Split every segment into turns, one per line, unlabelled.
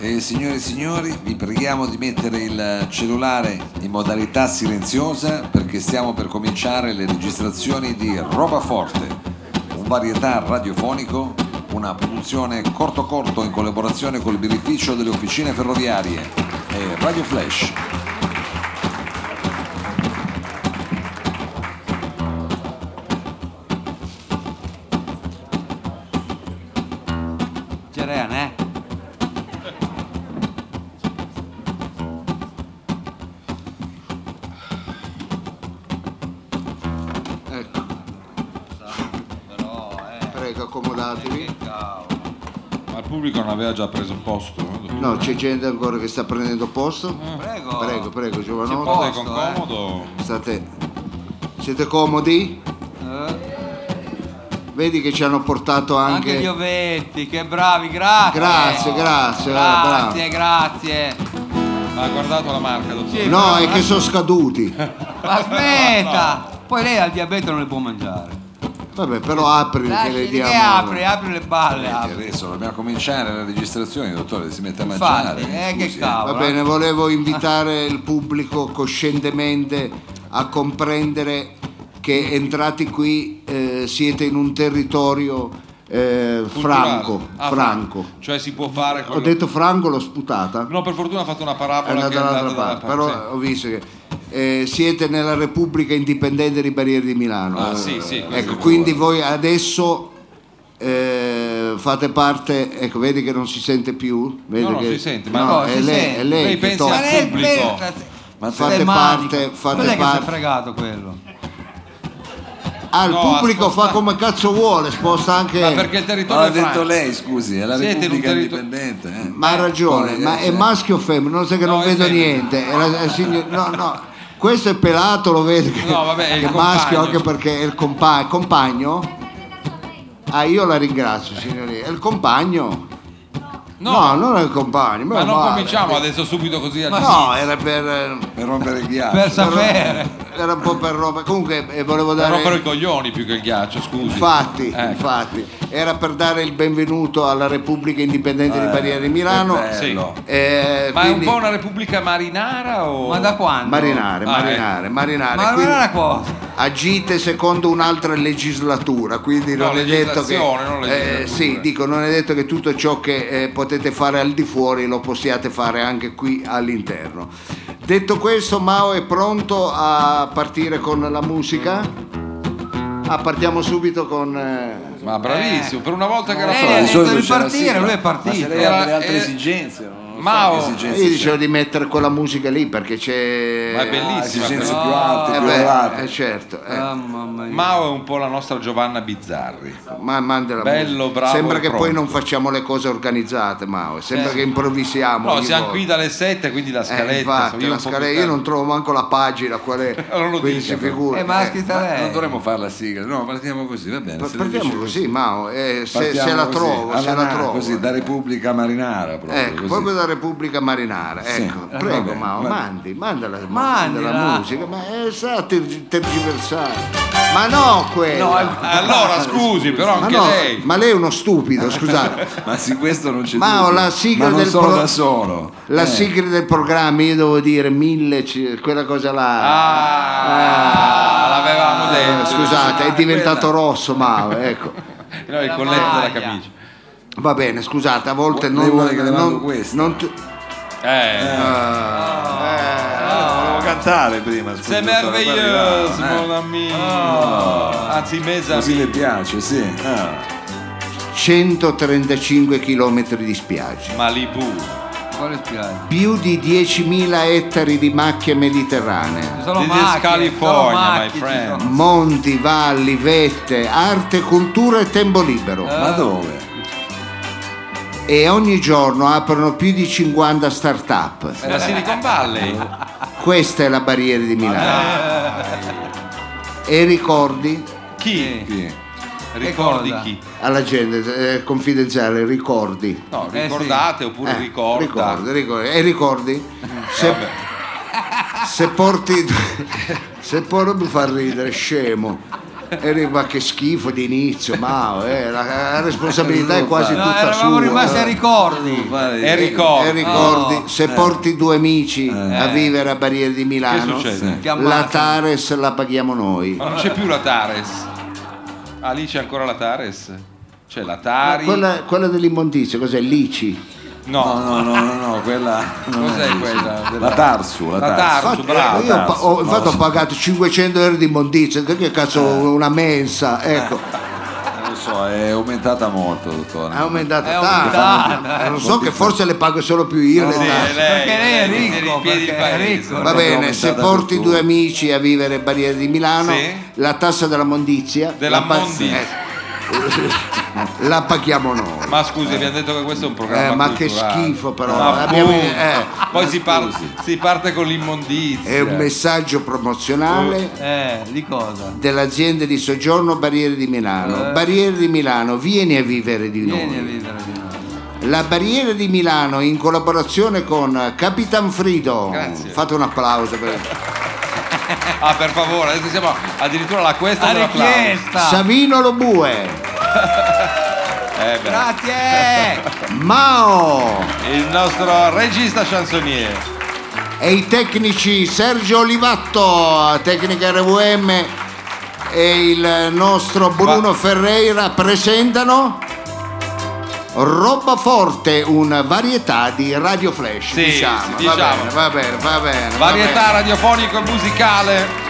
Eh, signore e signori, vi preghiamo di mettere il cellulare in modalità silenziosa perché stiamo per cominciare le registrazioni di Roba Forte, un varietà radiofonico, una produzione corto corto in collaborazione col birrificio delle officine ferroviarie e Radio Flash.
Cerean, eh?
Ecco,
Però, eh,
prego, accomodatevi.
cavolo.
Ma il pubblico non aveva già preso posto?
No, c'è gente ancora che sta prendendo posto.
Prego.
Prego, prego, giovanotto.
State
posto,
con
eh.
comodo?
State. Siete comodi?
Eh,
Vedi che ci hanno portato
anche...
anche.
gli ovetti, che bravi, grazie.
Grazie, grazie, eh,
Grazie, grazie.
Ha guardato la marca, dottore?
No, è che sono scaduti.
Ma smetta! Poi lei al diabete non le può mangiare.
Vabbè, però apri che
Dai,
le
che
diamo.
apri, apri le balle.
E
Apri.
adesso dobbiamo cominciare la registrazione, dottore, si mette a mangiare.
Infatti, eh, che
scusi,
cavolo.
Va bene, volevo invitare il pubblico coscientemente a comprendere che entrati qui eh, siete in un territorio eh,
Culturale.
franco,
Ah,
franco.
Cioè si può fare
Ho
quello...
detto franco, l'ho sputata.
No, per fortuna ha fatto una
è
parabola
andata
che è andata
dall'altra
da
parte, però ho visto che eh, siete nella Repubblica Indipendente di Barriere di Milano.
Ah,
Eh,
sì, sì, questo
ecco,
è
quindi voi adesso eh, fate parte, ecco, vedi che non si sente più? Vedi
No, no,
che-
si sente, ma-
no,
No,
è
si
lei,
sente.
è lei
Lei
che
pensa-
tocca.
Ma lei
pubblico.
Ma
fate
del manico.
parte- fate
Quello è che si è
parte.
fregato quello.
Ah, il
No,
pubblico
ascolta-
fa come cazzo vuole, sposta anche...
Ma perché il territorio
Ma l'ha
è franco?
detto lei, scusi, è la
Siete in un
Repubblica
territorio-
Indipendente. eh.
Ma ha ragione,
Poi,
ma
eh,
è maschio o femmina? Non sai che
No,
non
è
vedo
femmina.
niente. è la- è signor- no, no, questo è pelato, lo vedo che,
No, vabbè, è il
che è maschio
compagno.
anche perché è il compa- compagno. Ah, io la ringrazio, signorina. È il compagno?
No.
non è il compagno.
Ma
meno
non
male.
cominciamo adesso subito così a
No, era per.
Per rompere il ghiaccio.
Per sapere.
Era un po' per roba. Comunque, eh, volevo
per rompere
dare.
i coglioni più che il ghiaccio, scusi.
Infatti,
Ecco.
infatti, era per dare il benvenuto alla Repubblica Indipendente di Barriere di Milano.
È bello.
Eh,
Eh. Ma
quindi-
è un po' una repubblica marinara o...
Ma da quando?
Marinare,
Ah,
marinare, marinare.
Ma
Quindi
non è una cosa.
agite secondo un'altra legislatura, quindi
No,
non è detto che
legislazione, non
eh,
legislatura.
sì, dico, non è detto che tutto ciò che eh, potete fare al di fuori lo possiate fare anche qui all'interno. Detto questo, Mao è pronto a partire con la musica? Ah, partiamo subito con eh,
Ma bravissimo, per una volta che
Eh,
la
So,
ha
di
detto
solito
di
c'è la
partire,
sigla.
lui è partito.
Ma se lei ha delle
Era-
altre
eh,
esigenze, non
Mao.
so che esigenze
io
c'è.
dicevo di mettere quella musica lì perché c'è
Ma è
Ah,
bellissima.
esigenze
quella.
più alte,
Eh
più
beh,
elevate.
eh, certo, eh.
Ah, mamma mia.
Mao è un po' la nostra Giovanna Bizzarri.
Ma manda la
Bello,
musica.
bravo
Sembra
e
che
pronto.
poi non facciamo le cose organizzate, Mao. Sembra
Eh.
che improvvisiamo.
No,
ogni
siamo
volta.
qui dalle 7, quindi la
Eh,
scaletta.
infatti,
io
la
un po'
scaletta-
più
io
tardi.
non trovo manco la pagina qual è.
Non lo
quindi
dica,
si
però.
figura.
Eh, ma ha scritto
Ma
lei.
non dovremmo fare la sigla, no, partiamo così, va bene.
Eh,
Pa-
se lei
partiamo
dice-
così, Mao. eh, se,
partiamo
se la
così,
trovo, se
alla
la
nana,
trovo.
Così, da Repubblica Marinara proprio.
Ecco,
così.
proprio da Repubblica Marinara. Ecco,
Eh,
prego,
vabbè,
Mao,
vabbè.
mandi, manda la, manda
Mandila.
la musica. Ma è sa ter- tergiversare. Ma no, quello.
No, è-
Allora, scusi, però
ma,
anche
no,
lei.
ma lei è uno stupido, scusate.
Ma su questo non c'è
Ma ho
dubbio.
la sigla
Ma non
del
sono
pro-
da solo.
La
Eh,
sigla del programma, io devo dire mille, c- quella cosa là.
Ah, l'avevamo
Eh,
detto.
scusate, è diventato rosso, ma ecco.
No, il
La
colletto della
maglia.
camicia.
Va bene, scusate, a volte
Lei
non
vuole che le mando
non-
questa?
non tu-
Eh.
Ah, Volevo cantare prima, scusi,
C'est
dottore,
merveilleuse,
guarda, eh.
mon ami. Oh. Anzi, mezza
Così le piace, sì. ah.
135 km di spiagge,
Malibu.
Quale spiaggia?
più di 10.000 ettari di macchie mediterranee,
Ci sono
This is
macchie,
California,
ci sono
my
macchie, ci
friend.
sono-
monti, valli, vette, arte, cultura e tempo libero.
Ma dove?
E ogni giorno aprono più di 50 start-up.
È Eh, la Silicon Valley.
Questa è la barriera di Milano. E ricordi
Chi?
Sì.
Ricordi
cosa?
chi?
alla gente, eh, confidenziale, ricordi.
No,
Eh,
ricordate oppure
Eh,
ricorda. Eh,
ricordi, ricordi. E ricordi? Se,
Vabbè.
se porti... Se porti mi fa ridere, scemo. E dico, ma che schifo di inizio, Mao, eh, la, la responsabilità è quasi
No,
No,
tutta
eravamo
sua. eh.
rimasti ai ricordi.
E ricordi.
E ricordi, se porti due amici a vivere a Barriere di Milano,
Che succede?
Ti
la
ammazzano.
Tares la paghiamo noi.
Ma non c'è più la Tares. Ah, lì c'è ancora la Tares? C'è la Tari?
Quella, quella dell'immondizia, cos'è? Lici.
No.
No, no, no, no, no, quella. non
Cos'è
è lì.
quella della-
La Tarsu, la,
La
Tarsu.
Tarsu, bravo.
io ho pa- ho,
Tarso,
infatti ho pagato 500 euro di immondizia, che cazzo, una mensa, ecco,
Non lo so, è aumentata molto, dottore.
è aumentata
È
tanto.
aumentata, eh.
non so che forse le pago solo più io le
Sì,
tasse.
lei,
Perché lei è
lei
ricco,
tiene i piedi
perché
in paese.
è ricco.
Va
Va bene,
aumentata
se porti
per tutto.
due amici a vivere a Barriere di Milano,
Sì.
la tassa della mondizia
Della
la, pa-
mondizia.
eh, la paghiamo noi.
Ma scusi, abbiamo detto che questo è un programma.
Eh, ma che
culturale.
schifo però,
Ma
abbiamo-
appunto.
eh,
Poi si, par- si parte con l'immondizia.
È un messaggio promozionale
Eh, di cosa?
dell'azienda di soggiorno Barriere di Milano.
Eh.
Barriere di Milano, vieni a vivere di
Vieni a
noi.
vivere di noi.
La Barriera di Milano in collaborazione con Capitan Frido.
Grazie.
Fate un applauso per
Ah, per favore, adesso siamo addirittura alla questa
A
della Claus.
richiesta.
Savino Lobue,
Eh beh,
Grazie.
Mao
il nostro regista chansonnier.
e i tecnici Sergio Olivatto, tecnica RVM e il nostro Bruno
Va-
Ferreira presentano Roba Forte, una varietà di Radio Flash,
Sì,
diciamo.
sì,
Va
diciamo.
bene, va bene, va bene. va
Varietà
bene.
radiofonico e musicale.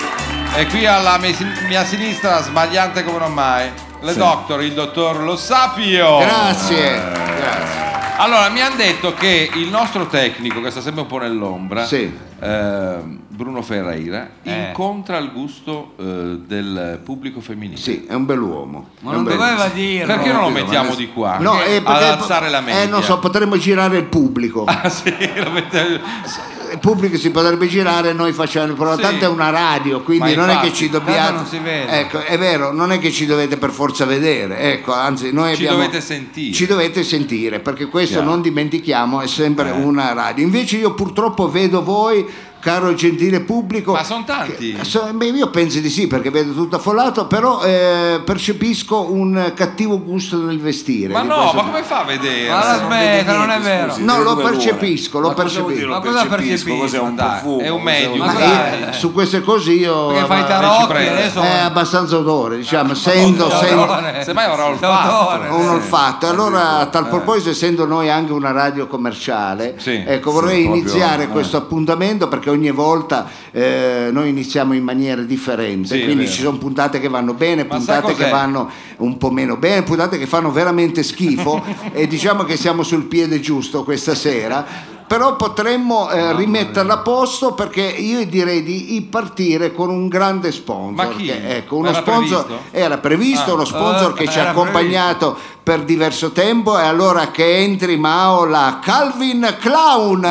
E qui alla me- mia sinistra, sbagliante come non mai, le doctor, il dottor Lo Sapio.
Grazie,
Eh.
grazie.
Allora, mi hanno detto che il nostro tecnico, che sta sempre un po' nell'ombra,
Sì.
ehm, Bruno Ferreira,
Eh.
incontra il gusto eh, del pubblico femminile.
Sì, è un bell'uomo.
Ma
è
non
un bel-
doveva dirlo.
Perché non lo
capito,
mettiamo
ma-
di qua?
No, eh,
ad
perché-
alzare la media.
Eh, non so, potremmo girare il pubblico.
Ah, sì, lo mettiamo-
Il pubblico si potrebbe girare, noi facciamo il programma.
Sì.
Tanto è una radio, quindi
Ma
non è
infatti,
che ci
tanto
dobbiamo.
non si vede.
Ecco, è vero, non è che ci dovete per forza vedere, ecco, anzi, noi
Ci
abbiamo-
dovete sentire.
Ci dovete sentire, perché questo
Chiaro. Eh.
non dimentichiamo, è sempre una radio. Invece io purtroppo vedo voi, caro e gentile pubblico.
Ma son tanti?
che- so- beh, io penso di sì, perché vedo tutto affollato, però eh, percepisco un cattivo gusto nel vestire.
Ma
di
no,
questo-
ma come fa a vedere?
Ma la
Ah, Non
smetta,
vede niente,
non è vero.
Scusi,
No,
delle
lo
due lune.
percepisco, lo
Ma cosa vuol dire
percepisco.
lo
Ma cosa
percepisco?
percepisco?
Cos'è un
Dai,
profumo?
è un medium.
Ma
Ma
dai.
io- su queste cose io
Perché fai
ma- Eh,
ci
tarocchi
prego.
adesso? Ah,
è abbastanza odore, diciamo, sento, sento
odore.
Semmai avrà
Sento
olfatto.
odore.
ho un olfatto. Allora, a tal proposito, essendo noi anche una radio commerciale,
Eh. Sì,
ecco,
sì,
vorrei
proprio,
iniziare
eh.
questo appuntamento perché ogni volta eh, noi iniziamo in maniera differente,
Sì, è
quindi
vero.
ci sono puntate che vanno bene,
Ma sa
puntate che
cos'è?
vanno un po' meno bene, puntate che fanno veramente schifo e diciamo che siamo sul piede giusto questa sera. Però potremmo eh, rimetterla a posto perché io direi di partire con un grande sponsor.
Ma chi?
che, ecco, uno
Era
sponsor
previsto?
era previsto,
Ah.
uno sponsor che
Eh,
ci ha
era
accompagnato per diverso tempo e allora che entri Mao la Calvin Clown.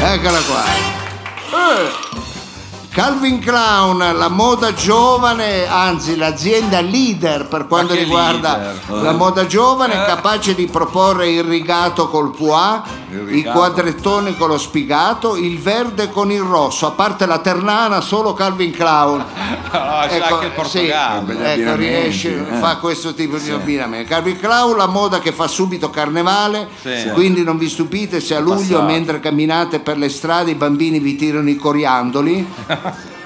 Eccola qua. Eh, Calvin Clown, la moda giovane, anzi l'azienda leader per quanto
che
riguarda
leader? eh.
la moda giovane, capace di proporre il rigato col pois,
Il
il
rigato.
quadrettone con lo spigato, il verde con il rosso, a parte la ternana solo Calvin Clown.
Ah, c'è
Ecco,
anche il Portogallo.
sì,
Degli
ecco,
abbinamenti,
riesce,
eh.
fa questo tipo di abbinamento. Calvin Clau, la moda che fa subito carnevale,
Sì.
quindi non vi stupite se a luglio
Passato.
mentre camminate per le strade i bambini vi tirano i coriandoli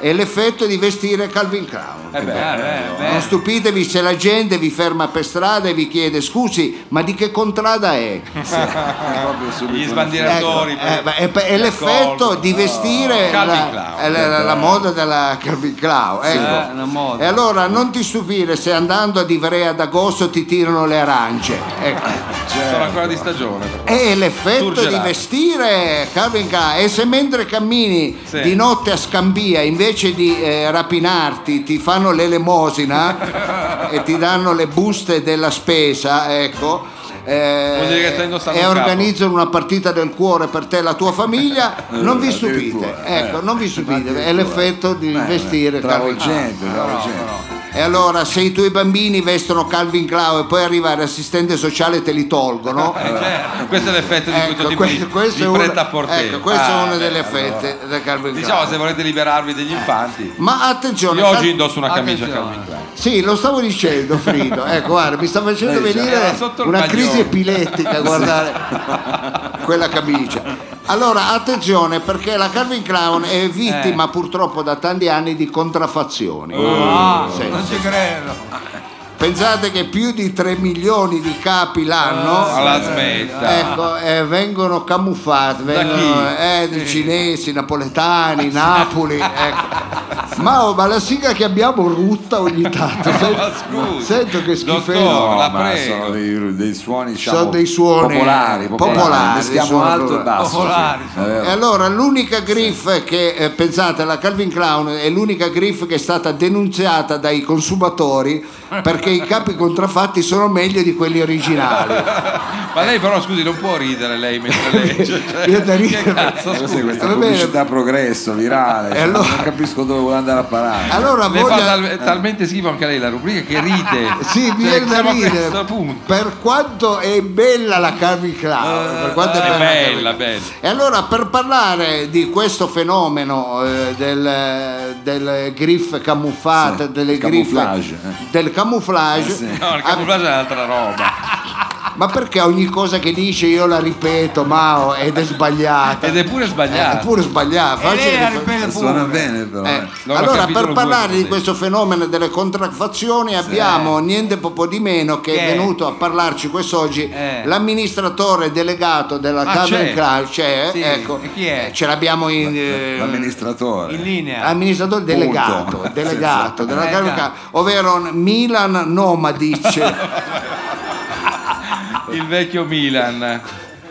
e l'effetto di vestire Calvin Clown.
Eh beh,
Eh, beh,
Non
beh.
stupitevi se la gente vi ferma per strada e vi chiede scusi, ma di che contrada è?
Proprio subito
Gli
una-
sbandieratori.
Ecco, eh, ma è, pe- è
D'accordo.
l'effetto di vestire
Calvin
la,
Klein,
è la- la moda della Calvin Klein ecco.
eh, una moda.
e allora non ti stupire se andando ad Ivrea ad agosto ti tirano le arance ecco.
Sono ancora di stagione. però.
E l'effetto
Surgelati.
di vestire Calvin Klein e se mentre cammini
Sì.
di notte a Scambia invece di eh, rapinarti ti fanno l'elemosina e ti danno le buste della spesa ecco eh,
Vuol dire che stai indossando
e
un capo.
organizzano una partita del cuore per te e la tua famiglia
Eh,
non vi stupite
addirittura,
ecco non vi stupite è
addirittura.
l'effetto di
Beh,
vestire Calvin Klein
travolgente, travolgente.
E allora se i tuoi bambini vestono Calvin Klein e poi arriva l'assistente sociale e te li tolgono,
Eh, certo, questo è l'effetto di cui
ecco,
tu ti
que- questo, è uno,
a portare.
ecco, questo
Ah,
è uno
beh,
delle Eh.
allora.
fette del Calvin Klein.
Diciamo, se volete liberarvi degli infanti,
Ma attenzione,
io
Cal-
oggi indosso una camicia
Attenzione.
Calvin Klein.
Sì, lo stavo dicendo, Frido. Ecco, guarda, mi sta facendo
Lei già
venire
era sotto il
una
maglione.
crisi epilettica guardare quella camicia. Allora, attenzione, perché la Calvin Klein
Eh.
è vittima purtroppo da tanti anni di contraffazioni.
Ah,
Sì. Ah,
non ci credo.
Pensate che più di 3 milioni di capi l'anno
Ma la smetta.
ecco, eh, vengono camuffati, vengono
chi?
eh, di cinesi, napoletani, Napoli. Ecco. Ma, ma la sigla che abbiamo rutta ogni tanto.
Ma
Sento,
scusi.
sento che schifezza.
Dottore. La
ma
prego.
sono dei, dei suoni diciamo,
Sono dei suoni,
popolari, popolari,
popolari,
meschiamo
sono
alto e
popolari.
basso.
Popolari,
sì. È vero.
E allora l'unica griff che, eh, pensate, la Calvin Klein è l'unica griff che è stata denunziata dai consumatori perché i capi contraffatti sono meglio di quelli originali.
Ma lei però scusi, non può ridere lei mentre legge. cioè,
Viene da
che
ridere.
cazzo
Eh, lo sai,
scusi?
questa
Va bene.
pubblicità progresso virale, cioè,
allora-
non capisco dove vuole andare a parare.
Allora
Le
voglio-
fa tal- talmente schifo anche lei la rubrica che ride.
Sì, mi
Cioè,
viene da
siamo a
ridere.
questo punto.
Per quanto è bella la Calvin Klein, per quanto
Eh, È
la Calvin
bella,
Klein.
bella.
E allora per parlare di questo fenomeno eh, del, del griff camuffate,
Sì,
delle
il
griffe
camouflage, eh.
del camouflage, Ah,
Eh, sì.
No, il camouflage è un'altra roba.
ma perché ogni cosa che dice io la ripeto, Mao, ed è sbagliata.
Ed è pure
Eh,
sbagliato.
pure sbagliata.
E lei
facile
la
rifare-
ripete
Suona
pure.
bene però.
Eh,
eh.
No,
allora,
capitolo
per
due,
parlare di
così.
questo fenomeno delle contraffazioni, abbiamo niente poco di meno che
Chi
è
è?
venuto a parlarci quest'oggi
Eh.
l'amministratore delegato della
Ah,
Calvin
c'è?
Klein. C'è,
Sì,
ecco,
e chi è?
eh, ce l'abbiamo in. eh,
L'amministratore.
In linea.
amministratore
Punto.
delegato, delegato
Sì,
della
Eh,
Calvin
già.
Klein, ovvero Milan Nomadic.
Il vecchio Milan.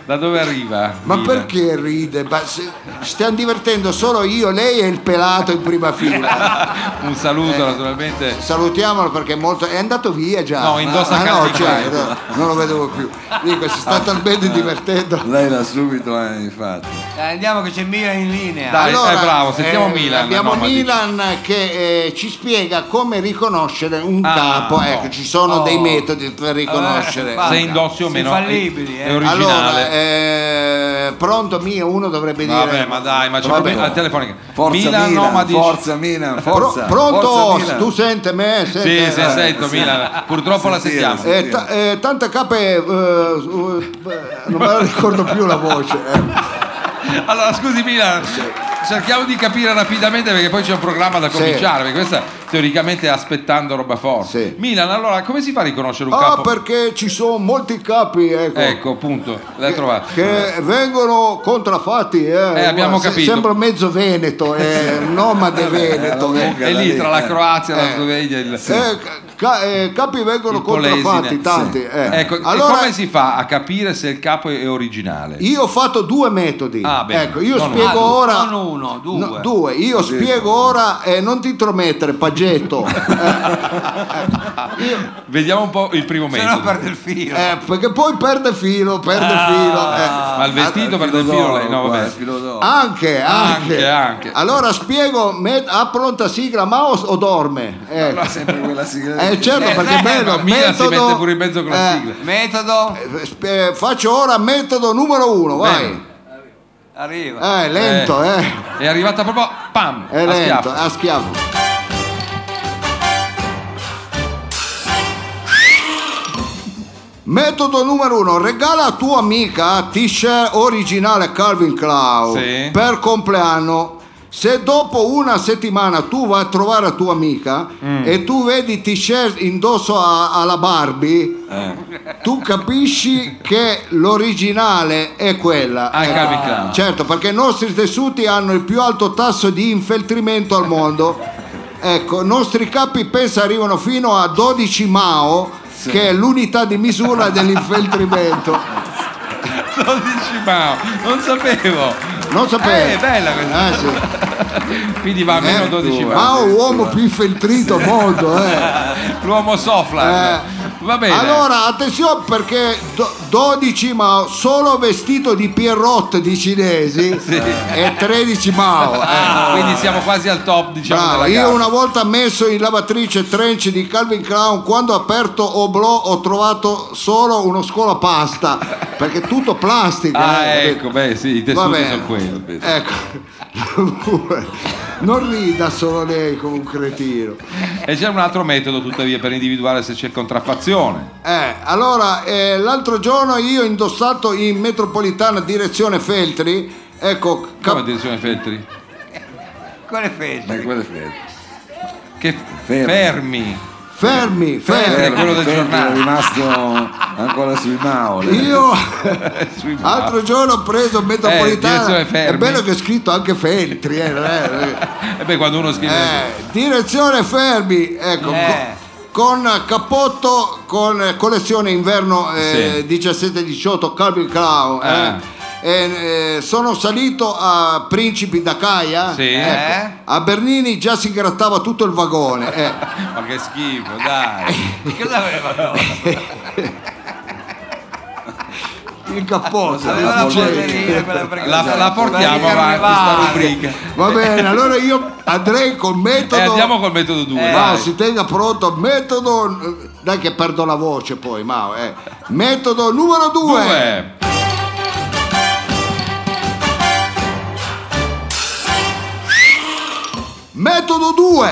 Da dove arriva?
Ma
Milan?
perché ride? Ma se- stiamo divertendo solo io, lei e il pelato in prima fila.
Un
Eh.
saluto naturalmente.
Salutiamolo perché è molto. È andato via già.
No, indossa
ah, no,
Calvin
cioè,
Klein.
no, non lo vedevo più. Dico, si
Ah.
sta talmente divertendo.
Lei l'ha subito eh, infatti.
Dai, andiamo che c'è Milan in linea. Ah,
Dai. eh, bravo, sentiamo Milan,
Abbiamo
no, ma
Milan che eh, ci spiega come riconoscere un
Ah,
capo.
no.
Ecco, ci sono
Oh.
dei metodi per riconoscere.
Eh,
un
basta.
Se
capo.
indossi o meno. è-
Infallibili, eh.
È originale.
allora, eh, pronto mio, uno dovrebbe dire.
Vabbè, ma dai, ma c'è
eh, Vabbè.
proprio- la telefonica.
Forza Milan,
Milan, Nomadi.
forza Milan,
Pro-
forza.
pronto,
forza Milan. Eh,
tu senti me?
Sì,
Senti-
sì,
eh,
sento Milan. Purtroppo la
Sentire,
sentiamo.
sì.
Eh, ta- eh, tante cape, eh, eh, non me la ricordo più la voce. eh.
Allora, scusi Milan, cerchiamo di capire rapidamente perché poi c'è un programma da cominciare, perché questa teoricamente è aspettando roba forte.
Sì.
Milan, allora come si fa a riconoscere un
Ah,
capo?
perché ci sono molti capi, ecco.
Ecco, appunto, l'hai trovato.
Che vengono contraffatti, eh.
abbiamo
Se-
capito.
Sembra mezzo Veneto, eh, nomade Veneto.
allora,
eh.
È lì tra la Croazia, la
Eh.
Slovenia e il...
Eh, ca- eh, capi vengono
Il Polesine,
contraffatti, tanti.
sì.
eh.
Ecco, e
allora,
come si fa a capire se il capo è originale?
io ho fatto due metodi.
Ah, bene.
ecco, io
Non uno.
spiego
Ah,
ora.
non uno, due.
No, due. Io spiego ora, eh, non ti intromettere, Pagetto.
Vediamo un po' il primo
Se no
metodo.
perde il filo.
Eh, perché poi perde filo, perde
Ah,
filo. eh.
Ma il vestito per il filo lei,
eh,
no, vabbè.
Ah, Anche, anche.
Anche, anche.
Allora spiego, met- ha pronta sigla ma o, o dorme? Eh,
sempre quella sigla.
eh, certo,
eh,
perché è
eh,
bello.
ma Milan si
metodo,
mette pure in mezzo con la
eh,
sigla.
Metodo
eh, sp- eh, faccio ora metodo numero uno, vai.
Bene.
arriva.
Eh, lento, eh.
È arrivata proprio pam,
È
a
lento,
schiaffo.
a schiaffo. Metodo numero uno, regala a tua amica t-shirt originale Calvin Klein
Sì.
per compleanno. Se dopo una settimana tu vai a trovare la tua amica
Mm.
e tu vedi t-shirt indosso a- alla Barbie,
Eh.
tu capisci che l'originale è quella.
Ah,
Eh,
Calvin Klein.
Certo, perché i nostri tessuti hanno il più alto tasso di infeltrimento al mondo. Ecco, i nostri capi pensa arrivano fino a 12 Mao, che è l'unità di misura dell'infeltrimento.
12 Mao, non sapevo.
Non sapevo.
Eh, bella questa.
Eh, sì.
Quindi va a meno
Eh,
12 Mao.
Mao, uomo più infeltrito al mondo, eh.
L'uomo Soflan.
Eh,
Va bene.
Allora, attenzione perché do- 12 Mao, solo vestito di Pierrot di cinesi e 13 Mao. eh.
Quindi siamo quasi al top, diciamo.
Bravo,
della
io
gara.
una volta messo in lavatrice trench di Calvin Crown, quando ho aperto Oblò ho trovato solo uno scolapasta, perché tutto plastica.
Ah,
eh,
ecco, beh, sì, i
Va
tessuti
bene.
sono quelli.
Ecco. non rida solo lei come un cretino.
E c'è un altro metodo, tuttavia, per individuare se c'è contraffazione.
Eh, allora, eh, l'altro giorno io ho indossato in metropolitana direzione Feltri, ecco, cap-
Come direzione Feltri?
Quale fece?
Ma Eh, quello è vero.
Che
Fermi.
fermi.
fermi, fermi.
Fermi. quello del
Fermi,
giornale.
Eh, È rimasto ancora sui Mao. lei.
Io
Sui bar.
l'altro giorno ho preso metropolitana.
Ah. Eh, direzione Fermi.
è bello che è scritto anche Feltri. eh, non è-
E beh, quando uno scrive...
eh, direzione Fermi, ecco,
Eh.
co- con cappotto con eh, collezione inverno eh, 17-18 Calvin Crown. eh.
Ah.
E, eh, sono salito a Principi d'Acaia
Sì.
Eh?
a Bernini già si grattava tutto il vagone eh.
Ma che schifo, dai.
Cosa aveva fatto?
il cappotto
Aveva la
Sì.
polverina, quella per
eh, esatto.
La, la portiamo
Per
avanti, questa
carnevale.
rubrica.
va bene allora io andrei col
E
metodo
Eh, andiamo col metodo 2.
Eh,
Mao si tenga pronto metodo dai che perdo la voce poi Mao eh. metodo numero due
Due.
metodo 2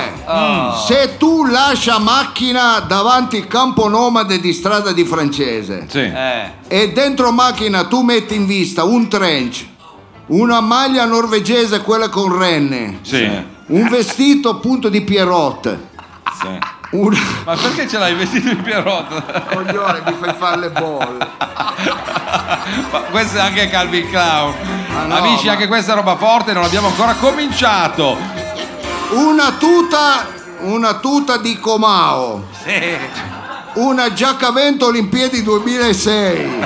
se tu lascia macchina davanti il campo nomade di strada di francese
Sì.
Eh.
e dentro macchina tu metti in vista un trench una maglia norvegese quella con renne
Sì.
un vestito appunto di Pierrot
Sì.
un
Ma perché ce l'hai vestito in Pierrot?
coglione mi fai fare le bolle
Ma questo è anche Calvin Clown.
Ah, no,
Amici,
ma-
anche questa è roba forte, non abbiamo ancora cominciato.
una tuta una tuta di Comao una giacca a vento Olimpiadi 2006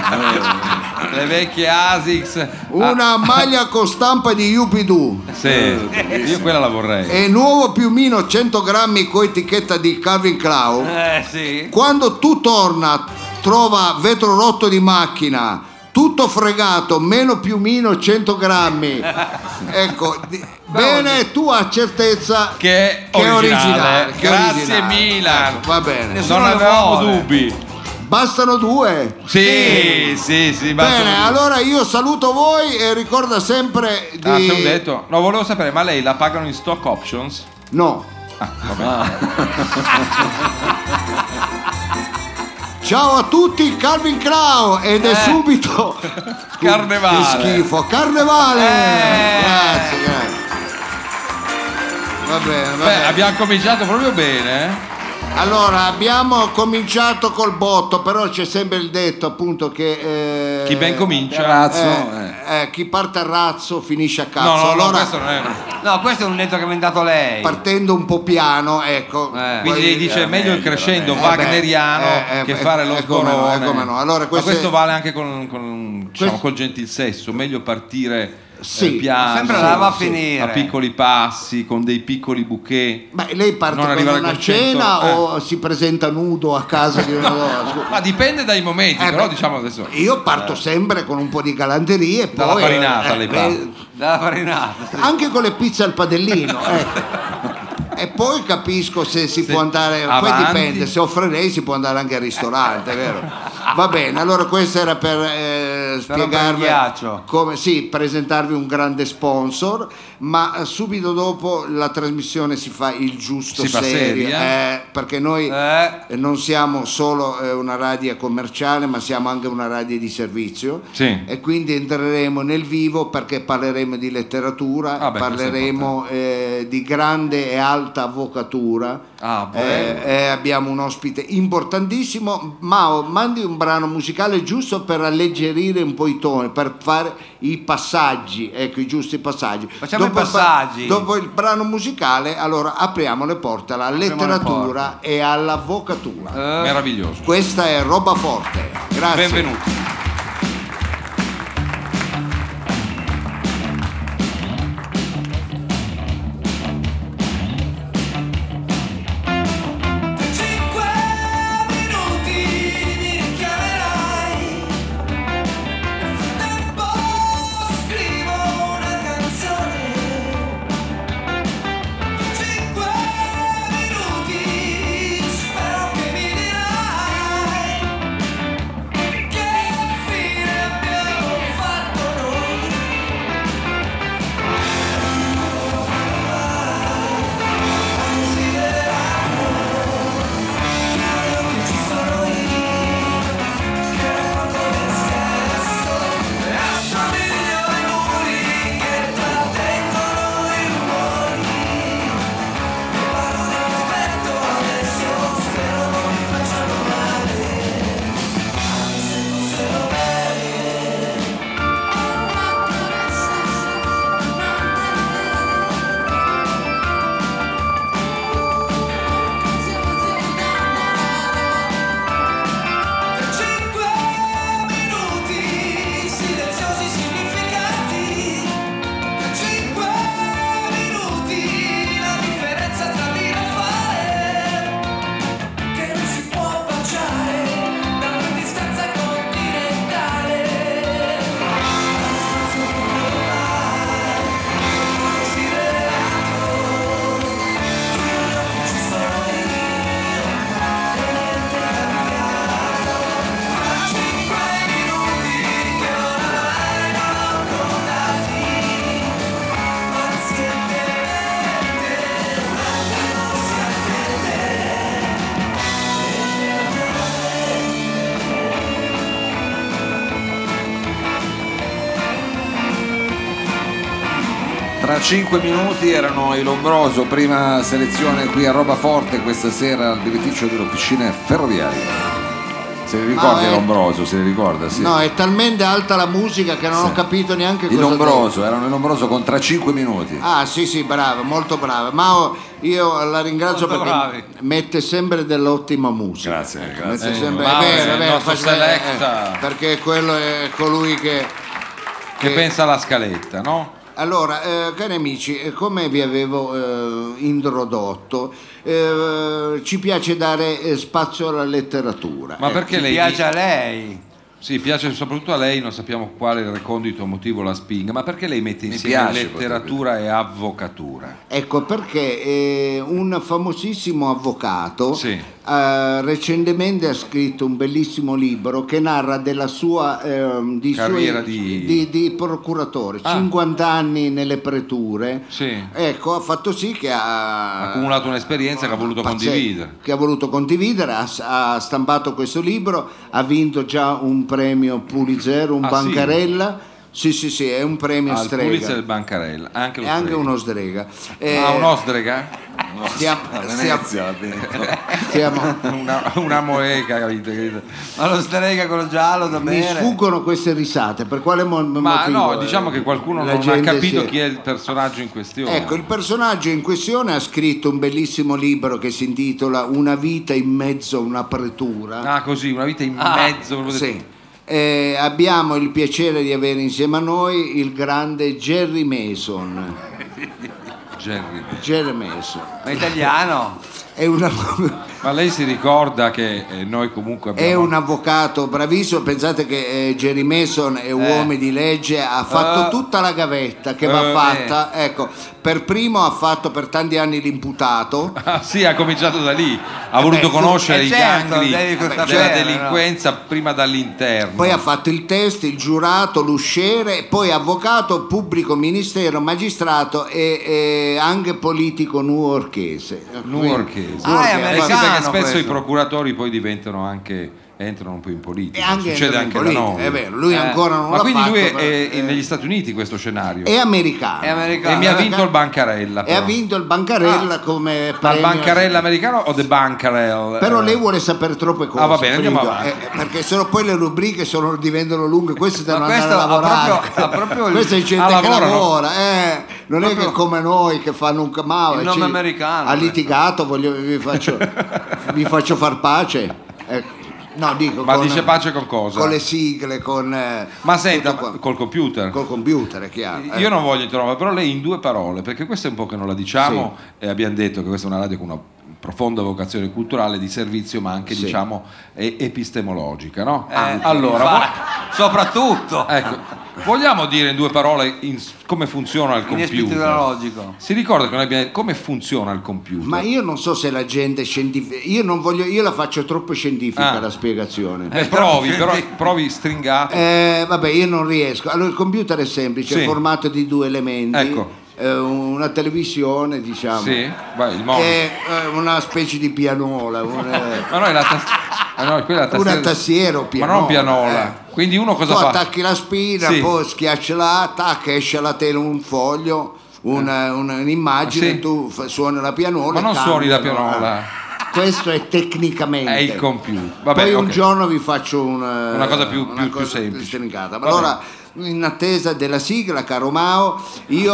Le vecchie Asics.
una maglia con stampa di Yupidu
Sì, io quella la vorrei.
e nuovo piumino 100 grammi con etichetta di Calvin Klein
Eh sì.
quando tu torna trova vetro rotto di macchina tutto fregato meno piumino 100 grammi ecco di- bene tu hai certezza
Che è
che è
originale.
originale che è
Grazie
originale.
Milan.
va bene
Non
lo
avevamo
vuole.
dubbi.
bastano due
Sì, sì, sì. basta
Bene,
dubbi.
allora io saluto voi e ricorda sempre di...
Ah, te l'ho detto. No, volevo sapere, ma lei la pagano in stock options?
No.
Ah,
Ciao a tutti, Calvin Crow ed è subito
Eh. Carnevale.
Che schifo, Carnevale.
Eh.
Grazie, grazie. Va bene, va
Beh,
bene.
abbiamo cominciato proprio bene. eh?
Allora, abbiamo cominciato col botto, però c'è sempre il detto appunto che eh,
Chi ben comincia.
Terrazzo, eh.
eh, eh, chi parte a razzo finisce a cazzo.
No, no, no,
Allora,
questo non è.
No, questo è un netto che ha inventato lei.
partendo un po' piano, ecco.
Eh.
Quindi
poi-
lei dice è meglio il crescendo
Eh, beh,
wagneriano
eh, eh,
che
eh,
fare lo
eh, come no,
sborone.
eh, come no. Allora,
Ma
queste-
questo vale anche con, con, diciamo,
Quest-
col gentil sesso, meglio partire eh,
Sì,
piano,
sempre là va a
sì,
finire.
a piccoli passi, con dei piccoli bouquet.
Ma lei parte
Non
con
arrivare
una
con cento,
cena
eh.
o si presenta nudo a casa di una donna? Scusa.
Ma dipende dai momenti,
Eh,
però
beh,
diciamo adesso.
Io parto sempre con un po' di galanterie e
Dalla
poi... eh,
farinata, lei
beh,
Dalla farinata. sì.
Anche con le pizze al padellino, ecco. E poi capisco se si può andare, poi
avanti.
dipende, se offrirei si può andare anche al ristorante, vero? Va bene, allora questo era per eh, spiegarvi
rompere il ghiaccio.
come sì, presentarvi un grande sponsor, ma eh, subito dopo la trasmissione si fa il giusto
Si fa
serio,
seria.
eh, perché noi
Eh.
eh, non siamo solo eh, una radio commerciale, ma siamo anche una radio di servizio.
Sì.
E quindi entreremo nel vivo perché parleremo di letteratura,
Ah, beh, questo è
parleremo eh, di grande e alta avvocatura.
Ah,
Eh, eh, abbiamo un ospite importantissimo. Mao, mandi un brano musicale giusto per alleggerire un po' i toni, per fare i passaggi, ecco i giusti passaggi.
Facciamo i
il pa-
passaggi.
dopo il brano musicale, allora apriamo le porte alla letteratura e all'avvocatura.
Meraviglioso.
Questa è roba forte. Grazie.
Benvenuti.
Cinque minuti
eh, Tra 5 minuti erano il Lombroso, prima selezione qui a Roba Forte questa sera al birrificio della piscina ferroviaria. Se li ricordi
No, eh.
Lombroso, se li ricorda, sì.
No, è talmente alta la musica che non
Sì.
ho capito neanche
il
cosa
Lombroso, erano il Lombroso con tra 5 minuti.
Ah sì sì, brava, molto brava. Mao, io la ringrazio
Molto
perché
bravi.
mette sempre dell'ottima musica.
Grazie, grazie.
Mette sempre-
Mao
è
è
vero, è
il
vero,
nostro
faccio vedere,
selecta.
eh, perché quello è colui che...
Che
che-
pensa alla scaletta, no?
Allora, eh, cari amici, eh, come vi avevo eh, introdotto, eh, ci piace dare eh, spazio alla letteratura.
Ma
Eh,
perché
Ci
lei...
piace a lei.
Sì, piace soprattutto a lei, non sappiamo quale recondito motivo la spinga, ma perché lei mette insieme
piace,
letteratura e avvocatura?
Ecco perché eh, un famosissimo avvocato
Sì.
eh, recentemente ha scritto un bellissimo libro che narra della sua ehm, di
Carriera
suoi-
di-
di- di procuratore,
Ah.
50 anni nelle preture.
Sì.
Ecco, ha fatto sì che
Ha
ha
accumulato un'esperienza che ha voluto
Pazzesco,
condividere.
Che ha voluto condividere, ha, ha stampato questo libro, ha vinto già un premio Pulitzer, un
Ah, sì?
Bancarella. Sì, sì, sì, è un premio
Al
strega.
Pulitzer e il Bancarella, anche lo
È anche
strega.
uno strega. Eh,
Ah, un ostrega?
No,
stiamo-
a Venezia, addirittura.
siamo-
Una, una moeca, capite?
Ma lo strega con lo giallo da
mi
bere.
sfuggono queste risate, per quale mo-
Ma
motivo?
no, diciamo
eh,
che qualcuno
la
non ha
gente
capito
si-
chi è il personaggio in questione.
Ecco, il personaggio in questione ha scritto un bellissimo libro che si intitola Una vita in mezzo a una pretura.
Ah, così, una vita in
Ah,
mezzo. proprio-
Sì. Eh, abbiamo il piacere di avere insieme a noi il grande Jerry Mason.
Jerry.
Jerry Mason.
Ma italiano?
È, una-
Ma lei si ricorda che eh, noi comunque
è
abbiamo...
un avvocato bravissimo. Pensate che eh, Jerry Mason è uomo di legge, ha fatto
Eh.
tutta la gavetta che va
Eh.
fatta. Ecco, per primo ha fatto per tanti anni l'imputato.
Ah, sì, ha cominciato da lì. Ha
Eh
voluto
beh, tu-
conoscere
eh
i
certo,
gangli
devi
della
sapere, no?
delinquenza prima dall'interno.
certo, Poi ha fatto il test, il giurato, l'usciere, poi avvocato, pubblico ministero, magistrato e, e anche politico newyorchese.
Newyorchese.
Quindi-
Ah, è
Newyorchese.
Eh sì, perché
americano
spesso
questo.
i procuratori poi diventano anche entrano un po' in
E
politica.
anche
Succede
entra in
anche
politica,
da noi.
È vero, lui
Eh,
ancora non
Ma
l'ha
quindi
fatto.
lui è,
però- eh.
è negli Stati Uniti questo scenario.
è americano.
È americano. Ah.
e mi ha
America-
vinto il bancarella.
E ha
però.
vinto il Bancarella come
Al
premio.
bancarella americano o the bancarella?
eh, Però lei
Eh,
vuole sapere troppe cose.
Ah, va bene, andiamo
Frido,
avanti.
eh, perché sennò poi le rubriche sono, diventano lunghe, queste devono
Ma
andare
questo
a
ha
lavorare.
proprio- ha proprio il-
Questa è gente
Ah,
che
lavorano?
lavora, eh, non è che come noi che fanno un camao.
Il
eh,
nome americano,
Ha
ecco.
questo.
litigato, voglio, vi, faccio, vi faccio far pace. Ecco. No, dico,
Ma
con-
dice pace con cosa?
Con le sigle, con... eh,
Ma senta,
tutto qua.
col computer.
col computer, è chiaro. eh.
Io non voglio interrompere, però lei in due parole, perché questo è un po' che non la diciamo e abbiamo detto che questa è una radio con una profonda vocazione culturale di servizio, ma anche
Sì.
diciamo e- epistemologica, no?
Eh,
Ah, allora,
fa- soprattutto.
vo- ecco, vogliamo dire in due parole in s- come funziona il
In espirito
computer?
logico.
Si ricorda che noi abbiamo come funziona il computer?
Ma io non so se la gente è scientifica, io non voglio, io la faccio troppo scientifica
Ah.
la spiegazione.
Eh, provi, però provi stringato.
Eh, vabbè, io non riesco. Allora, il computer è semplice,
Sì.
è formato di due elementi.
Ecco.
Eh, una televisione, diciamo.
Sì, vai, il monitor.
E eh, una specie di pianola, un- eh,
Ma no, è la tastiera. no, quella è la tastiera.
una tastiera o pianola.
Ma non pianola.
eh.
Quindi uno cosa
poi
fa?
attacchi la spina,
Sì.
poi schiacci là, tac, esce la tela un foglio, una- una- un'immagine,
Eh. Ah, sì?
tu fa- suoni la pianola.
Ma
e
non
cambi,
suoni la
no?
pianola.
Ah. Questo è tecnicamente.
È il computer. Vabbè,
Poi un
ok.
giorno vi faccio una,
Una cosa più- più- più
cosa
semplice.
stringata. Ma
Va
allora, in attesa della sigla, caro Mao, io,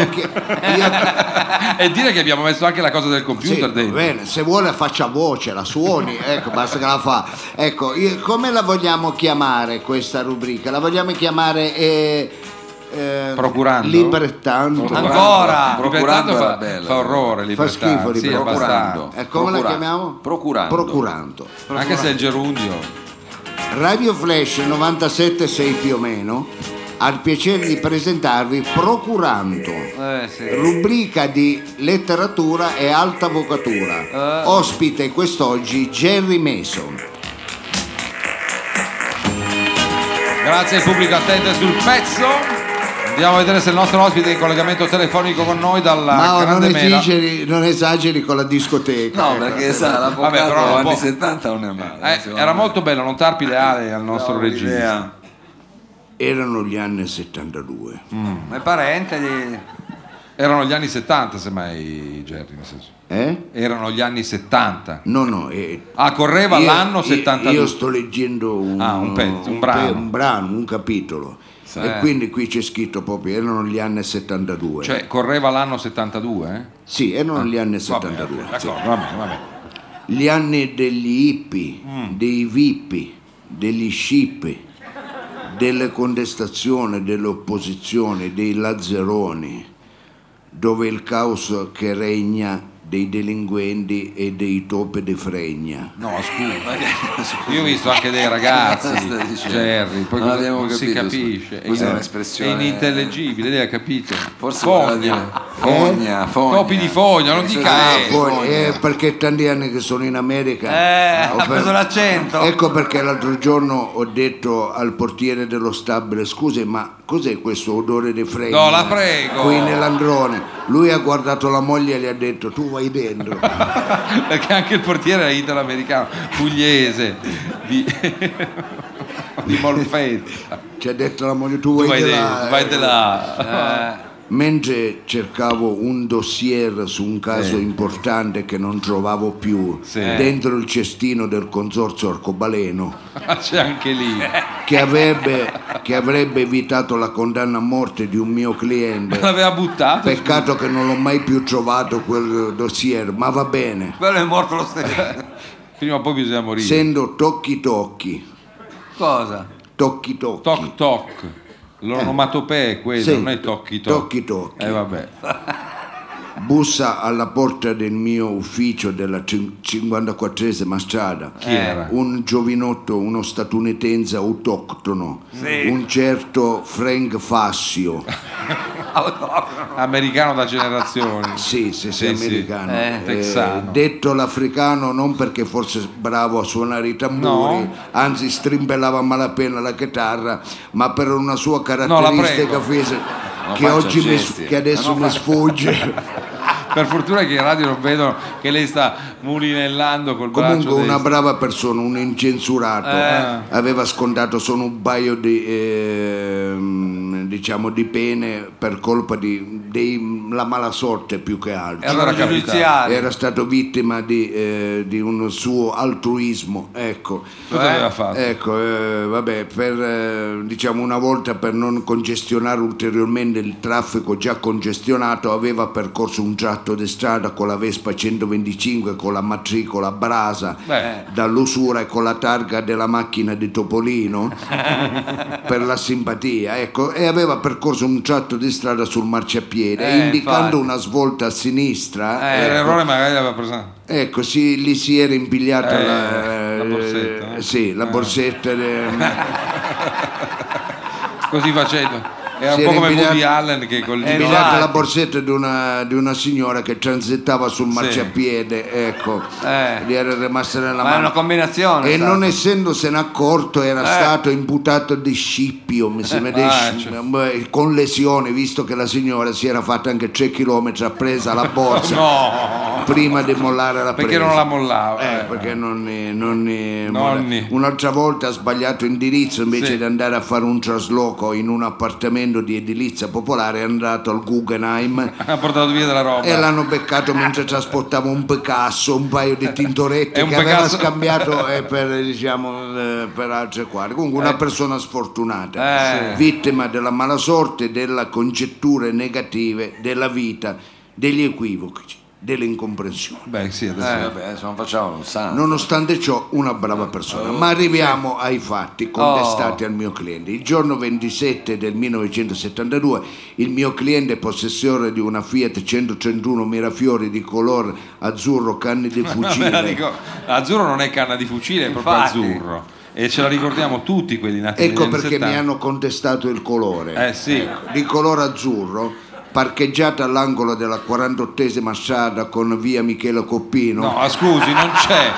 che, io-
e dire che abbiamo messo anche la cosa del
sì,
computer
va
dentro.
bene, se vuole faccia voce, la suoni, ecco, basta che la fa. Ecco, io- come la vogliamo chiamare questa rubrica? La vogliamo chiamare eh, eh,
Procurando?
Librettando.
Procurando. Ancora!
Procurando
Procurando
era
fa,
bello.
fa orrore, libertà.
schifo,
Sì,
libertà.
abbastanza.
Eh, come la
Procurando.
chiamiamo?
Procurando.
Procurando.
Anche se è il gerundio.
Radio Flash 976 più o meno ha il piacere di presentarvi Procurando.
Eh, sì.
Rubrica di letteratura e alta
Eh.
avvocatura. Ospite quest'oggi Jerry Mason.
Grazie al pubblico attento e sul pezzo. Andiamo a vedere se il nostro ospite è in collegamento telefonico con noi dalla
Ma non
Ah, Grande Mela.
esageri, non esageri con la discoteca.
No,
eh,
perché sa, l'avvocato
Vabbè, però non
anni
può-
70 non è male.
Eh,
secondo
era
me.
molto bello non tarpi le ali al nostro
No,
regista.
l'idea.
Erano gli anni 72.
Ma è parente di...
Erano gli anni 70, semmai, Jerry, nel senso.
Eh?
Erano gli anni 70.
No, no. eh,
Ah, correva
io-
l'anno
io-
72.
Io sto leggendo un,
Ah, un pezzo, un brano.
pe- un brano, un capitolo.
Sì.
E quindi qui c'è scritto proprio, erano gli anni 72.
Cioè, correva l'anno 72, eh?
sì, erano gli anni
Vabbè,
72. sì.
D'accordo, va bene, va bene.
Gli anni degli hippie,
Mm.
dei vippi, degli scippi, delle contestazioni, delle opposizioni, dei lazzeroni, dove il caos che regna dei delinquenti e dei topi di fregna.
No, scusa.
Io ho visto anche dei ragazzi,
Cosa stai dicendo?
Jerry, poi
Non
cosa-
abbiamo
non si
capito,
capisce.
scusa. Questa è
in-
un'espressione-
È inintellegibile, lei ha capito.
Forse voleva dire
fogna.
fogna, fogna.
Copi di fogna, non
Eh,
dica
ah,
lei.
fo-
Poi, eh, perché tanti anni che sono in America. ah,
Eh,
ho
ha preso l'accento.
Eh.
Ecco perché l'altro giorno ho detto al portiere dello stabile, scusi ma cos'è questo odore di freddo?
No, la prego.
Qui nell'androne. Lui ha guardato la moglie e gli ha detto tu vai dentro.
Perché anche il portiere era italo-americano, pugliese, di, di Molfetta.
Ci ha detto la moglie tu
Tu
vai,
vai
di là".
dentro, vai
eh.
di là.
Mentre cercavo un dossier su un caso
Sì.
importante che non trovavo più,
Eh. Sì.
dentro il cestino del consorzio Arcobaleno,
C'è anche lì.
Eh.
che avrebbe, che avrebbe evitato la condanna a morte di un mio cliente.
L'aveva buttato.
Peccato che non l'ho mai più trovato quel dossier, ma va bene.
Quello è morto lo stesso.
Prima o poi bisogna morire.
Sendo tocchi tocchi,
Cosa?
tocchi tocchi.
Toc toc.
Eh.
L'onomatopea è quella,
Sì.
non è tocchi toc.
Tocchi tocchi.
Eh vabbè.
Bussa alla porta del mio ufficio della 54esima strada. Eh,
Chi era?
Un giovinotto, uno statunitense autoctono,
Sì.
un certo Frank Fassio.
Autocrono.
Americano da generazione.
Sì, sì,
Sì,
sì,
sì.
americano.
Eh,
texano.
detto l'affricano non perché fosse bravo a suonare i tamburi,
No.
anzi strimpellava a malapena la chitarra, ma per una sua caratteristica
prego.
fisica
Non
che,
faccia
oggi mi,
gesti.
che adesso
Ma non
mi
fa-
sfugge.
Per fortuna che in radio non vedono che lei sta mulinellando col
Comunque
braccio
una
destro.
brava persona, un incensurato,
Eh.
aveva scontato solo un paio di, ehm, diciamo, di pene per colpa di, dei- la mala sorte più che altro.
E allora
capitano.
giudiziario.
Era stato vittima di, eh, di un suo altruismo, ecco.
Cosa
Eh?
aveva fatto?
Ecco, eh, vabbè, per, eh, diciamo una volta per non congestionare ulteriormente il traffico già congestionato, aveva percorso un tratto di strada con la Vespa 125 con la matricola a brasa
Beh.
dall'usura e con la targa della macchina di Topolino per la simpatia, ecco, e aveva percorso un tratto di strada sul marciapiede,
Eh, infatti.
indicando una svolta a sinistra.
Eh,
ecco,
l'errore magari l'aveva preso.
Ecco, sì, lì si era impigliata
Eh,
la,
la borsetta, eh?
Sì, la
Eh.
borsetta. eh, de-
Così facendo. Era
Si
un po'
era esatto.
come
impigliato-
Woody Allen che col
Eh,
ginocchio-
impigliata
infatti.
la borsetta di una, di una signora che transitava sul marciapiede, ecco,
Eh.
gli era rimasta
Ma è
nella
una Eh.
mano.
combinazione. esatto.
E
sa.
non essendosene accorto era stato imputato di scippio, mi
Eh,
sembra, di
Ah,
sci-
cioè.
m- con lesione, visto che la signora si era fatta anche 3 km presa la borsa
No,
prima di mollare la
perché
presa.
non la mollava.
Eh,
eh.
perché non, ne- non ne-
Nonni.
un'altra volta ha sbagliato indirizzo invece
Sì.
di andare a fare un trasloco in un appartamento di edilizia popolare è andato al Guggenheim
Ha portato via della roba.
e l'hanno beccato mentre trasportava un Picasso, un paio di
È
tintoretti
un
che aveva
Picasso.
scambiato eh, per, diciamo, eh, per altre quadre. Comunque una persona sfortunata,
Eh.
vittima della mala sorte, delle congetture negative della vita, degli equivoci, delle incomprensioni.
Beh, sì, adesso.
Eh, vabbè, adesso non facciamo un santo.
Nonostante ciò, una brava persona. Ma arriviamo ai fatti
Oh.
contestati al mio cliente. Il giorno 27 del 1972, il mio cliente, possessore di una Fiat 131 Mirafiori di color azzurro canne di
Me la
fucile. ecco
dico- Azzurro non è canna di fucile, è proprio
Infatti.
azzurro. E ce la ricordiamo tutti quelli nati negli
Ecco
anni
perché mi Ecco,
70.
hanno contestato il colore.
Eh sì.
di color azzurro, parcheggiata all'angolo della 48esima strada con via Michele Coppino.
No, ah, scusi, non c'è.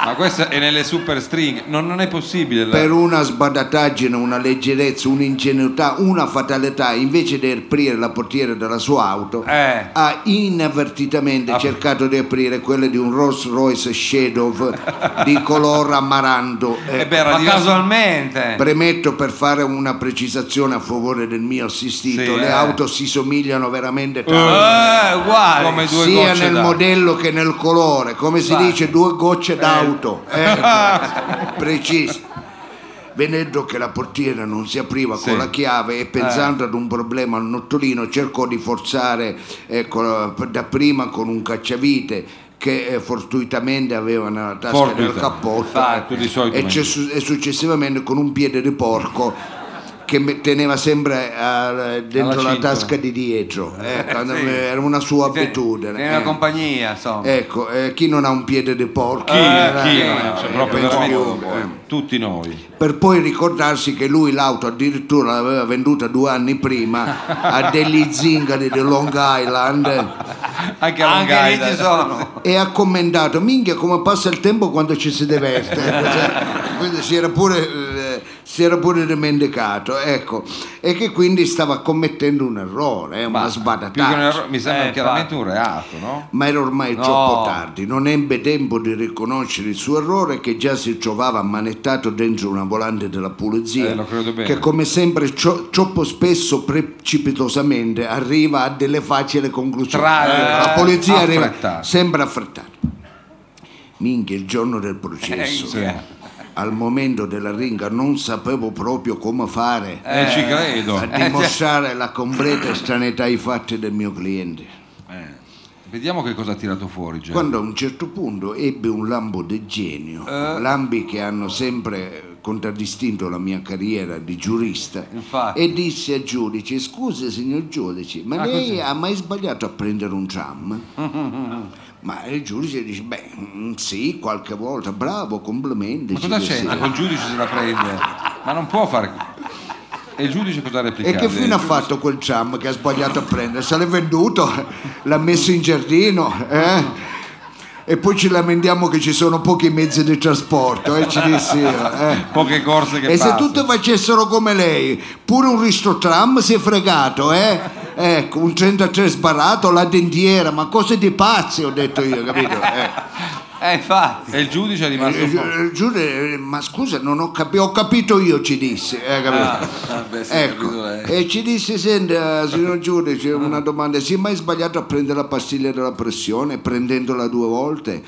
Ma Ma questo è nelle super stringhe, non, non è possibile. la-
per una sbadataggine, una leggerezza, un'ingenuità, una fatalità, invece di aprire la portiera della sua auto,
Eh. Ah.
ha inavvertitamente cercato di aprire quella di un Rolls Royce Shadow di color amarando.
Eh
Eh,
beh, era
Ma
diverso-
casualmente.
Premetto per fare una precisazione a favore del mio assistito,
Sì,
le
eh.
auto si somigliano veramente tanto.
Eh, uguale.
come due
sia
gocce
nel
d'acqua.
modello che nel colore, come si
Vai.
dice due
Eh.
gocce d'auto, Eh, ecco, preciso. Vedendo che la portiera non si apriva
Sì. Eh.
con la chiave e pensando ad un problema al nottolino, cercò di forzare ecco, dapprima con un cacciavite che eh, fortuitamente aveva nella tasca del
Fortuita.
cappotto
Ah,
eh,
tu di solito
e,
metti.
cessu- e successivamente con un piede di porco che me- teneva sempre eh, dentro la
cintola.
tasca di dietro
Eh,
ecco, era una sua abitudine
Tieni una
eh.
compagnia, insomma.
Ecco, eh, chi non ha un piede di porchi
Chi?
eh,
chi?
eh,
Cioè,
eh,
proprio
penso
veramente-
che- eh.
Tutti noi.
Per poi ricordarsi che lui l'auto addirittura l'aveva venduta due anni prima a degli zingari di Long Island eh,
Anche, a Long
Anche lì
Island.
ci sono.
e ha commentato, minchia come passa il tempo quando ci si diverte. Cioè, Quindi si era pure, eh, si era pure dimenticato, ecco. E che quindi stava commettendo un errore, eh, una
Più che un
sbadataccia.
errore, mi sembra
Eh,
chiaramente un reato, no?
ma era ormai
No.
troppo tardi, non ebbe tempo di riconoscere il suo errore che già si trovava ammanettato dentro una volante della pulizia
Eh, lo credo bene.
che come sempre cio- troppo spesso precipitosamente arriva a delle facili conclusioni.
Tra-
la polizia arriva
affrettata.
sempre affrettata. Minchia il giorno del processo.
Eh, sì.
Al momento della ringa non sapevo proprio come fare
Eh, ci credo.
a dimostrare la completa stranità ai fatti del mio cliente.
Vediamo che cosa ha tirato fuori. Gio.
Quando a un certo punto ebbe un lampo di genio,
Eh?
lampi che hanno sempre contraddistinto la mia carriera di giurista,
Infatti.
e disse al giudice, scusi signor giudice,
Ah,
ma lei ha mai sbagliato a prendere un tram? ma il giudice dice, beh mm, sì, qualche volta, bravo, complimenti.
Ma cosa
ci
c'entra?
sia."
Il giudice se la prende. Ma non può fare. E il giudice cosa ha
E
replicato?
che fine ha fatto quel tram che ha sbagliato a prendere? Se l'è venduto, l'ha messo in giardino, eh? E poi ci lamentiamo che ci sono pochi mezzi di trasporto, eh, ci dissi io, eh.
Poche corse che
E se
passano.
tutte facessero come lei, pure un risto tram si è fregato, eh? Ecco, un 33 sbarato, la dentiera, ma cose di pazzi, ho detto io, capito? Eh.
Eh, infatti.
E il giudice è rimasto un po'.
Eh, giuro, eh, ma scusa, non ho capito, ho capito io, ci disse. eh, capito?
ah, beh, sì, capito
ecco.
eh.
lei.
E ci disse, senta, signor giudice, una domanda, si è mai sbagliato a prendere la pastiglia della pressione prendendola due volte?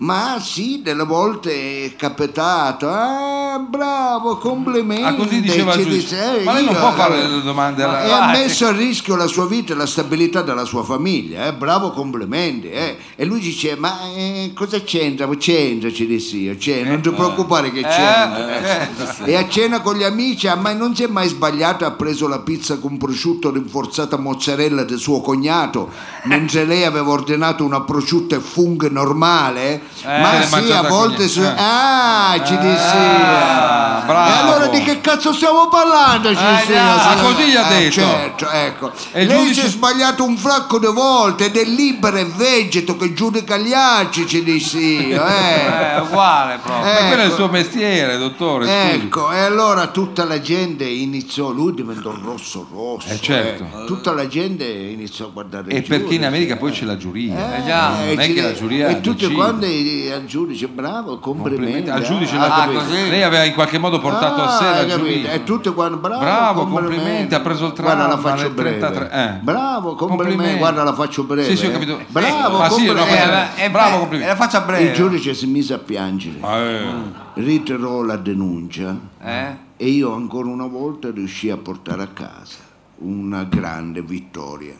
Ma sì, delle volte è capitato. Ah, bravo, complimenti.
Ah, così diceva il
ci
giudice.
disse, eh,
Ma lei non
io-
può fare Ah, ecco. le domande alla-
E ha messo a rischio la sua vita e la stabilità della sua famiglia. eh, Bravo, complimenti. eh. E lui dice: Ma eh, cosa c'entra? C'entra, ci dissi io. c'è, non
Eh,
ti preoccupare che c'entra. eh. E a cena con gli amici, ah, ma non si è mai sbagliato. Ha preso la pizza con prosciutto rinforzata mozzarella del suo cognato, mentre lei aveva ordinato una prosciutta e funghi
Eh,
normale. ma
l'è
sì, a
mangiata
volte.
cognato.
su-
Eh. Ah,
Ah, ci dissi io.
bravo.
E allora di che cazzo stiamo parlando? Ci
Eh,
dissi
già,
io,
ah,
signora?
così gli ha
Eh,
detto.
certo, ecco.
E il
Lei
giudice-
si è sbagliato un fracco di volte ed è libero e vegeto che giudica gli altri, ci dissi io. eh.
È uguale proprio.
Ma quello è il
Ecco.
suo mestiere, dottore. scusi.
Ecco, e allora tutta la gente iniziò, lui diventò rosso rosso.
Eh, certo.
eh. Tutta la gente iniziò a guardare
E
il
perché in
giudice,
America
eh.
poi c'è la giuria.
Eh, già,
non è
ci-
che la giuria
E tutti
decide.
quanti al giudice, bravo, complimenti.
Complimenti. Al
eh.
giudice
Ah,
la
ah,
capito.
così.
Lei aveva in qualche modo portato a sé
Ah,
la
capito.
giuria.
E tutti quando bravo,
Bravo, complimenti, ha preso il tram
Guarda la faccio
alle
breve.
33, eh.
Bravo, complimenti.
Complimenti.
Guarda la faccio breve.
Sì, sì, ho
eh.
capito.
Bravo,
Ma sì, no,
complimenti.
Eh,
Eh, ma- eh,
bravo,
beh,
complimenti.
E la faccia breve.
Il giudice si mise a piangere,
Ah, eh.
ritirò la denuncia
Eh?
e io ancora una volta riuscii a portare a casa una grande vittoria,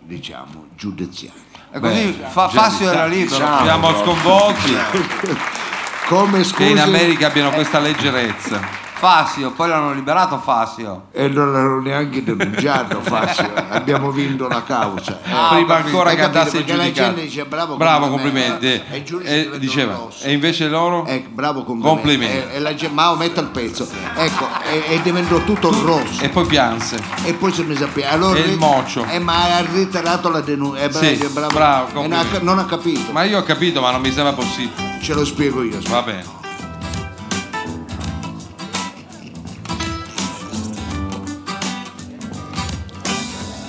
diciamo, giudiziaria.
E così fa, Fazio era libero.
diciamo, Siamo sconvolti
Come
che
scusi,
in America abbiano questa leggerezza.
Fazio, poi l'hanno liberato Fazio.
e non l'hanno neanche denunciato, Fazio. abbiamo vinto la causa.
Ah,
Prima
capito.
ancora
Hai
che
capito?
andasse in
Perché la
giudicato.
gente dice, bravo,
complimenti.
complimenti. E il giudice
E
diventa
diceva,
rosso.
e invece loro?
Eh, bravo complimenti. Eh,
Complimenti.
E, e la gente, Mao mette il pezzo. Ecco, e, e diventò tutto rosso.
E poi pianse.
E poi se mi sapeva. Allora,
Eh. E il
lì-
mocio.
Eh, ma ha ritirato la denuncia. Eh, bravo,
Sì,
bravo.
bravo,
E
complimenti.
non ha- non ha capito.
Ma io ho capito, ma non mi sembra possibile.
ce lo spiego io.
Va bene.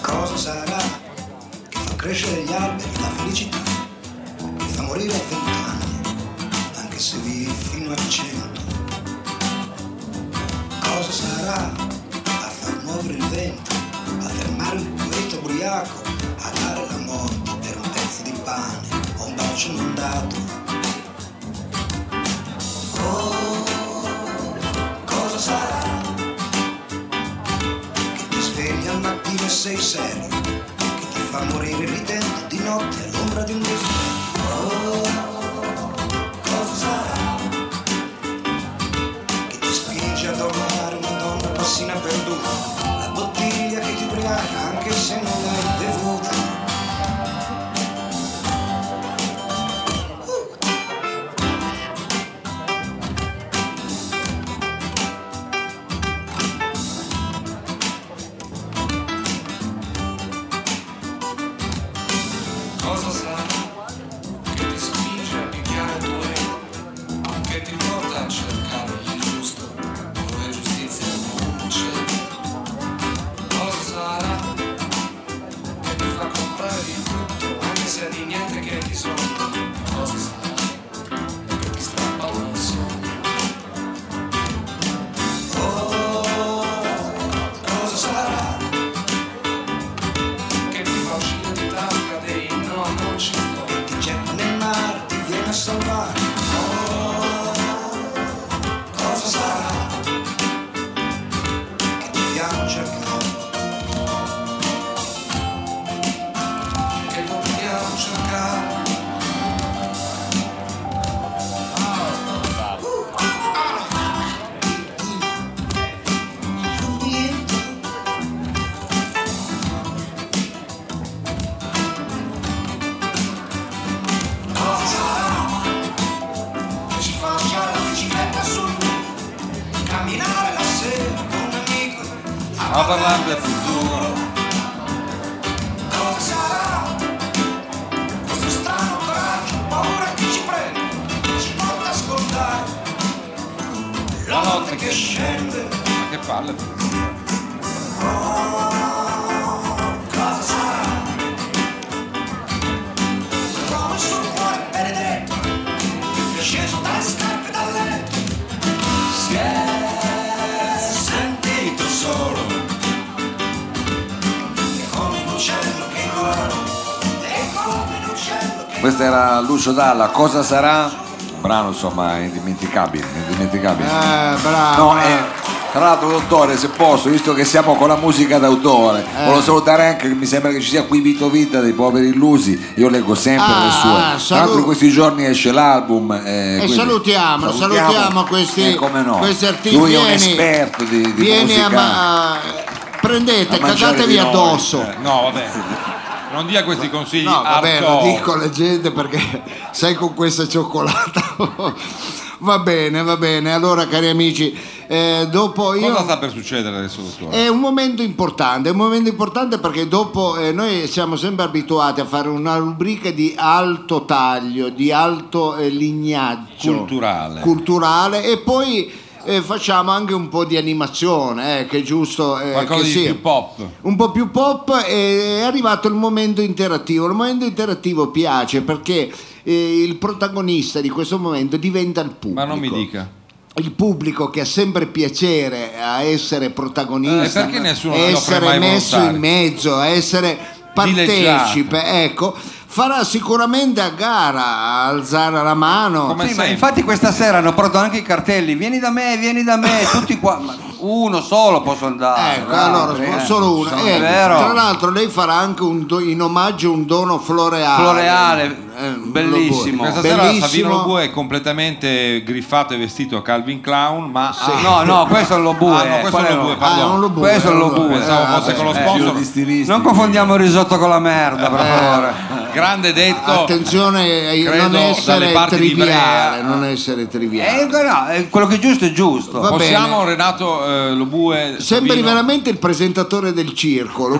Cosa sarà che fa crescere gli alberi la felicità, che fa morire a vent'anni, anche se vivi fino a cento? Cosa sarà a far muovere il vento, a fermare il poeta ubriaco, a dare la morte per un pezzo di pane o un bacio non dato? Oh, cosa sarà? che ti svegli al mattino e sei serio, che ti fa morire ridendo di notte all'ombra di un desiderio. Oh, cosa sarà? Che ti spinge ad amare una donna passina perduta, la bottiglia che ti ubriaca anche se non l'hai bevuta.
Cosa sarà che ti spinge a picchiare due? Che ti porta a cercare il giusto dove giustizia non c'è? Cosa sarà che ti fa comprare di tutto anche se di niente che hai bisogno? Cosa sarà che ti strappa un sogno?
Cosa sarà?
Che ti fa uscire di tasca dei no, non ci sto. Cioè,
Ti getta nel mare, ti viene a salvare. Oh, cosa sarà? Che ti piange il corpo.
che dobbiamo cercare. Ah, Cosa sarà che ci faccia la bicicletta sul muro? Camminare la sera con un amico
A parlare del futuro.
Cosa sarà questo strano coraggio, paura che ci prende, ci porta a ascoltare la notte che scende.
Ma che palle.
Oh, Cosa sarà? Come sul cuore benedetto, è sceso dalle scarpe e dal letto, si è sentito solo. E come un uccello che vola, e come un uccello che
Questo era Lucio Dalla, Cosa sarà? Un brano insomma indimenticabile, indimenticabile.
Ah,
Eh, bravo.
No, eh, tra l'altro dottore, se posso, visto che siamo con la musica d'autore,
Eh.
volevo salutare anche, mi sembra che ci sia qui Vito Vita dei Poveri Illusi, io leggo sempre
Ah,
le sue.
ah,
Tra l'altro
salu-
in questi giorni esce l'album. eh,
E
quindi
salutiamo, salutiamo, questi,
eh, come no.
questi artisti.
Lui è un
Vieni-
esperto di, di
vieni
musica.
a ma- a- prendete,
a mangiare
cagatevi
di noi.
addosso.
Eh, no, vabbè. Non dia questi consigli.
Cioè. No, vabbè, lo
hardcore.
dico alla gente perché sai con questa cioccolata. va bene, va bene. Allora, cari amici, eh, dopo io. Eh,
Cosa sta per succedere adesso, dottore?
È un momento importante, è un momento importante perché dopo eh, noi siamo sempre abituati a fare una rubrica di alto taglio, di alto eh, lignaggio
Culturale.
culturale e poi eh, facciamo anche un po' di animazione, eh, che è giusto eh,
Qualcosa
che
di
sia.
più pop.
Un po' più pop eh, è arrivato il momento interattivo. Il momento interattivo piace perché eh, il protagonista di questo momento diventa il pubblico.
Ma non mi dica.
Il pubblico che ha sempre piacere a essere
Eh,
protagonista,
perché nessuno
a
ne offre
essere
mai
messo
volontari?
in mezzo, a essere partecipe, ecco, farà sicuramente a gara a alzare la mano.
Come
Sì, ma
sempre.
infatti questa sera hanno portato anche i cartelli. Vieni da me, vieni da me, tutti qua. Ma uno solo posso andare.
Ecco,
gli altri,
allora
eh.
solo una.
Sono-
Eh,
è vero.
tra l'altro lei farà anche un do- in omaggio un dono floreale. Eh,
Floreale, bellissimo.
Questa sera Savino Lobu è completamente griffato e vestito a Calvin Clown, ma ah, ha-
Ah, No, no, questo è lo bue.
Ah, no, questo
qual
è
è
lo bue,
lo-
pardon.
Ah, non lo bue,
Questo è
non
lo
lo bue.
bue.
Pensavo
Eh,
fosse con lo
Eh,
sponsor.
più di stilisti.
eh.
Non confondiamo il risotto con la merda, per favore.
grande detto.
Attenzione, eh,
credo,
non essere
dalle parti di eh.
triviale,
Ivrea.
non essere triviale.
Eh, no, eh, quello che è giusto è giusto.
Va-
Possiamo, Renato eh, Lobue.
Sembri
Savino,
veramente il presentatore del circolo,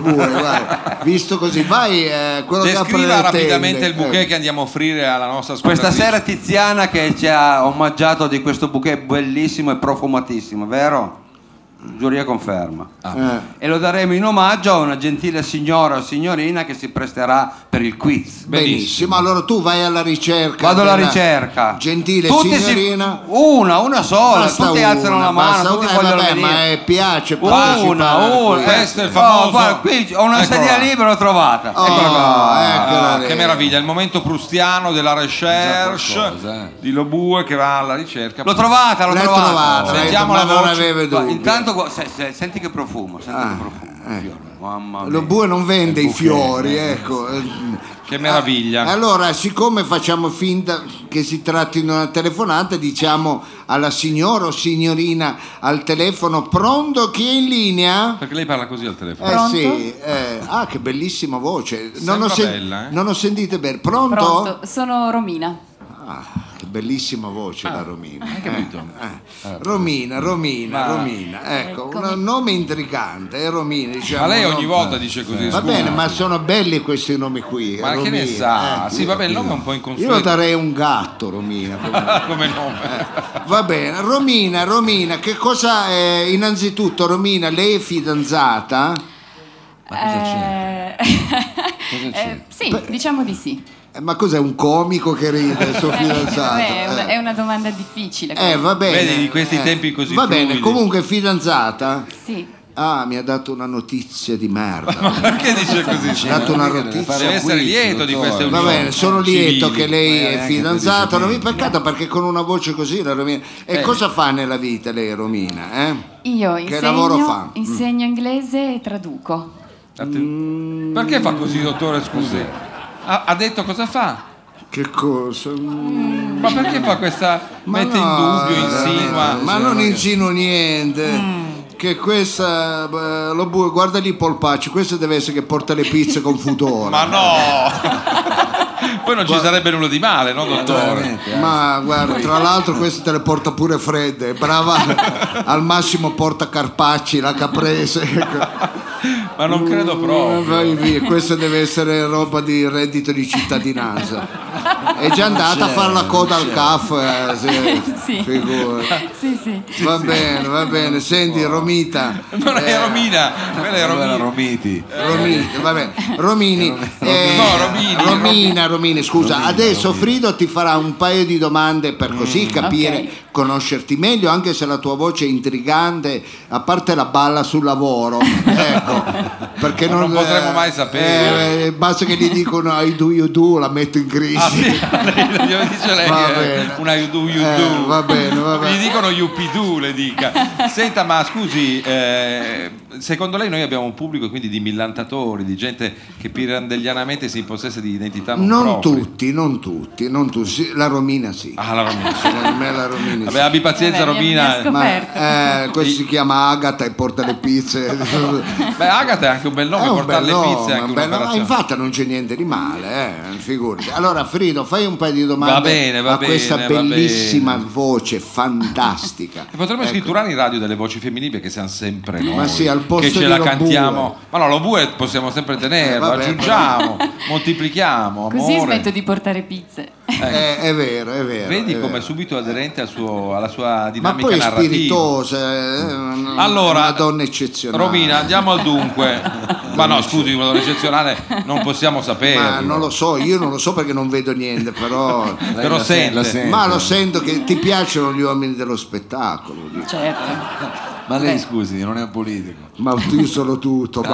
pure, guarda, visto così. Vai, eh, quello che apre
Descriva
le
rapidamente
tende.
il bouquet
Eh.
che andiamo a offrire alla nostra squadra.
Questa sera Tiziana che ci ha omaggiato di questo bouquet bellissimo e profumatissimo, vero? Giuria conferma.
Eh.
E lo daremo in omaggio a una gentile signora o signorina che si presterà per il quiz.
Benissimo. allora tu vai alla ricerca.
Vado alla
della
ricerca.
Gentile
Tutti si-
signorina.
una, una sola,
Basta
tutti
una,
alzano la mano,
basta
tutti
una, eh,
vogliono
vabbè,
venire.
ma eh, piace
Una, una,
partecipare qui.
Questo è il
Oh,
famoso-
guarda, qui ho una
Eccola.
sedia libera, l'ho trovata.
Ecco Oh,
Eccola qua.
eccola
Ah,
lì.
che meraviglia, il momento prustiano della
qualcosa,
recherche
eh.
di Lobue che va alla ricerca.
Ecco, L'ho trovata, l'ho
L'ha
trovata.
trovata,
Senti-
Sentiamo
ma
la
non
voce.
aveva
Guarda,
dubbi.
intanto gu- se- se- senti che profumo, senti che profumo. Fiore, Mamma mia.
ecco. Lo bue non vende i fiori, ecco.
Che meraviglia.
Ah, Allora, siccome facciamo finta che si tratti di una telefonata, diciamo alla signora o signorina al telefono, pronto chi è in linea?
Perché lei parla così al telefono.
Eh sì, eh, ah che bellissima voce, non ho,
Sembra
sen-
bella, eh?
non ho sentito bene, pronto?
Pronto, sono Romina.
Ah, che bellissima voce la Romina.
Ah, Hai capito?
Eh, Romina, Romina, Romina, ecco,
Eccomi.
un nome intrigante, eh, Romina. Diciamo,
Ma lei ogni
no?
volta dice così.
Va
scusa.
bene, ma sono belli questi nomi qui. eh,
Ma che
Romina,
ne sa?
eh.
Sì, va bene, il nome è un po'
Io
inconsueto. Ah,
darei un gatto, Romina. come-
Come
Eh.
nome.
Va bene, Romina, Romina, che cosa eh, innanzitutto Romina, lei è fidanzata?
Eh, eh, sì, diciamo di sì.
Eh, ma cos'è un comico che ride, il suo fidanzato?
Eh, Vabbè, è una-
Eh.
è una domanda difficile.
Eh, va bene.
Vedi, in questi
eh,
tempi così
Va bene,
fluidi.
comunque fidanzata?
Sì.
Ah, mi ha dato una notizia di merda.
Perché dice così?
Mi ha dato una notizia.
Cioè, Deve essere lieto di queste
Va
unioni.
bene, sono lieto
civili.
che lei
Ma
è
neanche
fidanzata.
felicemente.
Romina, peccato perché con una voce così la Romina. E
Eh.
cosa fa nella vita lei, Romina? eh?
Io
Che lavoro fa? Mm.
insegno, insegno inglese e traduco.
Atten-
Mm.
Perché fa così, dottore? Scusi. Ha, ha detto cosa fa?
Che cosa?
Ma perché fa questa.
Ma
mette in
no,
dubbio,
veramente,
insinua. Cioè,
Ma non insinuo niente. Che questa, eh, lo bue, guarda lì Polpaccio, questo deve essere che porta le pizze con futore.
Ma no! Poi non ci sarebbe nulla di male, no, dottore?
veramente, eh.
Ma guarda, tra l'altro questa te le porta pure fredde, brava, al massimo porta Carpacci, la caprese. ecco.
Ma non credo proprio.
Vai via, questa deve essere roba di reddito di cittadinanza. È già andata a fare la
Certo,
coda al CAF, eh, se-
Sì.
figura.
Sì, sì.
Va bene, va bene, senti Romita. eh,
Non è Romina, quella è
Allora,
Romina.
Romiti.
Romita, va bene. Romini, eh,
Eh. No, Romini,
Romina, Romini, scusa, adesso Frido ti farà un paio di domande per
Mm,
così capire,
ok.
conoscerti meglio, anche se la tua voce è intrigante, a parte la balla sul lavoro, ecco, perché
Ma
non,
non potremo mai sapere.
eh, basta che gli dicono I do you do, la metto in crisi.
Ah, sì, lei- glielo dice lei,
Va
eh,
bene.
una you do, you
Eh,
do.
va bene, va bene.
Gli dicono UP2, le dica. Senta, ma scusi, eh, secondo lei noi abbiamo un pubblico quindi di millantatori, di gente che pirandellianamente si impossessa di identità non,
Non
proprie?
tutti, non tutti, non tutti, Sì, la Romina sì.
Ah, la Romina.
Secondo me la Romina sì.
Vabbè, abbi pazienza,
Vabbè, mi- mi
Romina.
ascol-
Ma eh, questo si chiama Agata e porta le pizze.
Beh, Agata è anche un bel nome,
È un
portare
bel
le
nome,
pizze è anche
un bel nome. Ah,
un'operazione.
infatti non c'è niente di male, eh, figurati. Allora Frido, fai un paio di domande
Va bene, va
a questa
bene, va
bellissima voce fantastica.
E Potremmo
Ecco.
scritturare in radio delle voci femminili perché siamo sempre noi.
Ma sì, al posto
che ce
di
la
Lobue.
cantiamo. Ma no, lo bue possiamo sempre
Eh,
tenerlo,
vabbè,
aggiungiamo, moltiplichiamo.
Così
amore.
smetto di portare pizze.
Eh, è vero, è vero.
Vedi
è
come è
vero.
subito aderente al suo- alla sua
Eh. Ma
dinamica
poi è
narrativa.
spiritosa, è una-
Allora,
una donna eccezionale.
Romina, andiamo al dunque. Ma no, scusi, una donna eccezionale non possiamo sapere.
Ma non lo so, io non lo so perché non vedo niente, però...
Però sente.
la sente.
Ma lo sento che ti piacciono gli uomini dello spettacolo. dico.
Certo.
Ma lei, scusi, non è un politico.
Ma io sono tutto,
Ah,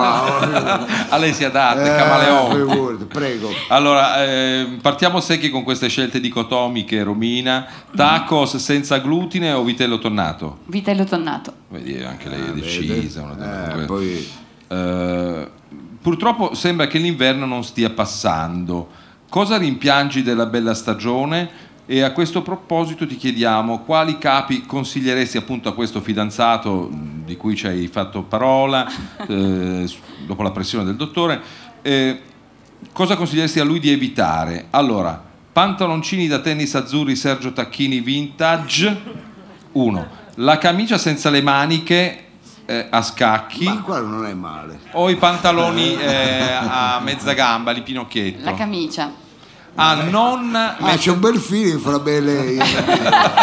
ma...
A lei si adatta,
Eh,
camaleonte.
figurati, prego.
Allora, ehm, partiamo secchi con queste scelte dicotomiche, Romina. Tacos senza glutine o vitello tonnato?
Vitello tonnato.
Vedi, anche lei è decisa. una donna-
Ah, Eh, poi-
Eh, purtroppo sembra che l'inverno non stia passando. Cosa rimpiangi della bella stagione? E a questo proposito ti chiediamo quali capi consiglieresti appunto a questo fidanzato mh, di cui ci hai fatto parola eh, s- dopo la pressione del dottore eh, Cosa consiglieresti a lui di evitare? Allora, pantaloncini da tennis azzurri Sergio Tacchini vintage 1. La camicia senza le maniche eh, a scacchi
Ma quello non è male.
o i pantaloni eh, a mezza gamba, li pinocchietto.
Certo.
La camicia.
ah, non
Ah, c'è un bel feeling fra me e lei.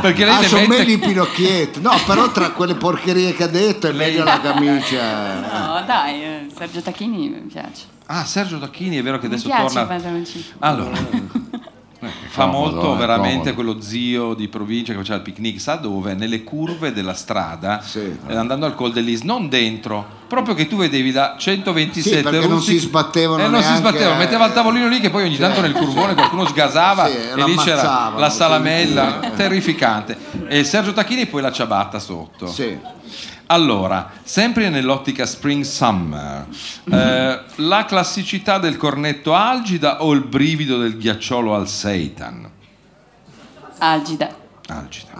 perché lei
Ah, sono
deve
meglio i Pinocchietto. No, però tra quelle porcherie che ha detto è meglio la camicia.
No, dai, eh, Sergio Tacchini mi piace.
Ah, Sergio Tacchini è vero che
Mi
adesso
piace il
torna
pantaloncino.
Allora,
Eh,
fa
Comodo,
molto
eh,
veramente
comodo.
quello zio di provincia che faceva il picnic, sa dove? Nelle curve della strada,
Sì.
eh, andando al Col dell'Is, non dentro, proprio che tu vedevi da 127
Sì, perché non
russi-
si sbattevano
eh, non si
neanche,
sbattevano,
eh,
metteva il tavolino lì che poi ogni tanto nel curvone qualcuno sgasava
Sì,
e lì c'era
l'ammazzavano,
la salamella,
sì.
terrificante. E Sergio Tacchini poi la ciabatta sotto.
Sì.
Allora, sempre nell'ottica Spring Summer, eh, la classicità del cornetto algida o il brivido del ghiacciolo al seitan?
Algida.
Algida.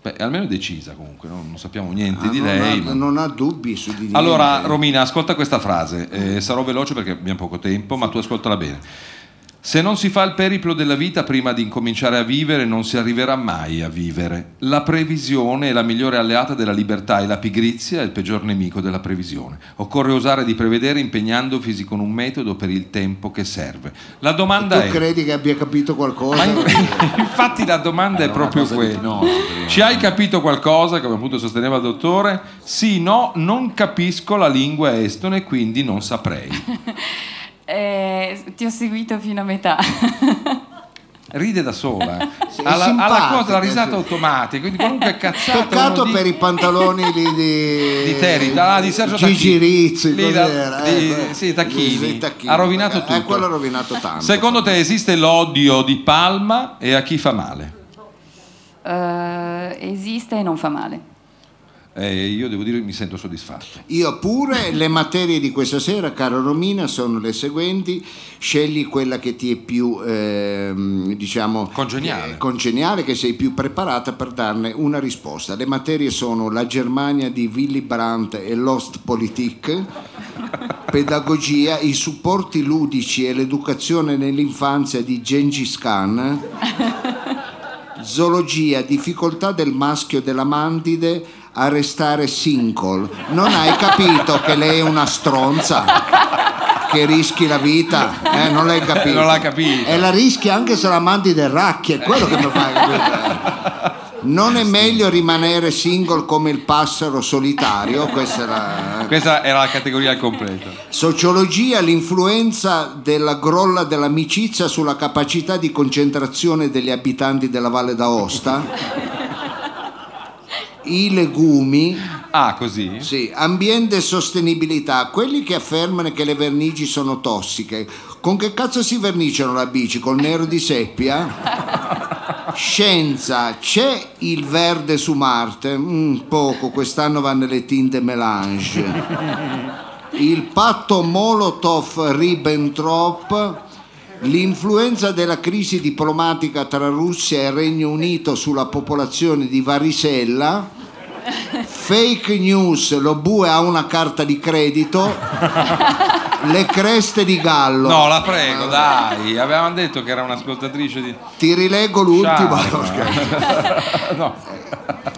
Beh, almeno è decisa comunque, no? non sappiamo niente
Ah,
di
non
lei.
ha-
ma-
non ha dubbi su di niente.
Allora, Romina, ascolta questa frase, eh, sarò veloce perché abbiamo poco tempo, ma tu ascoltala bene. Se non si fa il periplo della vita prima di incominciare a vivere, non si arriverà mai a vivere. La previsione è la migliore alleata della libertà e la pigrizia è il peggior nemico della previsione. Occorre osare di prevedere impegnandosi con un metodo per il tempo che serve. La domanda
tu
è...
credi che abbia capito qualcosa?
Ma in- infatti la domanda è proprio quella. Ci hai capito qualcosa, come appunto sosteneva il dottore? Sì, no, non capisco la lingua estone, quindi non saprei.
Eh, ti ho seguito fino a metà.
Ride da sola,
Sì, è
ha la, ha la
simpatica,
cosa, la risata
sì.
automatica, quindi qualunque cazzata.
Peccato
uno
per
dice-
i pantaloni lì di,
Certo, Di Terita, ah, di Sergio
Gigi
Tacchini.
Rizzi,
Lì
cos'era?
da- di-
beh,
sì, Tacchini.
sì,
Ha rovinato
Eh,
tutto.
quello ha rovinato tanto.
Secondo te esiste l'odio di Palma e a chi fa male?
Eh, esiste e non fa male.
Eh, io devo dire che mi sento soddisfatto.
Io pure le materie di questa sera, cara Romina, sono le seguenti. Scegli quella che ti è più, ehm, diciamo,
Congeniale.
eh, congeniale, che sei più preparata per darne una risposta. Le materie sono la Germania di Willy Brandt e L'Ostpolitik, pedagogia, i supporti ludici e l'educazione nell'infanzia di Gengis Khan. Zoologia, difficoltà del maschio della mandide a restare single. Non hai capito che lei è una stronza? Che rischi la vita? Eh, non l'hai capito.
Non l'ha capito.
E la rischi anche se la mandide è racchia, è quello che mi fa capire. Non è meglio rimanere single come il passero solitario? Questa è la... eh?
Questa era la categoria al completo.
Sociologia, l'influenza della grolla dell'amicizia sulla capacità di concentrazione degli abitanti della Valle d'Aosta. I legumi,
Ah, così?
sì, ambiente e sostenibilità, quelli che affermano che le vernici sono tossiche. Con che cazzo si verniciano la bici? Col nero di seppia? Scienza, c'è il verde su Marte? Mm, poco, quest'anno va nelle tinte melange il patto Molotov-Ribbentrop, l'influenza della crisi diplomatica tra Russia e Regno Unito sulla popolazione di Varisella, fake news, lo bue ha una carta di credito, le creste di gallo.
No, la prego, dai. Avevamo detto che era un'ascoltatrice di...
Ti rileggo l'ultima.
Sciarpa.
No, scherzo.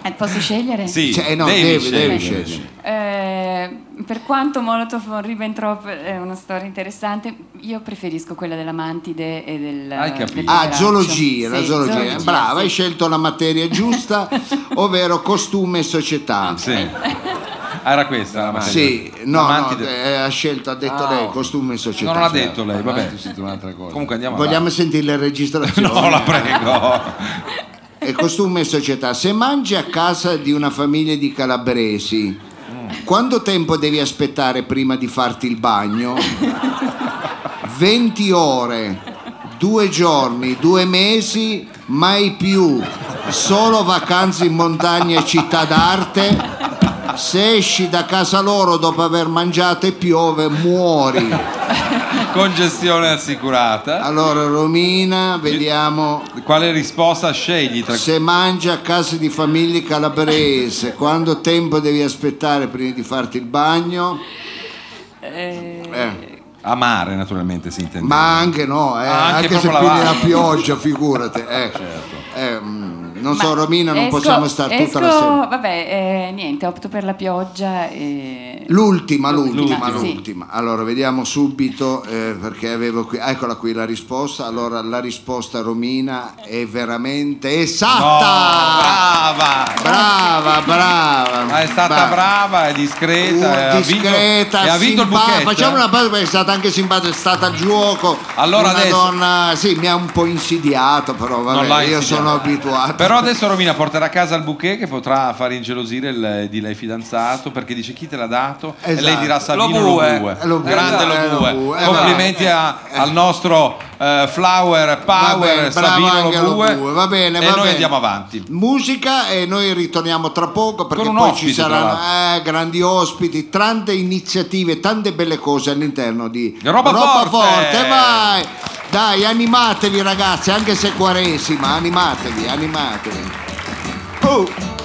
Eh, posso scegliere?
Ah. Sì,
Cioè, no,
devi,
devi, devi
scegliere.
scegliere.
Eh, per quanto Molotov-Ribbentrop è una storia interessante, io preferisco quella della Mantide e del...
Hai capito.
del
Ah,
Veraccio.
zoologia, la
Sì,
zoologia. Brava,
sì.
hai scelto la materia giusta, ovvero costume e società.
Sì. Ah, era questa la materia.
Sì, no,
Amanti
no,
del-
eh, ha scelto, ha detto
Ah,
lei,
ok.
costume e società.
No, non l'ha detto lei, vabbè.
Avanti, sento un'altra cosa.
Comunque andiamo
Vogliamo sentire le
avanti.
registrazioni?
No, la prego.
E costume e società. Se mangi a casa di una famiglia di calabresi,
Mm.
quanto tempo devi aspettare prima di farti il bagno? 20 ore, due giorni, due mesi, mai più. Solo vacanze in montagna e città d'arte. Se esci da casa loro dopo aver mangiato e piove, muori.
Congestione assicurata.
Allora Romina, vediamo
Quale risposta scegli tra
se mangia a casa di famiglie calabrese, quanto tempo devi aspettare prima di farti il bagno?
Eh,
Eh,
Amare naturalmente si intende.
Ma anche no, eh,
Ah, anche
anche, se
proprio Certo.
quindi la
lavare.
pioggia, figurati. eh. Eh, mm, non so, Romina, non
Esco-
possiamo stare tutta la
esco-
sera.
Vabbè, eh, niente, opto per la pioggia e...
L'ultima, l'ultima,
L'ultima, sì.
l'ultima. Allora, vediamo subito eh, perché avevo qui. ah, Eccola qui la risposta. Allora, la risposta romina è veramente
Oh,
esatta!
brava!
brava, brava.
Ma è stata brava, è discreta,
Uh,
e ha vinto-
discreta,
e ha vinto il
simpa-
buchetto.
Facciamo
eh.
una pausa perché è stata anche simpatica, è stata al gioco.
Allora
una
adesso-
donna, sì, mi ha un po' insidiato, però vabbè,
l'ha
io
insidiato.
sono abituato.
Però adesso Romina porterà a casa il bouquet che potrà far ingelosire il di lei fidanzato perché dice chi te l'ha dato e lei
Esatto.
dirà Savino
Lo bue.
lo bue.
Lo bue.
Grande
Eh,
lo
lo
bue.
bue. Eh,
Complimenti a- al nostro eh,
Va
Flower Power
bene, bravo
Savino
anche
lo bue.
Va bene,
e
va
noi
bene.
andiamo avanti.
Musica e noi ritorniamo tra poco perché
Con un
poi
ospite,
ci
tra
saranno eh, grandi ospiti, tante iniziative, tante belle cose all'interno di
Roba
Roba
Forte.
Forte, vai! Dai, animatevi ragazzi, anche se è quaresima, animatevi, animatevi. Oh!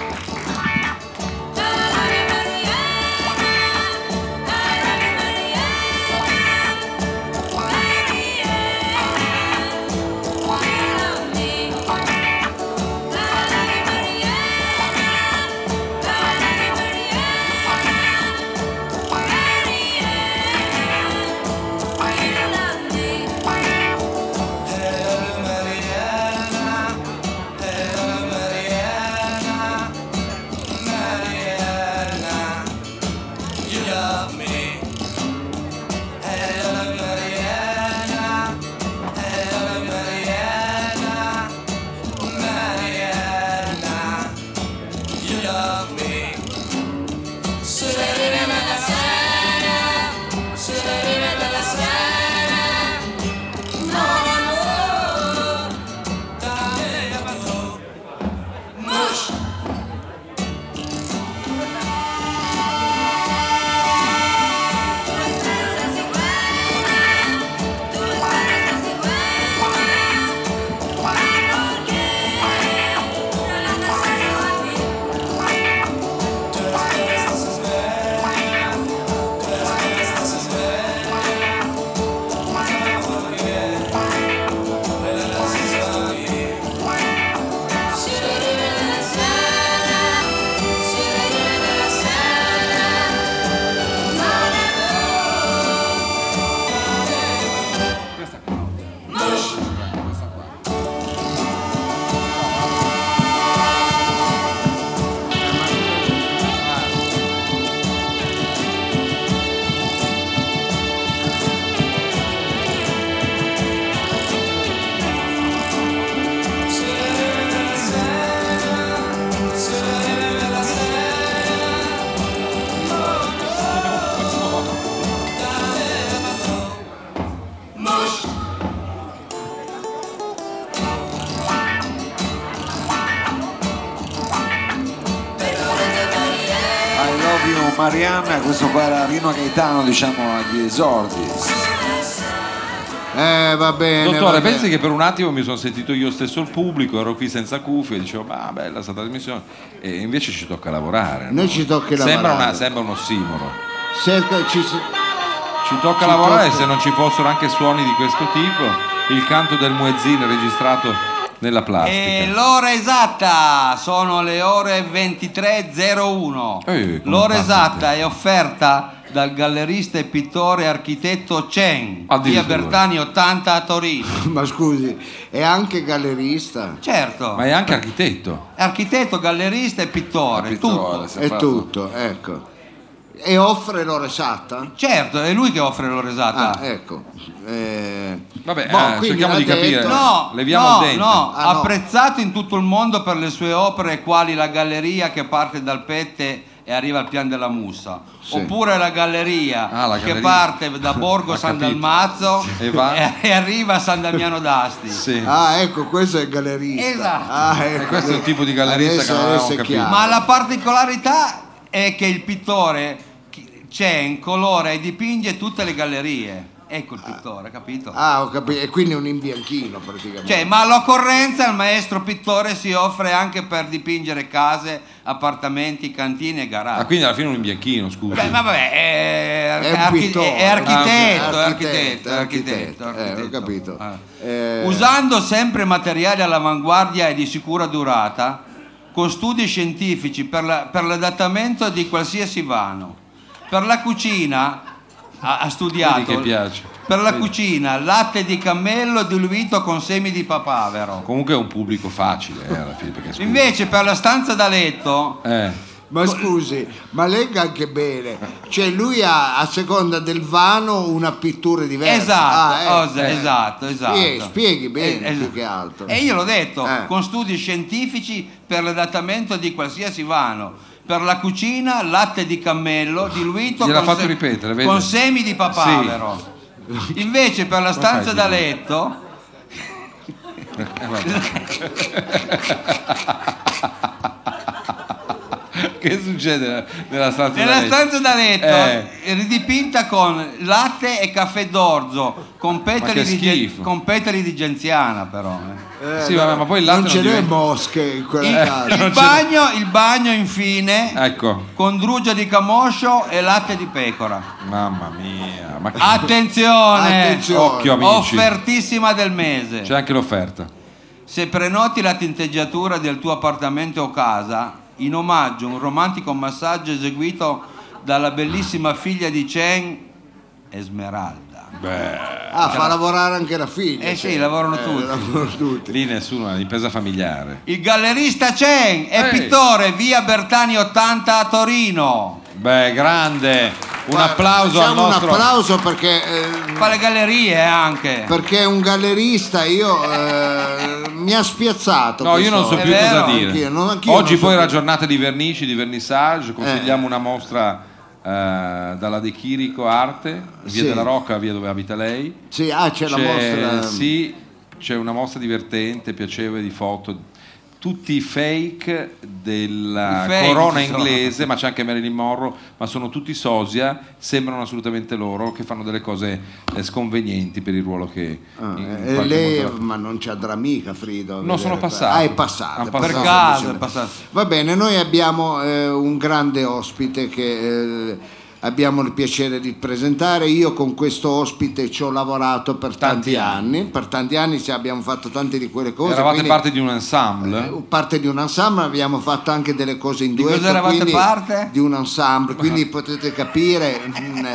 I love you Marianna, questo qua era Rino Gaetano diciamo agli esordi.
Eh, va bene. va
Dottore,
bene.
pensi che per un attimo mi sono sentito io stesso il pubblico, ero qui senza cuffie, dicevo, ma bella sta trasmissione, e invece ci tocca lavorare.
Noi ci tocca
Sembra,
lavorare.
una, sembra un ossimoro.
Cerca- ci si-
Ci tocca lavorare se non ci fossero anche suoni di questo tipo. Il canto del muezzin registrato nella
E
plastica.
l'ora esatta sono le ore 23.01.
Eh, come
l'ora
passa
esatta è offerta dal gallerista e pittore e architetto Chen, via
Addirittura.
Bertani 80 a Torino.
Ma scusi, è anche gallerista.
Certo,
Ma è anche architetto.
architetto, gallerista e pittore, tutto.
si
È
fatto-
tutto, ecco. E offre l'ora esatta?
Certo, è lui che offre l'ora esatta.
Ah, ecco. Eh,
Vabbè,
ah,
boh,
eh,
quindi
cerchiamo
l'ha
di capire.
detto-
No,
Leviamo
no,
il dente.
no,
Ah, no.
apprezzato in tutto il mondo per le sue opere quali la galleria che parte dal Pette e arriva al Pian della Mussa,
Sì.
oppure la galleria,
Ah, la
che
galleria.
parte da Borgo
Ho
San
capito.
Dalmazzo
E va?
e, e arriva a San Damiano d'Asti.
Sì.
Ah, ecco, questo è il gallerista.
Esatto.
Ah, ecco.
E questo è il tipo di gallerista
Adesso-
che non
adesso
avevamo
è
capito.
chiaro.
Ma la particolarità è che il pittore chi- c'è in colore e dipinge tutte le gallerie. Ecco il pittore, capito?
Ah, ho capito. E quindi è un imbianchino praticamente.
Cioè, ma all'occorrenza il maestro pittore si offre anche per dipingere case, appartamenti, cantine e
Ah,
garage.
quindi alla fine è un imbianchino, scusa.
Beh, vabbè, è,
È un
archi-
pittore,
è architetto,
ah,
è
ok,
architetto, è
architetto,
architetto,
eh, ho
architetto.
capito.
Eh.
Eh,
Usando sempre materiali all'avanguardia e di sicura durata, con studi scientifici per, la- per l'adattamento di qualsiasi vano. Per la cucina ha, ha studiato.
Vedi che piace.
Per la cucina, latte di cammello diluito con semi di papavero.
Comunque è un pubblico facile, eh, alla fine, perché scusa.
Invece per la stanza da letto,
Eh,
Ma scusi, ma legga anche bene. Cioè lui ha a seconda del vano una pittura diversa.
Esatto,
Ah,
os- esatto, esatto.
Spieghi, spieghi bene
Eh,
più
esatto.
che altro.
E io l'ho detto,
Eh.
con studi scientifici per l'adattamento di qualsiasi vano. Per la cucina, latte di cammello diluito
Gliel'ha
con,
fatto ripetere, vedi?
con semi di papavero. Invece per la stanza da letto...
che succede nella- nella stanza da
Nella
letto?
stanza da letto
Eh.
ridipinta con latte e caffè d'orzo, con petali,
che
di, gen-
schifo.
con petali di genziana però. eh.
Eh,
Sì, vabbè, ma poi il latte
non ce
non
n'è
diventa- Eh.
mosche in quella
Il,
casa.
il bagno, il bagno infine
Ecco,
con drugia di camoscio e latte di pecora.
mamma mia, ma che...
Ah, Attenzione!
Attenzione.
occhio amici, Cioè.
Offertissima del mese.
c'è anche l'offerta.
Se prenoti la tinteggiatura del tuo appartamento o casa, in omaggio un romantico massaggio eseguito dalla bellissima figlia di Chen, Esmeralda.
Ah, fa lavorare anche la figlia.
Eh sì,
cioè.
lavorano
Eh,
tutti.
lavorano tutti.
Lì nessuno, è un'impresa familiare.
Il gallerista Chen è
Ehi.
pittore, via Bertani 80 a Torino.
Beh, grande, un
Guarda,
applauso al
facciamo
nostro...
un applauso perché, eh,
Fa le gallerie anche.
perché è un gallerista. Io eh, mi ha spiazzato.
No, io non so
questo-
È
più cosa
vero.
dire.
Anch'io, non- anch'io
Oggi
non so
poi è la
più.
giornata di vernici, di vernissage, consigliamo
Eh.
una mostra eh, dalla De Chirico Arte, in via
Sì.
della Rocca, via dove abita lei.
Sì, ah, c'è, la mostra.
Sì, c'è una mostra divertente, piacevole di foto. Tutti i fake della
I fake
corona
ci sono.
inglese, ma c'è anche Marilyn Monroe, ma sono tutti sosia, sembrano assolutamente loro, che fanno delle cose eh, sconvenienti per il ruolo che...
Ah,
in- in
eh,
qualche
lei,
modo-
ma non ci andrà mica Frido. a
No,
vedere
sono
qua.
passato.
Ah, è passato.
Han
è
passato.
per
passato,
caso è
dice.
passato.
Va bene, noi abbiamo eh, un grande ospite che eh, abbiamo il piacere di presentare. Io con questo ospite ci ho lavorato per tanti,
Tanti
anni. Per tanti anni ci abbiamo fatto tante di quelle cose.
Eravate
quindi,
parte di un ensemble?
eh, parte di un ensemble, abbiamo fatto anche delle cose in
Di
duetto
cosa eravate
quindi-
parte?
Di un ensemble, quindi potete capire. mm,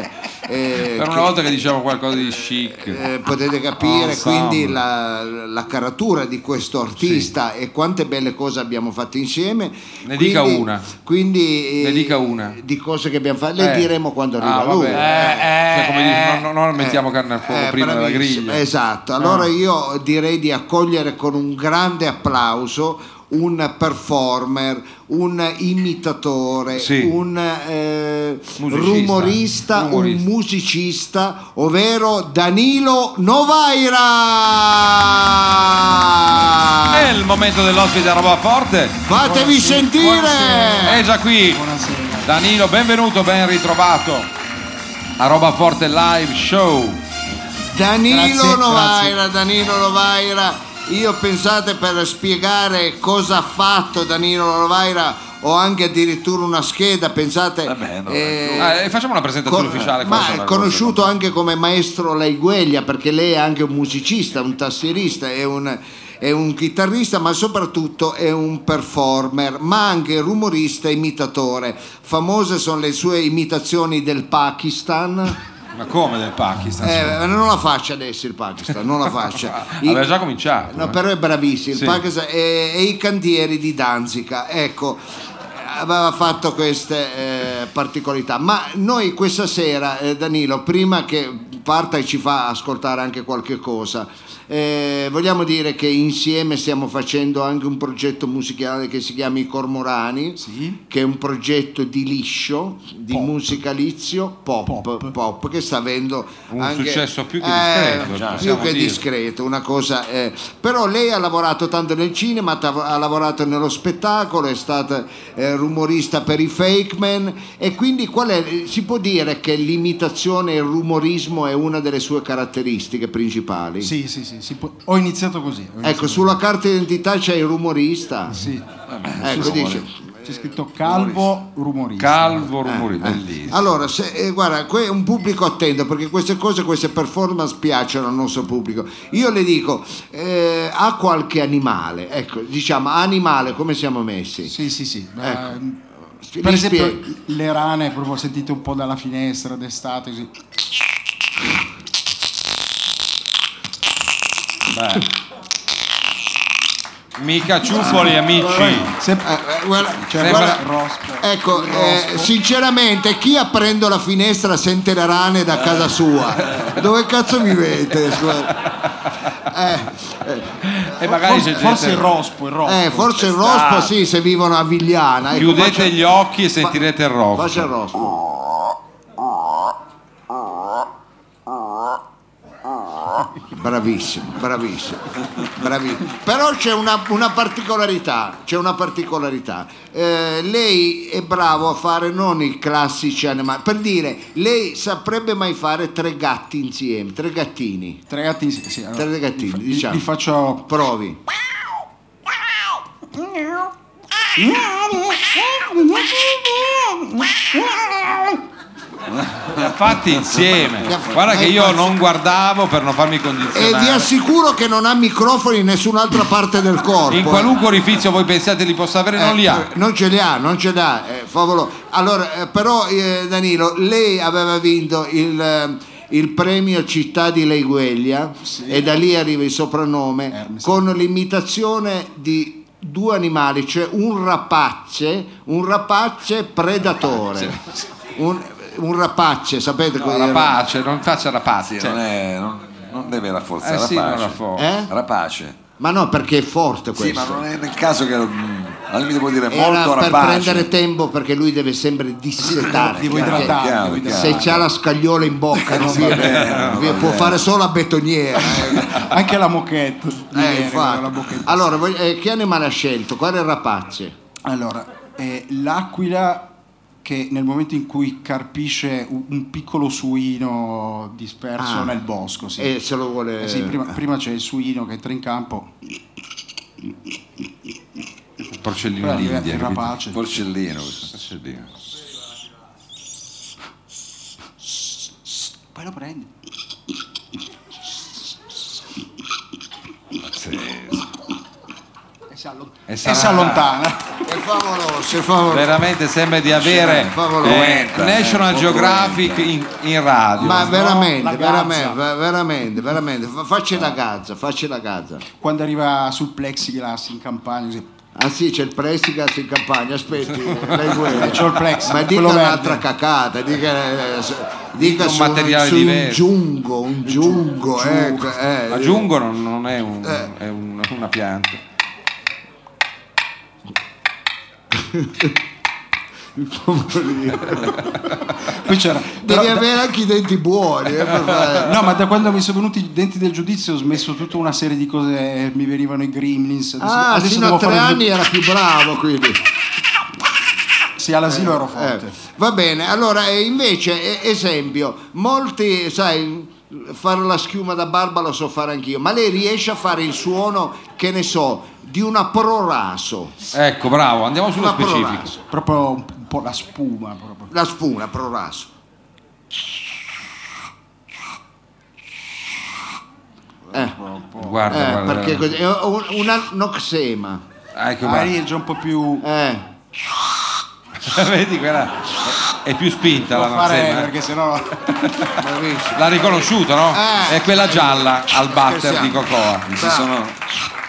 eh,
Per una
che-
volta che diciamo qualcosa di chic.
eh, potete capire
Ensemble.
quindi la, la caratura di questo artista e quante belle cose abbiamo fatto insieme.
Ne
Quindi-
dica una.
Quindi, eh,
Ne dica una.
Di cose che abbiamo fatto, le
Eh.
diremo quando arriva
Ah,
lui.
vabbè. Eh, cioè, come dire, non, non mettiamo carne al fuoco
Eh,
prima della
bravissimo,
griglia. Ah.
Esatto, allora io direi di accogliere con un grande applauso un performer, un imitatore,
Sì.
un eh,
Musicista.
rumorista, un
Rumorista.
musicista, ovvero Danilo Novaira.
È il momento dell'ospite a roba forte.
Fatevi
È
sentire!
già qui. Danilo, benvenuto, ben ritrovato. A roba forte live show.
Danilo Novaira, Danilo Novaira. Io pensate per spiegare cosa ha fatto Danilo Novaira ho anche addirittura una scheda, pensate
Vabbè, no,
eh,
Ah, e facciamo una presentazione
Con-
ufficiale. con la
ma è
sua-
conosciuto anche come maestro Laigueglia perché lei è anche un musicista, un tastierista è un, è un chitarrista ma soprattutto è un performer ma anche rumorista e imitatore famose sono le sue imitazioni del Pakistan
Ma come del Pakistan?
Eh, non la faccia adesso il Pakistan non la faccia I-
Aveva già cominciato.
No,
eh.
però è bravissimo. il
Sì.
Pakistan e, e i cantieri di Danzica, ecco, aveva fatto queste eh, particolarità. Ma noi questa sera, eh, Danilo, prima che parta e ci fa ascoltare anche qualche cosa, eh, vogliamo dire che insieme stiamo facendo anche un progetto musicale che si chiama I Cormorani, che è un progetto di liscio, di musica lizio pop, pop. che sta avendo
Un
anche-
successo più che
Eh,
discreto,
già, più
possiamo
che
dire.
discreto, una cosa. eh, però lei ha lavorato tanto nel cinema, ta- ha lavorato nello spettacolo, è stata eh, rumorista per i fake man. E quindi qual è, si può dire che l'imitazione e il rumorismo è una delle sue caratteristiche principali.
Sì, sì, sì, si può- ho iniziato così. ho iniziato
Ecco, sulla carta d'identità c'è il rumorista.
così. Sì.
Ecco, dice.
C'è scritto calvo rumorista.
Calvo rumori, bellissimo.
Allora, se- eh, guarda, que- un pubblico attento perché queste cose, queste performance piacciono al nostro pubblico. Io le dico, eh, ha qualche animale, ecco, diciamo animale, come siamo messi?
Sì, sì, sì. Eh,
Ah, Ci-
per
li
esempio,
spie-
le rane, proprio sentite un po' dalla finestra d'estate, così.
Mica ciuffoli, amici.
Se-
eh, guarda,
cioè,
guarda-
guarda, rospo.
Ecco, eh, sinceramente, chi aprendo la finestra sente le rane da casa sua?
Eh.
Dove cazzo vivete? scusa? Eh,
E magari
forse,
c'è
forse
gente-
il rospo, il rospo.
eh, forse il rospo sì, se vivono a Vigliana. Ecco,
Chiudete
faccia-
gli occhi e sentirete il rock.
Faccia il rospo. Bravissimo, bravissimo, bravissimo. Però c'è una, una particolarità, c'è una particolarità. Eh, lei è bravo a fare non i classici animali, per dire, lei saprebbe mai fare tre gatti insieme, tre gattini.
Tre gattini, sì, sì, allora,
Eh,
Tre gattini,
li fa- li-
diciamo.
Li faccio
Provi.
Fatti insieme. Guarda che io non guardavo per non farmi
E vi
condizionare.
assicuro che non ha microfoni in nessun'altra parte del corpo.
In
eh.
qualunque orifizio voi pensiate li possa avere, non li ha.
Eh, non ce li ha, non ce li ha, eh, favolo- Allora, eh, però eh, Danilo, lei aveva vinto il, eh, il premio Città di Leigueglia e da lì arriva il soprannome
Eh, mi sa-
con l'imitazione di due animali, cioè un rapace, un rapace predatore. Un, un rapace, sapete
No,
cosa
rapace, non faccia rapace.
Sì, non, è- non- non deve rafforzare
Eh sì, non
rapace.
rafforza.
Eh?
Rapace.
Ma no, perché è forte
Sì,
questo.
ma non è nel caso che mm, al limite può dire
Era
molto
per
rapace.
prendere tempo perché lui deve sempre dissetarti.
devo
perché-
idratarmi,
chiaro,
devo
chiaro.
se
idratarmi.
c'ha la scagliola in bocca non
va
viene-
bene, non
vi-
va
può
bene.
fare solo a bettoniera eh.
anche la moquette. gli
Eh,
viene
infatti.
la moquette.
allora voglio- eh, che animale ha scelto? quale rapace?
Allora, è l'aquila che nel momento in cui carpisce un- un piccolo suino disperso
Ah.
nel bosco, sì.
Eh, se lo vuole
Eh sì, prima, prima c'è il suino che entra in campo,
Eh,
Il porcellino
però arriva
d'India.
il
capito?
rapace.
Porcellino. questo.
Porcellino.
Poi lo prende. E si allo-
E
e
sarà-
si allontana.
è favoloso è favoloso
Veramente sembra di avere
Sì, favolo,
eh,
cruenta, eh,
National
un po'
Geographic in, in radio.
ma
no,
veramente,
la
veramente,
gazza.
ver- veramente, veramente, Fa- facci la gazza, facci la gazza.
Quando arriva sul plexiglass in campagna, così,
Ah sì, c'è il Prestigas in campagna, aspetti, lei vuole.
C'ho il Prestigas,
Ma dica
quello verde.
un'altra cacata, dica, eh, s- dica
un
su
materiale
su un
diverso.
giungo, un giungo, ecco, eh,
Ma giungo non, non è, un- è un- una pianta.
Poi c'era. però-
Devi avere anche i denti buoni, eh, per fare-
No, ma da quando mi sono venuti i denti del giudizio ho smesso tutta una serie di cose, mi venivano i gremlins. Adesso,
Ah,
adesso
fino
devo
a tre
fare-
anni era più bravo, quindi.
Sì, all'asilo ero
Eh,
forte.
va bene, allora eh, invece, eh, esempio, molti, sai, fare la schiuma da barba lo so fare anch'io, ma lei riesce a fare il suono, che ne so, di una proraso.
Ecco, bravo, andiamo sullo
Una
specifico.
proraso.
Proprio un, un po' la spuma. Proprio.
La spuna, proraso. Eh,
Guarda,
Ah,
eh,
guarda.
perché così, è un- una noxema.
Ecco,
Ah, lì
guarda.
è già un po' più.
Eh,
Vedi, quella è più spinta la
da fare
mazzena, eh.
perché sennò.
bravissimo.
L'ha riconosciuto, no?
Eh.
è quella gialla al batter
Scherziamo.
di Cocoa.
Ci sono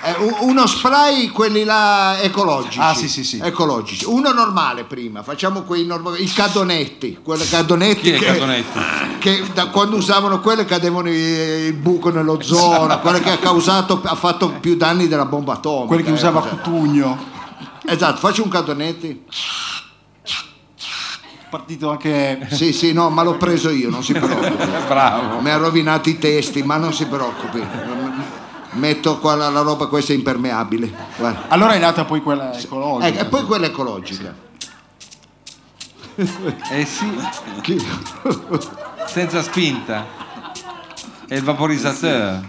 Eh, u- uno spray, quelli là ecologici.
Ah, sì, sì, sì.
Ecologici. Uno normale prima, facciamo quei normali. I cadonetti. Quelle cadonetti
Chi è
che,
Cadonetti?
che da quando usavano quelle cadevano i- il buco nell'ozono, quelle che ha causato, ha fatto più danni della bomba atomica.
Quelli che
eh,
usava
cos'è.
Cutugno.
Esatto, faccio un cadonetti.
Partito anche.
Sì, sì, no, ma l'ho preso io, non si preoccupi.
Bravo.
Mi ha rovinato i testi, ma non si preoccupi. Metto qua la, la roba questa è impermeabile. Guarda.
Allora è nata poi quella
Eh,
ecologica.
e poi quella ecologica.
Eh sì, senza spinta. E il vaporizzatore.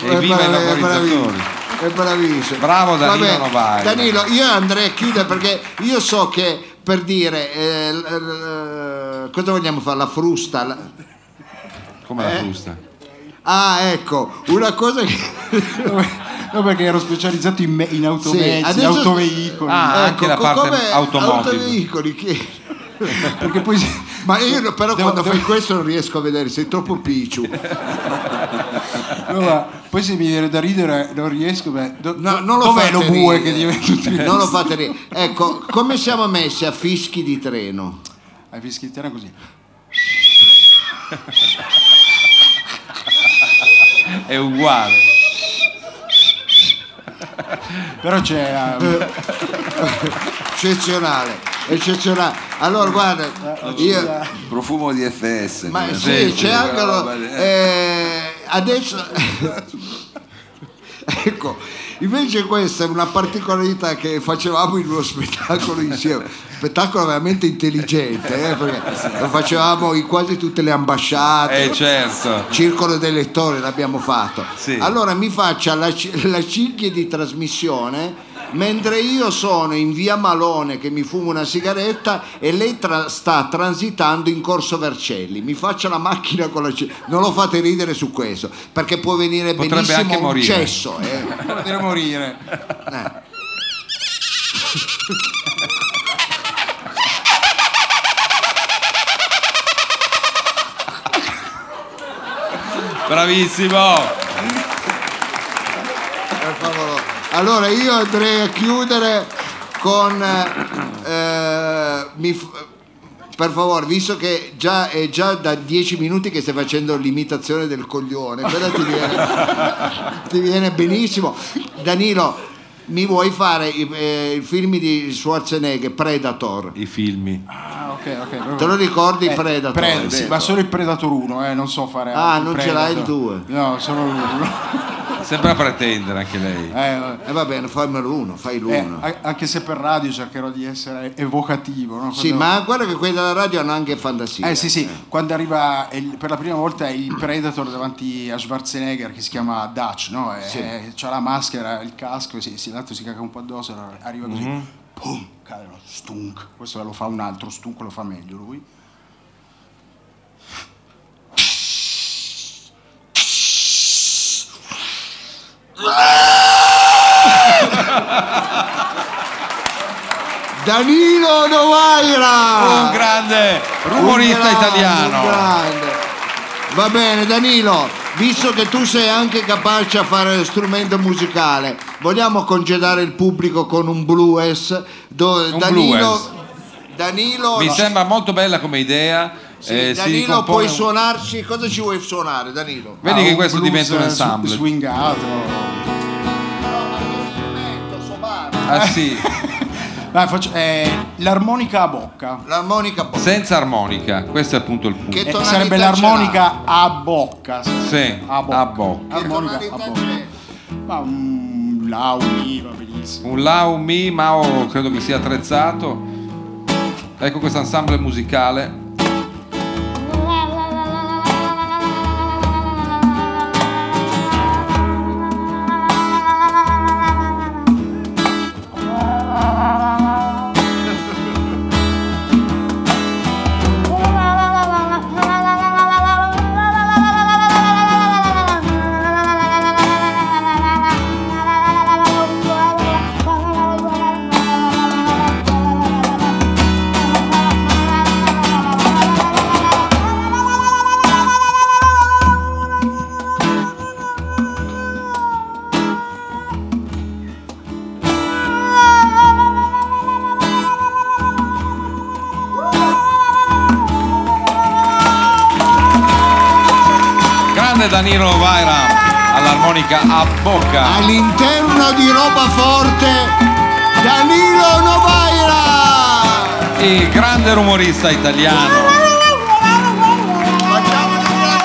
E
Eh,
viva i
bravi- eh,
vaporizzatori.
bravi- eh, bravissimo.
Bravo Danilo Novaia.
Danilo, io andrei a chiudere perché io so che per dire eh, l- l- cosa vogliamo fare? La frusta. la-
Come
Eh.
la frusta.
Ah, ecco, una cosa che
No, perché ero specializzato in, me- in automezzi,
ecco. Sì, adesso-
autoveicoli.
Ah, anche la
Ecco, co-
parte
come
automotive.
autoveicoli, che-
Perché poi si-
Ma io no- però
Devo-
quando
devo-
fai questo non riesco a vedere, sei troppo picciu.
no, ma poi se mi viene da ridere non riesco. Beh, do-
No,
do-
non lo
dov'è
fate
lo bue
ridere.
che diventa tutti
Non lo fate ridere. Ecco, come siamo messi a fischi di treno?
Hai fischiato era così.
È uguale.
Però c'è eh,
Eccezionale, eccezionale. Allora guarda,
Eh,
io...
Profumo di eh. FS.
Ma
quella-
sì, c'è
quella
anche lo-
eh,
roba lì.
eh, adesso ecco invece questa è una particolarità che facevamo in uno spettacolo insieme spettacolo veramente intelligente eh, perché lo facevamo in quasi tutte le ambasciate
Eh certo.
Circolo dei lettori l'abbiamo fatto.
Sì.
Allora mi faccia la, ci- la cinghia di trasmissione mentre io sono in via Malone che mi fumo una sigaretta e lei tra- sta transitando in corso Vercelli. Mi faccia la macchina con la cinghia. Non lo fate ridere su questo perché può venire
Potrebbe
benissimo
anche
un
morire.
cesso. eh.
poter morire.
Bravissimo.
Per favore. Eh, Allora io andrei a chiudere con... eh, eh, mi f- per favore, visto che già, è già da dieci minuti che stai facendo l'imitazione del coglione, quella ti viene, ti viene benissimo. Danilo, mi vuoi fare i, eh, i film di Schwarzenegger, Predator?
I filmi.
Ah, ok, ok.
Te lo ricordi
Eh,
Predator?
Pre- sì, ma solo il Predator 1, eh, non so fare
Ah,
altri
non ce l'ha il
Predator.
due.
No, solo l'1.
Sembra pretendere anche lei.
Eh, vabbè.
E va bene, fammelo uno, fai l'uno.
Eh, a- anche se per radio cercherò di essere evocativo. ah, no?
Sì,
Quando-
ma guarda che quelli della radio hanno anche fantasia.
Eh sì sì, quando arriva il- per la prima volta il Predator davanti a Schwarzenegger che si chiama Dutch, no? E- e c'ha la maschera, il casco, si, si, l'altro si caga un po' addosso, allora arriva così,
Mhm.
pum, cade lo stunk, questo lo fa un altro, stunk lo fa meglio lui.
Danilo Novaira!
Ah,
Oh,
Un grande
Un
rumorista
grande, un
italiano.
grande. Va bene Danilo, visto che tu sei anche capace a fare strumento musicale, vogliamo congedare il pubblico con un blues dove
Un
Danilo,
blues.
Danilo,
Mi sembra molto bella come idea.
sì,
eh, si
Danilo
ricompone
puoi
un-
suonarci, cosa ci vuoi suonare Danilo?
Vedi
Ah,
che
un
questo
blues,
diventa un
eh,
ensemble.
sw- swingato.
Ah sì,
Dai, faccio- eh, l'armonica a bocca.
L'armonica poi.
senza armonica. Questo è appunto il punto.
Che
Eh,
tonalità
sarebbe
ce
l'armonica a bocca.
Sì,
a bocca.
a bocca.
Armonica
Che
a
tonalità
bocca.
c'è?
Ma un la, un mi, va benissimo.
Un la, un mi, ma oh, credo che sia attrezzato. Ecco questo ensemble musicale. Grande Danilo Vaira all'armonica a bocca.
All'interno di roba forte Danilo Novaira!
Il grande rumorista italiano.
Facciamo un grande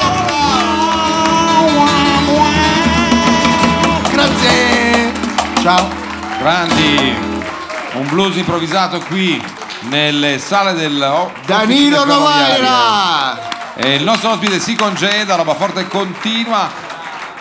applauso! Grazie!
Ciao.
Grandi. Un blues improvvisato qui nelle sale del
Danilo
Novaira
Novaira!
E il nostro ospite si congeda, roba forte continua.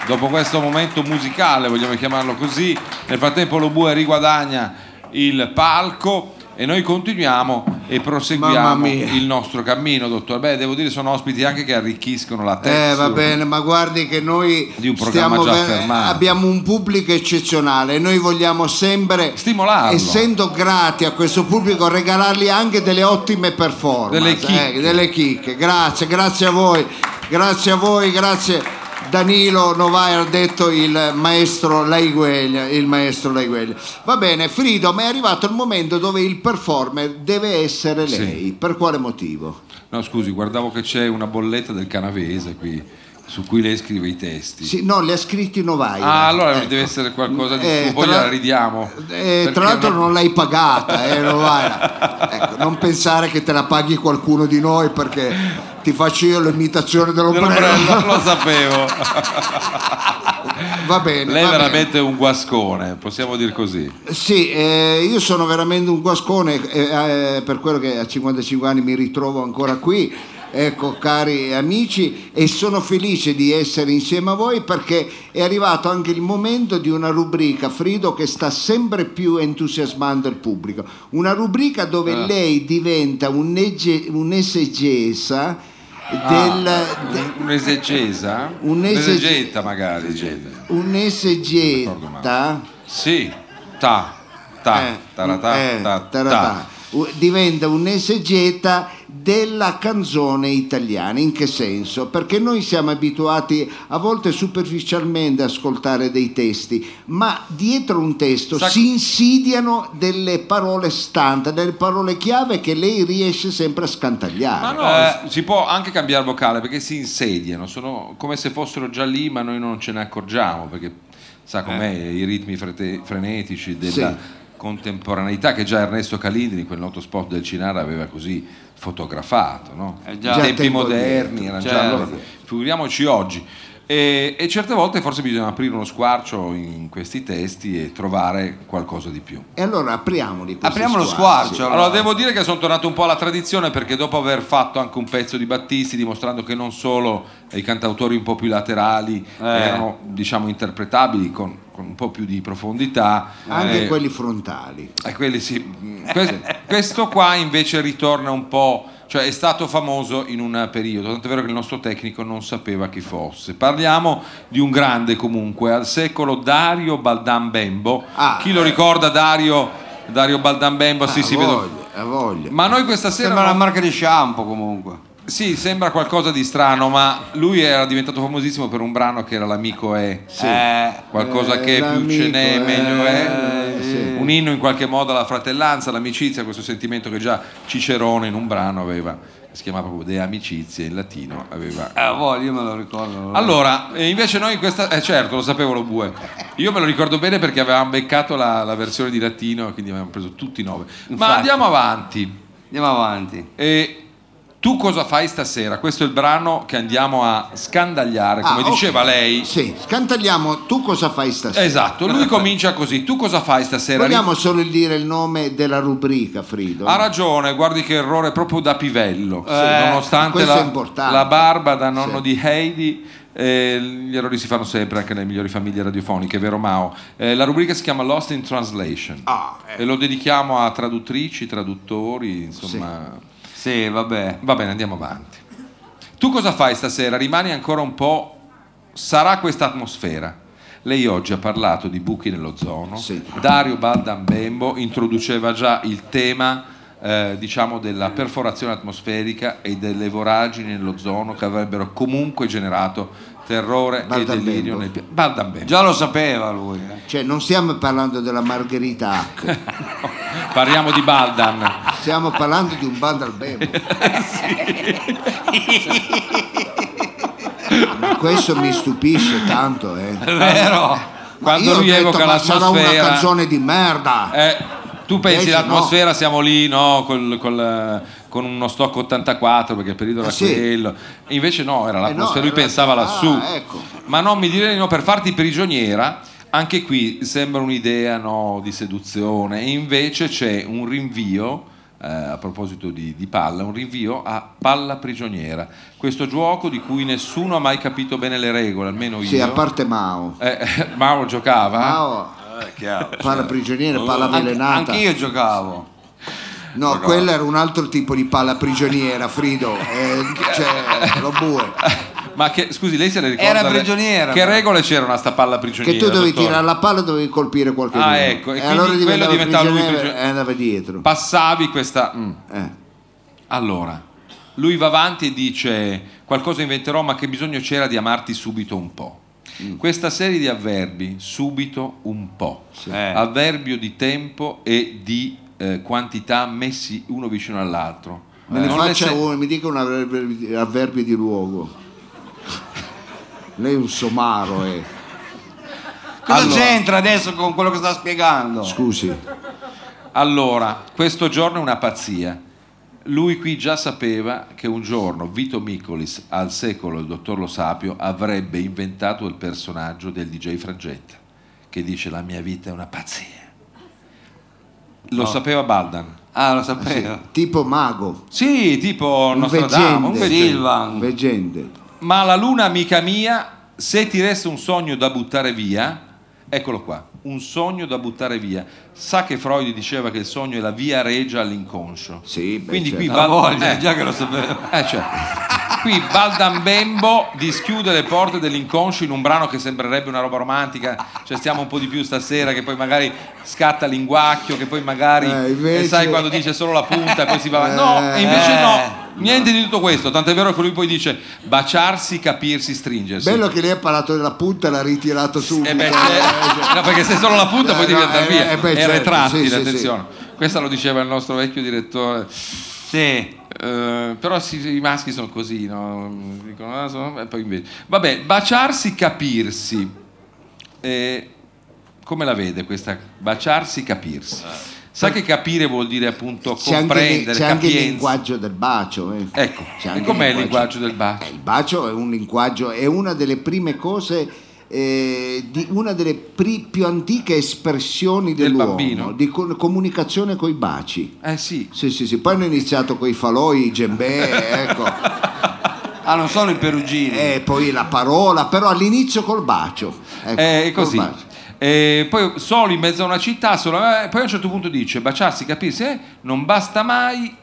Dopo questo momento musicale, vogliamo chiamarlo così, nel frattempo lo Bue riguadagna il palco e noi continuiamo e proseguiamo
Mamma mia.
il nostro cammino, dottore. Beh, devo dire, sono ospiti anche che arricchiscono la testa.
Eh, va bene, ma guardi che noi
Di un programma
stiamo
già
ver-
affermato.
abbiamo un pubblico eccezionale e noi vogliamo sempre,
Stimolarlo.
essendo grati a questo pubblico, regalargli anche delle ottime performance,
Delle chicche.
eh, delle chicche. Grazie, grazie a voi, grazie a voi, grazie. Danilo Novai ha detto il maestro Laigueglia, il maestro Laigueglia. Va bene, Frido, ma è arrivato il momento dove il performer deve essere
Sì.
lei. Per quale motivo?
No, scusi, guardavo che c'è una bolletta del canavese qui, su cui lei scrive i testi.
Sì, no, li ha scritti Novai.
Ah, allora deve essere qualcosa di
Eh,
suo, poi
tra-
la ridiamo.
Eh,
Perché
tra l'altro
una-
non l'hai pagata, eh, Novara. Ecco, non pensare che te la paghi qualcuno di noi perché ti faccio io l'imitazione
dell'ombrello,
dell'ombrello.
lo sapevo.
Va bene.
Lei è
va bene.
veramente un guascone, possiamo dir così.
Sì, eh, io sono veramente un guascone eh, eh, per quello che a 55 anni mi ritrovo ancora qui. Ecco, cari amici, e sono felice di essere insieme a voi perché è arrivato anche il momento di una rubrica, Frido, che sta sempre più entusiasmando il pubblico. Una rubrica dove lei diventa un'ege- un'esegesa del, de-
Un'esegesa?
Un'esege-
Un'esegetta magari. Esegeta.
un'esegeta.
Sì, ta, ta,
Eh,
taratà,
eh,
ta,
taratà.
ta.
U- diventa un'esegeta della canzone italiana. In che senso? Perché noi siamo abituati a volte superficialmente ad ascoltare dei testi, ma dietro un testo
Sa-
si insidiano delle parole stante, delle parole chiave che lei riesce sempre a scantagliare.
Ma no, s- Eh, si può anche cambiare vocale perché si insediano, sono come se fossero già lì, ma noi non ce ne accorgiamo perché sa com'è i ritmi frete- frenetici della
Sì.
contemporaneità che già Ernesto Calindri, quel noto spot del Cinara, aveva così fotografato, no?
Eh,
I
già. Già
tempi
tempo
moderni,
dietro,
erano già
certo.
allora, figuriamoci oggi. E, e certe volte forse bisogna aprire uno squarcio in questi testi e trovare qualcosa di più.
E allora apriamoli. questi
Apriamo lo
squarci.
squarcio.
Allora, devo dire che sono tornato un po' alla tradizione perché dopo aver fatto anche un pezzo di Battisti dimostrando che non solo eh, i cantautori un po' più laterali
Eh.
erano diciamo interpretabili con, con un po' più di profondità
Anche
eh,
quelli frontali.
eh, quelli sì. Mm, que- Questo, qua invece ritorna un po', cioè è stato famoso in un periodo, tanto è vero che il nostro tecnico non sapeva chi fosse. Parliamo di un grande comunque, al secolo Dario Baldan Bembo.
Ah.
chi lo ricorda Dario, Dario Baldan Bembo? sì,
Ah,
sì,
voglia,
vedo.
ha voglia.
Ma noi questa sera...
Sembra
non-
una marca di shampoo comunque.
Sì, sembra qualcosa di strano, ma lui era diventato famosissimo per un brano che era L'amico è.
Eh,
Eh,
Qualcosa che più ce n'è,
l'amico,
meglio
eh,
è.
sì.
Un inno in qualche modo alla fratellanza, all'amicizia, questo sentimento che già Cicerone in un brano aveva, si chiamava proprio De amicizie in latino, aveva
eh, voi, io me lo ricordo.
allora, eh, invece noi questa... Eh certo, lo sapevo lo bue. Io me lo ricordo bene perché avevamo beccato la, la versione di latino, quindi avevamo preso tutti i nove. Ma
Infatti.
andiamo avanti.
Andiamo avanti.
E tu cosa fai stasera? Questo è il brano che andiamo a scandagliare, come
Ah, ok.
diceva lei.
Sì, scantagliamo. Tu cosa fai stasera?
Esatto, lui comincia così. Tu cosa fai stasera?
Vogliamo solo dire il nome della rubrica, Frido.
Ha ragione, guardi che errore proprio da pivello.
Eh,
nonostante
questo è
la,
importante.
la barba da nonno
Sì.
di Heidi, eh, gli errori si fanno sempre anche nelle migliori famiglie radiofoniche, vero Mao? Eh, la rubrica si chiama Lost in Translation
Ah, eh.
e lo dedichiamo a traduttrici, traduttori, insomma.
Sì, vabbè.
Va bene, andiamo avanti. Tu cosa fai stasera? Rimani ancora un po'. Sarà questa atmosfera. Lei oggi ha parlato di buchi nell'ozono.
Sì.
Dario Baldambembo introduceva già il tema eh, diciamo della perforazione atmosferica e delle voragini nell'ozono che avrebbero comunque generato terrore e
Baldambembo.
delirio nel pianeta. Baldambembo.
Già lo sapeva lui. eh.
Cioè, non stiamo parlando della Margherita Hack,
Parliamo di Baldan.
stiamo parlando di un bando al bembo. Ma questo mi stupisce tanto, eh.
È vero.
Ma
Quando
io ho
lui
detto,
evoca
ma sarà una
l'atmosfera-
canzone di merda.
Eh, tu pensi
Invece
l'atmosfera, siamo lì no, col- col, eh, con uno stock 84 perché il periodo era
Eh sì.
quello. Invece no, era
Eh no,
l'atmosfera, lui
era-
pensava
ah,
lassù.
ecco.
Ma non mi dire di no per farti prigioniera. Anche qui sembra un'idea no, di seduzione, e invece c'è un rinvio eh, a proposito di, di palla, un rinvio a palla prigioniera. Questo gioco di cui nessuno ha mai capito bene le regole, almeno
Sì,
io.
a parte Mao.
Eh, eh, Mauro giocava.
Mao,
Eh, chiaro.
palla
Oh,
prigioniera, palla
Anche,
avvelenata.
anch'io giocavo.
No, quella era un altro tipo di palla prigioniera, Frido. Eh, cioè, lo bue.
Ma che, scusi, lei se ne ricorda?
Era
le-
prigioniera,
Che
ma-
regole c'erano a sta palla
Che
prigioniera?
tu dovevi
dottore?
tirare la palla e dovevi colpire qualche
Ah,
uno.
ecco, e
E,
quindi
allora
quello
diventava
diventava lui
prigioniero
prigio-
e andava dietro.
Passavi questa... mm.
Eh.
Allora, lui va avanti e dice qualcosa inventerò ma che bisogno c'era di amarti subito un po'.
Mm.
Questa serie di avverbi, subito un po',
Eh.
avverbio di tempo e di eh, quantità messi uno vicino all'altro. Eh.
Me ne
Non le
faccia
se-
uno, mi dica un avverbio, avverbio di luogo. Lei è un somaro, eh.
Cosa
Allora.
c'entra adesso con quello che sta spiegando?
Scusi.
Allora, questo giorno è una pazzia. Lui qui già sapeva che un giorno Vito Micolis, al secolo il dottor Lo Sapio, avrebbe inventato il personaggio del DJ Frangetta, che dice la mia vita è una pazzia. Lo sapeva Baldan.
Ah, lo sapevo.
Tipo mago,
Sì, tipo
Un
Nostradamus,
veggente.
un veggente. Eh,
Silvan.
leggende.
Ma la luna, amica mia, se ti resta un sogno da buttare via, eccolo qua, un sogno da buttare via. Sa che Freud diceva che il sogno è la via regia all'inconscio.
Sì, beh,
Quindi qui
certo.
La
Bal-
voglia,
eh,
già che lo sapevo.
eh, cioè, qui Baldambembo dischiude le porte dell'inconscio in un brano che sembrerebbe una roba romantica, cioè stiamo un po' di più stasera, che poi magari scatta l'inguacchio, che poi magari
Eh, invece-
e sai quando dice solo la punta, poi si va avanti. No, e invece
Eh,
no. Niente di tutto questo, tant'è vero che lui poi dice baciarsi, capirsi, stringersi.
Bello che lei ha parlato della punta e l'ha ritirato subito.
Eh beh, se- no, perché se solo la punta
Eh,
poi devi
no,
andare
eh,
via.
eh, beh,
è
certo,
retrattile,
sì, sì,
attenzione. Questo lo diceva il nostro vecchio direttore.
Sì.
Eh, però si- i maschi sono così, no? Dicono, "Ah, sono-" e poi invece. Vabbè, baciarsi, capirsi. Eh, come la vede questa? Baciarsi, capirsi. Sa che capire vuol dire appunto
Eh. c'è anche, lì-
comprendere,
c'è anche il
capienza.
linguaggio del bacio. eh.
Ecco,
C'è
e
anche
com'è il linguaggio del
Eh,
bacio?
il bacio è un linguaggio, è una delle prime cose, eh, di- una delle pri- più antiche espressioni
Del
dell'uomo,
bambino.
di co- comunicazione coi baci.
Eh sì,
Sì, sì, sì. Poi hanno iniziato coi falò, i gembè, ecco.
Ah, non sono i perugini.
E poi la parola, però all'inizio col bacio. Ecco,
Eh, è
col
così.
bacio.
Eh, poi solo in mezzo a una città, solo- eh, poi a un certo punto dice baciarsi, capirsi, eh, non basta mai.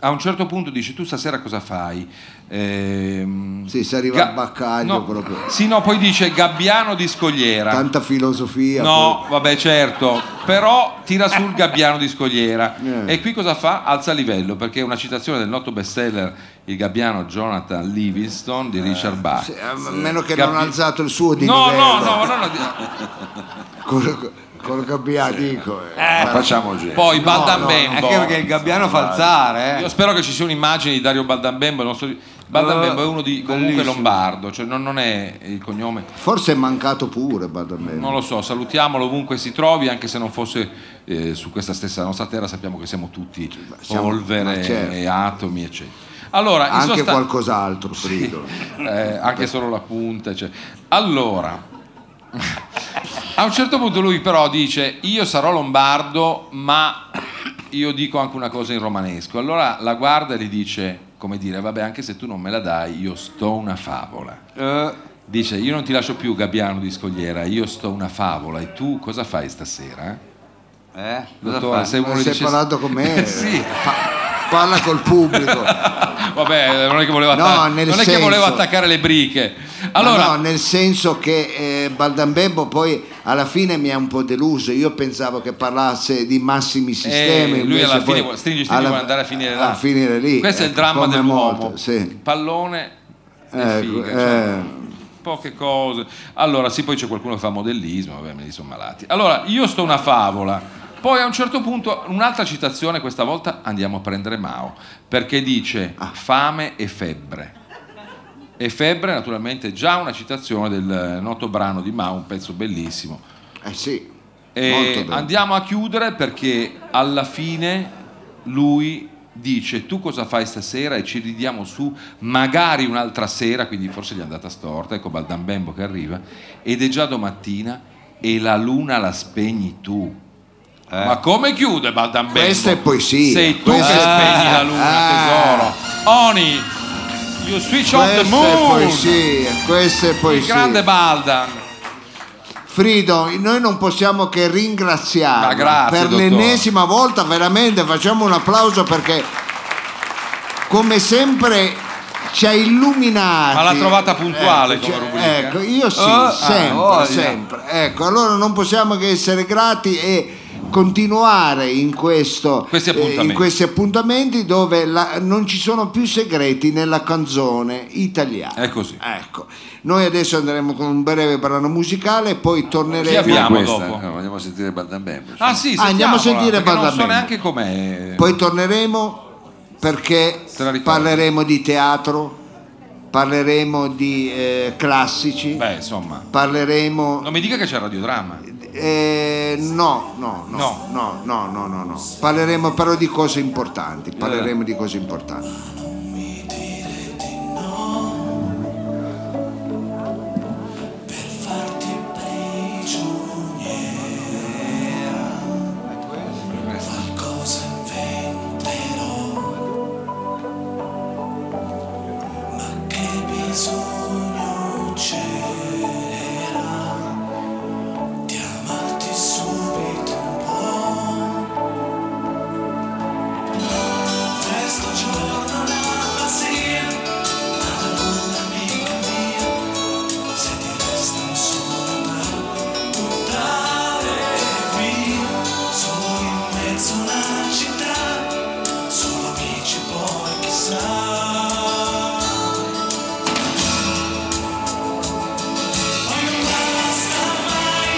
A un certo punto dice tu stasera cosa fai? Ehm,
Sì, se arriva al baccaglio
no,
proprio.
Sì, no, poi dice gabbiano di scogliera.
Tanta filosofia.
No, vabbè, certo, però tira sul gabbiano di scogliera.
Eh.
E qui cosa fa? Alza livello, perché è una citazione del noto bestseller Il gabbiano Jonathan Livingston di Richard Bach.
poi. Eh, a meno che non
Gabbi-
ha alzato il suo di
No, no,
livello.
no, no, no, di-
Col, col Gabbia, dico. eh.
Ma facciamo un gesto.
Poi
Anche
Baldambembo.
perché il gabbiano fa alzare,
Io
eh.
spero che ci sia un'immagine di Dario Baldambembo. il nostro- Baldambembo
Eh,
è uno di comunque
bellissimo.
lombardo, cioè non, non è il cognome.
Forse è mancato pure Badamene.
Non lo so, salutiamolo ovunque si trovi, anche se non fosse eh, su questa stessa nostra terra, sappiamo che siamo tutti
siamo-
polvere
ma certo.
e atomi, eccetera. Allora, in
Anche
sostan-
qualcos'altro, Frido.
Eh, anche solo la punta. cioè. Allora, a un certo punto lui però dice io sarò lombardo ma io dico anche una cosa in romanesco. Allora la guarda e gli dice, come dire, vabbè anche se tu non me la dai io sto una favola.
Eh,
Dice io non ti lascio più Gabbiano di Scogliera, io sto una favola e tu cosa fai stasera?
eh, cosa
Dottore,
fa?
se uno
Ma
le
stai
dice-
parlando con me?
Sì.
Pa- parla col pubblico.
Vabbè, non è che voleva,
No,
attac-
nel
non è che
senso-
voleva attaccare le briche. Allora,
Allora, no, nel senso che eh, Baldambembo poi alla fine mi ha un po' deluso. Io pensavo che parlasse di massimi sistemi.
Eh, lui
invece
alla fine
poi
vuole- stringi, stringi,
alla-
vuole andare a finire là.
a finire lì.
Questo è il
ecco,
dramma
come
dell'uomo.
molto,
Il
sì.
pallone e
Ecco,
figa, cioè,
eh.
poche cose. Allora, sì, poi c'è qualcuno che fa modellismo, vabbè, me li sono malati. Allora, io sto una favola. Poi a un certo punto un'altra citazione, questa volta andiamo a prendere Mao, perché dice
Ah.
fame e febbre. E febbre, naturalmente, è già una citazione del eh, noto brano di Mao, un pezzo bellissimo.
Eh sì. molto
E
bene.
andiamo a chiudere perché alla fine lui dice tu cosa fai stasera e ci ridiamo su magari un'altra sera, quindi forse gli è andata storta, ecco Baldambembo che arriva ed è già domattina e la luna la spegni tu. Ma come chiude Baldan
Questa Eh. è poesia.
Sei tu che
Questa-
spegni la luna,
Ah.
tesoro. Oni, you switch off
Questa
the
è
moon.
poesia, questa è
Il
poesia.
grande Baldan.
Frido, noi non possiamo che ringraziarla
Ma grazie,
per
dottore.
l'ennesima volta, veramente facciamo un applauso perché come sempre ci ha illuminati.
Ma l'ha trovata puntuale Eh, come rubrica.
Ecco, io sì,
Ah,
sempre,
ah, voglia.
sempre. Ecco, allora non possiamo che essere grati e continuare in, questo,
Questi
eh, in
appuntamenti.
questi appuntamenti dove la- non ci sono più segreti nella canzone italiana.
È così.
Ecco, noi adesso andremo con un breve brano musicale, poi
Chi
torneremo,
abbiamo?
Anche questa,
dopo.
eh, vogliamo sentire Baldan Bambo.
Ah sì,
Ah, andiamo a
sentiamola,
sentire
perché Non so
Baldan
neanche com'è.
poi torneremo perché
Te la ricordi?
parleremo di teatro, parleremo di eh, classici,
Beh, insomma.
parleremo...
Non mi dica che c'è il radiodramma.
eh, no, no, no,
No.
no, no, no, no, no, Parleremo però di cose importanti,
Eh.
parleremo di cose importanti.
Cosa inventerò? Ma che bisogno c'era di amarti subito un po'? Questo giorno la pazzia, ma la luna amica mia, se ti resta un sogno da buttare via. Sono in mezzo a una città, solo amici poi chissà. Poi non basta mai,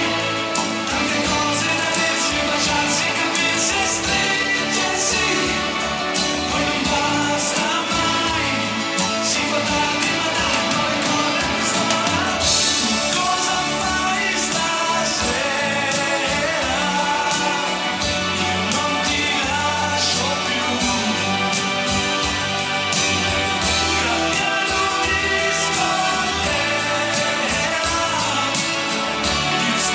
tante cose da dirsi, baciarsi, capirsi e stringersi. Poi non basta mai, si fa tardi ma tanto le cose restano. Cosa fai stasera? Non ti lascio più Cambiano discoteca Ti sto parlando Cosa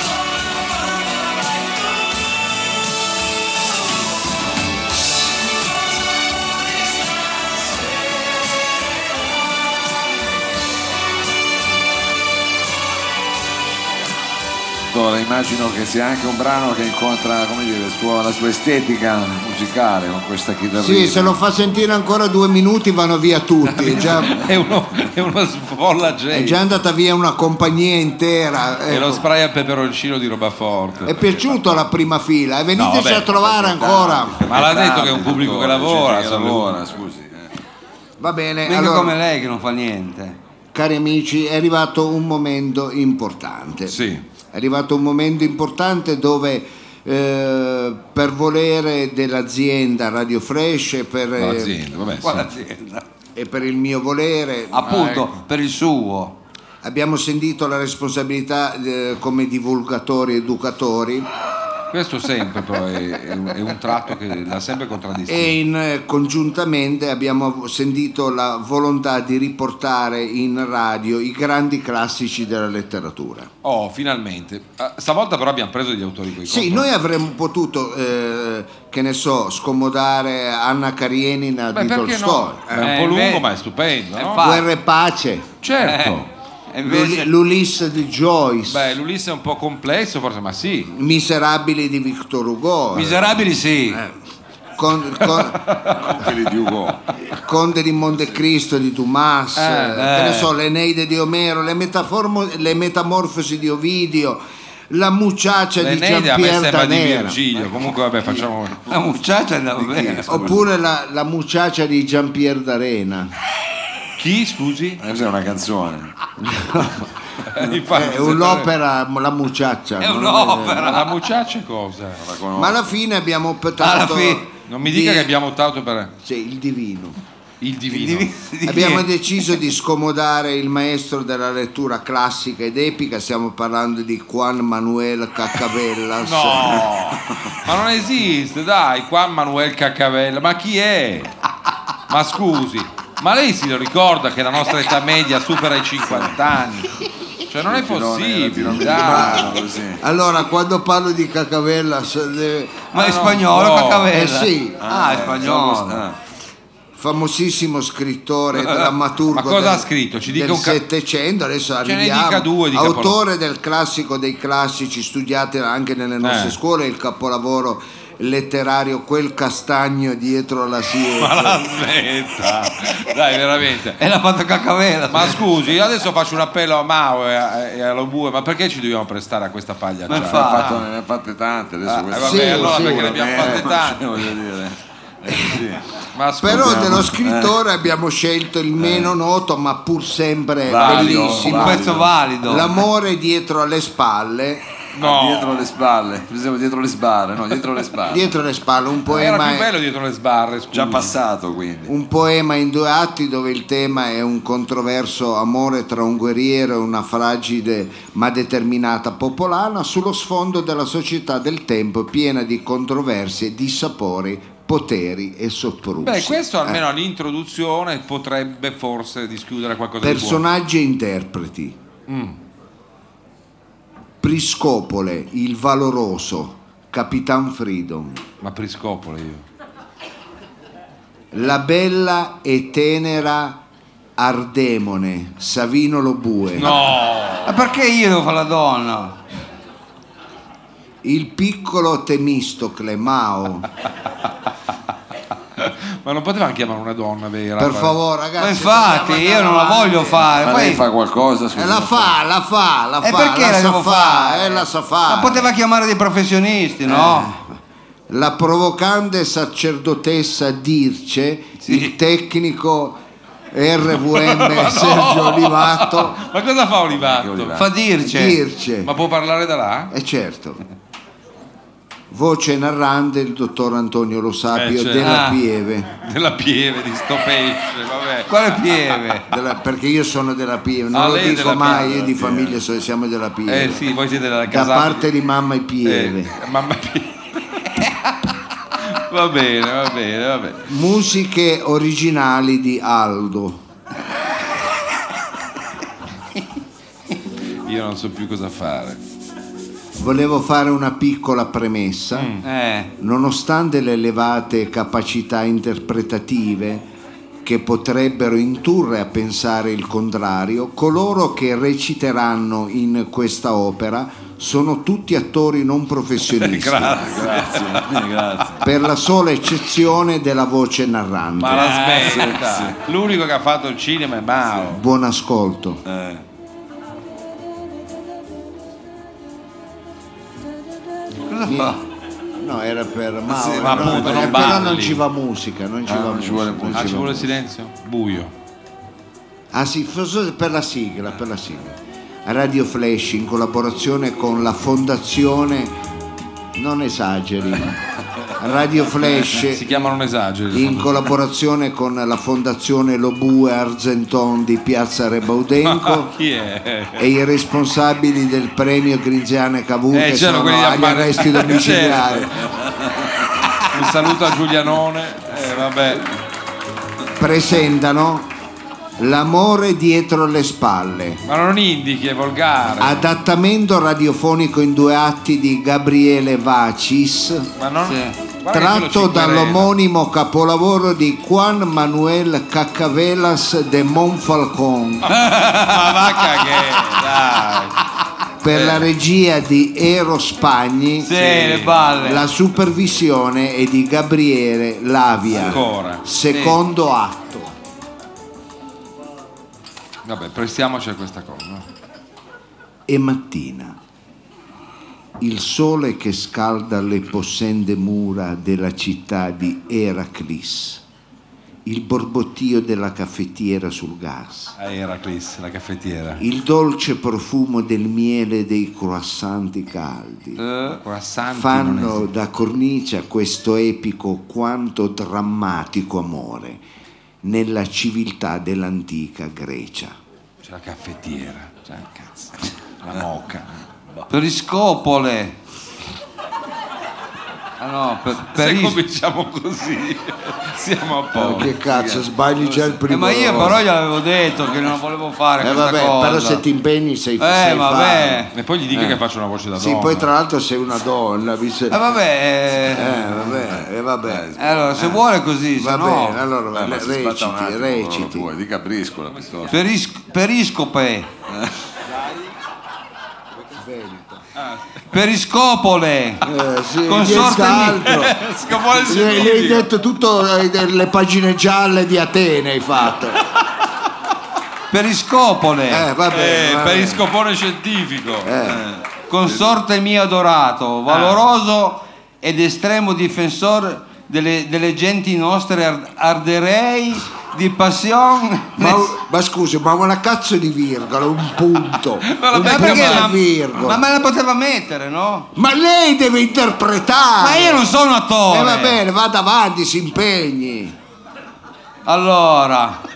vuoi
Allora, immagino che sia anche un brano che incontra come dire, il suo- la sua estetica musicale con questa chitarra.
Sì, se lo fa sentire ancora due minuti vanno via tutti, è già,
È, uno, è una sfolla
è
gente.
già andata via una compagnia intera.
E lo
ecco. Eh,
spray al peperoncino di roba forte.
È piaciuto alla prima fila e
No,
veniteci
vabbè,
a trovare ancora.
Ma l'ha detto che è un pubblico che lavora,
che
sono-
lavora, scusi. eh.
Va bene,
Mica
allora,
come lei che non fa niente.
cari amici, è arrivato un momento importante.
Sì.
È arrivato un momento importante dove eh, per volere dell'azienda Radio Fresh e per, eh,
Ma l'azienda, vabbè,
Qua
sì. Ah.
l'azienda.
e per il mio volere
Appunto,
Ecco.
per il suo.
abbiamo sentito la responsabilità eh, come divulgatori, educatori
Questo sempre però è, è un, è un tratto che l'ha sempre contraddistinto.
e in, eh, congiuntamente abbiamo av- sentito la volontà di riportare in radio i grandi classici della letteratura.
Oh, finalmente. Ah, Stavolta però abbiamo preso degli autori coi
Sì,
contro.
noi avremmo potuto, eh, che ne so, scomodare Anna Karenina
Beh,
di
perché
Tolstoi,
no?
eh,
È un
Eh,
po' lungo,
invece-
ma è stupendo,
Eh,
no?
fa-
Guerra e Pace,
Certo.
E invece-
L'U- l'Ulisse di Joyce,
Beh, l'Ulisse è un po' complesso forse, ma sì.
Miserabili di Victor Hugo,
Miserabili sì.
Con- con-
Quelli eh. di Ugo.
Conte di Montecristo di Dumas, eh, che ne
eh.
so, l'Eneide di Omero, le, metaformo- le metamorfosi di Ovidio, la mucciaccia di
L'Eneide a me
Giampier
sembra di
Danera.
Virgilio. Comunque, vabbè, facciamo.
La mucciaccia andava
Eh,
bene.
Oppure la, la mucciaccia di Giampier d'Arena.
Chi, scusi?
Eh, Questa è una canzone.
Infatti,
è
se-
Eh, un'opera, la mucciaccia.
È
non
un'opera.
La mucciaccia cosa?
La
è-
conosco.
Ma alla fine abbiamo optato...
Alla fine.
Non mi dica
di-
che abbiamo optato per
Sì, il divino.
il divino.
Di-
Abbiamo deciso di scomodare il maestro della lettura classica ed epica, stiamo parlando di Juan Manuel Caccavellas.
No, ma non esiste, dai, qua Manuel Caccavella, ma chi è? Ma scusi, ma lei si ricorda che la nostra età media supera i 50 anni? Cioè, non è
Girone era
possibile.
tirone di
dai.
mano, così.
Allora, quando parlo di cacavella, se deve-
Ma è spagnolo,
no.
Cacavella?
Eh sì.
Ah, è spagnolo.
eh,
Ah,
famosissimo scrittore e
Ma
drammaturgo
cosa
del-
ha scritto? Ci dica
del
un ca-
Settecento, adesso
ne
arriviamo.
dica due di
autore
capolavoro.
del classico dei classici studiate anche nelle nostre
Eh.
scuole, il capolavoro letterario Quel castagno dietro la
Ma
siepe.
la smetta. Dai, veramente.
E l'ha fatto Cacavella.
Ma scusi, io adesso faccio un appello a Mao e, a, e all'Obue, ma perché ci dobbiamo prestare a questa paglia?
Ma
già?
Ne ha
infatti.
fatto- ne ha fatte tante adesso
Ah, eh,
queste- Eh,
vabbè,
Sì,
allora
sì.
perché ne abbiamo fatte tante?
voglio dire. Eh, sì.
Ma scusi,
Però dello scrittore
Eh.
abbiamo scelto il meno noto, ma pur sempre
Valido,
bellissimo.
un pezzo valido.
L'amore dietro alle spalle,
no.
Dietro le spalle, pensavo dietro le sbarre, no, dietro le spalle.
dietro le spalle, un
Era
poema.
più bello dietro le sbarre, scusi.
Già passato quindi.
un poema in due atti dove il tema è un controverso amore tra un guerriero e una fragile ma determinata popolana sullo sfondo della società del tempo piena di controversie, dissapori, poteri e soprusi.
Beh, questo
eh.
almeno all'introduzione potrebbe forse dischiudere qualcosa
Personaggi e interpreti.
Mm.
Priscopole, il valoroso, Capitan Freedom.
di buono. Ma Priscopole io.
La bella e tenera Ardemone, Savino Lobue.
No.
Ma perché io devo fare la donna?
Il piccolo Temistocle, Mao.
Ma non potevamo chiamare una donna vera?
Per
Fa-
favore, ragazzi.
Ma infatti,
dobbiamo
io non la
andare
voglio
avanti.
fare.
Ma
Eh, Poi-
lei fa qualcosa?
Eh,
scusi,
la
non so.
fa, la fa, la fa.
E perché la,
la sa
devo fare?
Eh, la sa fare.
Ma poteva chiamare dei professionisti, no?
La provocante sacerdotessa Dirce, il tecnico RVM Sergio Olivato.
Ma cosa fa Olivato?
Olivato.
Eh.
Fa dirci.
Dirce.
Ma può parlare da là?
E certo. Voce narrante il dottor Antonio Lo Sapio
Eh, certo.
della
Ah.
Pieve.
Della pieve di sto pesce, vabbè.
Quale pieve?
Della- perché io sono della Pieve, non
Ah,
lo
lei è
dico
della
mai,
Pieve,
io di
della
famiglia so- siamo della Pieve.
Eh sì, voi siete della
da
casata.
parte di mamma e Pieve.
Eh, mamma pieve. Va bene, va bene, va bene.
Musiche originali di Aldo.
Io non so più cosa fare.
Volevo fare una piccola premessa.
Mm.
Eh.
Nonostante le elevate capacità interpretative che potrebbero indurre a pensare il contrario, coloro che reciteranno in questa opera sono tutti attori non professionisti,
Grazie, grazie.
per la sola eccezione della voce narrante.
Ma la smetta. Ah, L'unico che ha fatto il cinema è Mao.
Buon ascolto.
Eh,
Cosa fa?
No, era per Mauro,
sì,
ma
no,
appunto,
eh,
non
però
parli.
non ci va musica, non ci
Ah,
va
non ci vuole
musica.
musica.
Ah, ci
va
vuole silenzio? Buio.
Ah sì, forse per la sigla, per la sigla. Radio Flash in collaborazione con la fondazione, non esageri, Radio
Si
Flash
chiama Non esageri.
in collaborazione con la fondazione Lobue Argenton di Piazza
Ah,
Rebaudenco
chi è?
e i responsabili del premio Grinziane e Cavour
Eh,
che
c'erano
sono
quelli Certo. a
agli
Mar-
arresti domiciliari.
Un saluto a Giulianone. Eh, vabbè.
presentano L'amore dietro le spalle,
Ma non indichi, è volgare.
Ah, adattamento radiofonico in due atti di Gabriele Vacis,
Ma non...
Sì.
Guarda che solo
tratto
cinque arene.
dall'omonimo capolavoro di Juan Manuel Cacavelas de Monfalcon
Ma va a cagare, dai.
per la regia di Ero Spagni,
Eh. Sì, le balle.
la supervisione è di Gabriele Lavia.
Ancora.
Secondo atto.
Vabbè, prestiamoci a questa cosa.
e mattina. Il sole che scalda le possende mura della città di Eraclis, il borbottio della caffettiera sul gas,
A Eraclis, la caffettiera.
il dolce profumo del miele dei croissanti caldi
Croissanti non
fanno da cornice a questo epico quanto drammatico amore nella civiltà dell'antica Grecia.
esiste. C'è la caffettiera. C'è un cazzo. La moca.
Periscopole. Ah, no, per, per
Se
is-
cominciamo così, siamo a
Oh,
posto.
che cazzo, sbagli già il
Eh,
primo.
ma io però gliel'avevo detto che non volevo fare
Eh,
questa
vabbè,
cosa.
però se ti impegni sei,
Eh,
sei
vabbè.
E poi gli dica che faccio una voce da
fan. Eh. Sì,
donna.
poi tra l'altro sei una donna. mi se-
Eh, vabbè.
Eh, vabbè, eh, vabbè.
eh, allora, se vuole così, se
Va
no...
bene, allora va-
Eh, ma si sbatta un attimo,
reciti,
quello che
reciti.
vuoi, dica briscola questa cosa.
Peris- periscope. Periscopole.
Eh, sì,
Consorte
nient'altro.
Scapole
Eh, Gli gli hai detto tutto eh, le pagine gialle di Atene hai fatto.
Periscopole.
Eh, va bene, va
per
bene.
il scopone scientifico.
Eh.
Consorte mio adorato, valoroso ed estremo difensore delle, delle genti nostre ar- arderei di passione.
Ma, ma scusi, ma una cazzo di virgola, un punto.
la
un
becca
punto
mai.
e
ma, ma
virgola.
me la poteva mettere, no?
Ma lei deve interpretare!
Ma io non sono
E
attore.
va bene, vada avanti, si impegni.
Allora,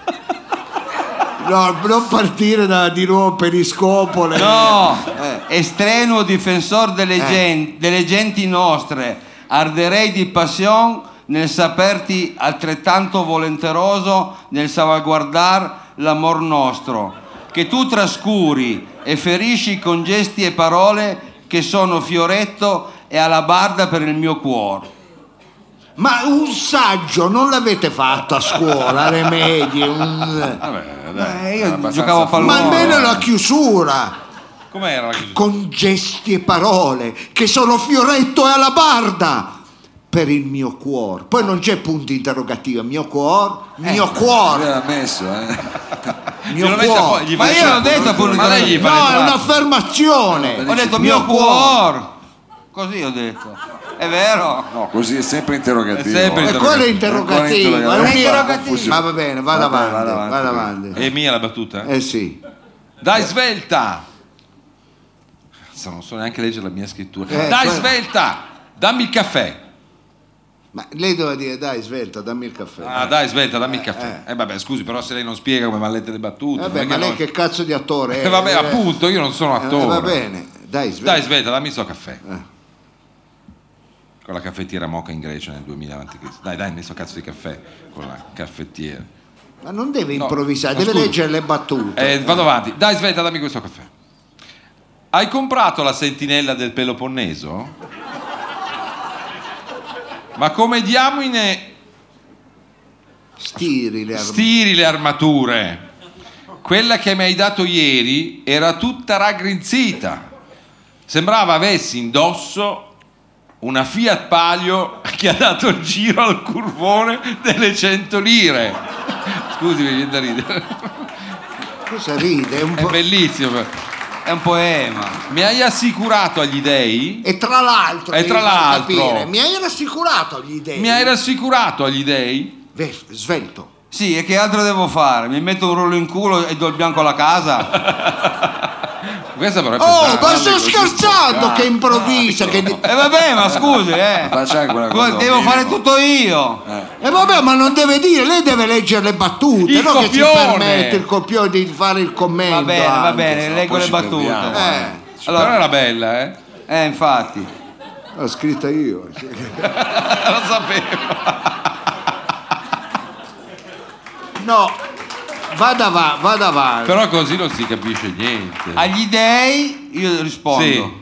No, non partire da, di nuovo per i scopole.
no,
Eh.
estrenuo difensore delle, gen- delle genti nostre, arderei di passione nel saperti altrettanto volenteroso nel salvaguardar l'amor nostro, che tu trascuri e ferisci con gesti e parole che sono fioretto e alabarda per il mio cuore.
Ma un saggio non l'avete fatto a scuola, alle medie. un-
Vabbè, dai.
io giocavo a
Ma
pallone.
almeno la chiusura,
Com'era la chiusura?
con gesti e parole, che sono fioretto e alabarda per il mio cuore. Poi non c'è punto interrogativo, mio cuore, mio cuore,
L'aveva messo, eh.
mio
Glielo mette a po-
cuore.
gli
Ma
fa-
io l'ho detto pure
Ma lei gli fa
No, è
entrare.
un'affermazione.
Ho detto mio cuore. Così ho detto. È vero?
No, così è sempre interrogativo. Ecco,
È sempre
E
interrogativo.
Eh, quello è
È
interrogativo,
interrogativo.
è un
È
interrogativo.
interrogativo.
Ma va bene, vada
Va bene,
avanti,
vada avanti.
vada avanti.
È mia la battuta?
Eh sì.
Dai, svelta! Cazzo, non so neanche leggere la mia scrittura.
Eh,
Dai,
quello-
svelta! Dammi il caffè!
Ma lei doveva dire dai, svelta, dammi il caffè.
Ah, dai, svelta, dammi il caffè. Eh, vabbè, scusi, però se lei non spiega come vanno lette le battute.
Vabbè,
non è
Eh, ma lei
noi-
che cazzo di attore è?
Eh, vabbè,
Eh,
appunto, io non sono
eh,
attore.
va bene, dai, svelta. Eh.
Dai, svelta, dammi il suo caffè. Con la caffettiera moca in Grecia nel 2000 a.C. Dai, dai, mi so cazzo di caffè con la caffettiera.
Ma non deve
No,
improvvisare,
ma
deve
scusi.
leggere le battute.
Eh, vado avanti. Dai, svelta, dammi questo caffè. Hai comprato la sentinella del Peloponneso? Ma come diamine
Stiri le armi.
stiri le armature? Quella che mi hai dato ieri era tutta raggrinzita. Sembrava avessi indosso una Fiat Palio che ha dato il giro al curvone delle 100 lire. Scusi, mi viene da ridere.
Cosa ride? È un
È
po'-
bellissimo.
È un poema.
Mi hai assicurato agli dei?
E tra l'altro,
E
devi
tra
far
l'altro.
capire, mi hai rassicurato gli idei.
Mi hai rassicurato agli dei?
Ve- Svelto.
Sì, e che altro devo fare? Mi metto un rullo in culo e do il bianco alla casa?
Questa però è
Oh,
pesante.
ma sto scherzando che improvvisa. che di-
E Eh, vabbè, ma scusi, eh.
Facciamo quella cosa.
Devo fare
tutto
tutto io.
E vabbè, ma non deve dire, lei deve leggere le battute,
Il
non che ci
copione.
permette il copione di fare il commento.
Va bene, va
anche.
bene, leggo
poi
le
ci
battute.
perdiamo.
Eh,
Però era bella, eh?
Eh, infatti.
l'ho scritta io.
Lo sapevo.
No, vada avanti, vada avanti.
Però così non si capisce niente.
Agli dei io rispondo.
Sì.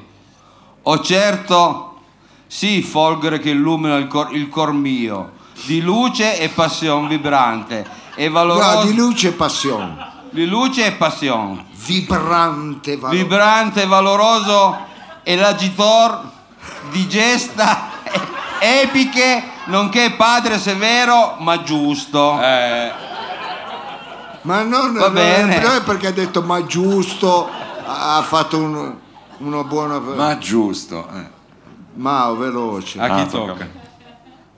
O certo, sì, folgore che illumina il cor, il cor mio, di luce e passione vibrante, e valoroso
No, di luce e passione.
di luce e passione.
Vibrante, valore.
vibrante, valoroso e l'agitor di gesta epiche, nonché padre severo ma giusto.
Eh,
ma non,
Va
non-
bene.
non è perché ha detto ma giusto, ha ha fatto un, una buona... Ma...
Ma giusto. eh.
veloce.
a chi
Ah, tocca
tocca?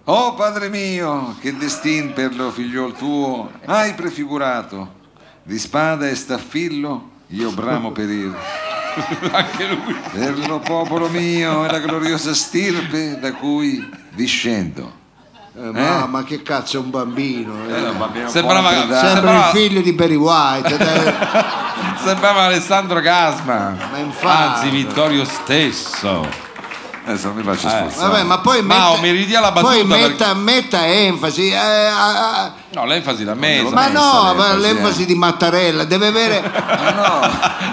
Oh padre mio, che destin per lo figliol tuo hai prefigurato. Di spada e staffillo io bramo perir.
Anche lui.
Per lo popolo mio e la gloriosa stirpe da cui discendo.
Eh, ma,
eh.
ma che cazzo è un bambino? eh.
Sembrava,
Sempre
Sembra
sembrava,
il figlio di Barry White. dai.
sembrava Alessandro Gasma.
Ma infatti.
Anzi, Vittorio stesso.
Adesso non mi faccio sforzare.
Vabbè, ma poi metta,
Mao, mi ridia la battuta
poi metta,
perché-
metta enfasi. eh, a- a-
No, l'enfasi l'ha messa.
ma no,
l'enfasi,
ma
eh.
l'enfasi di Mattarella deve avere.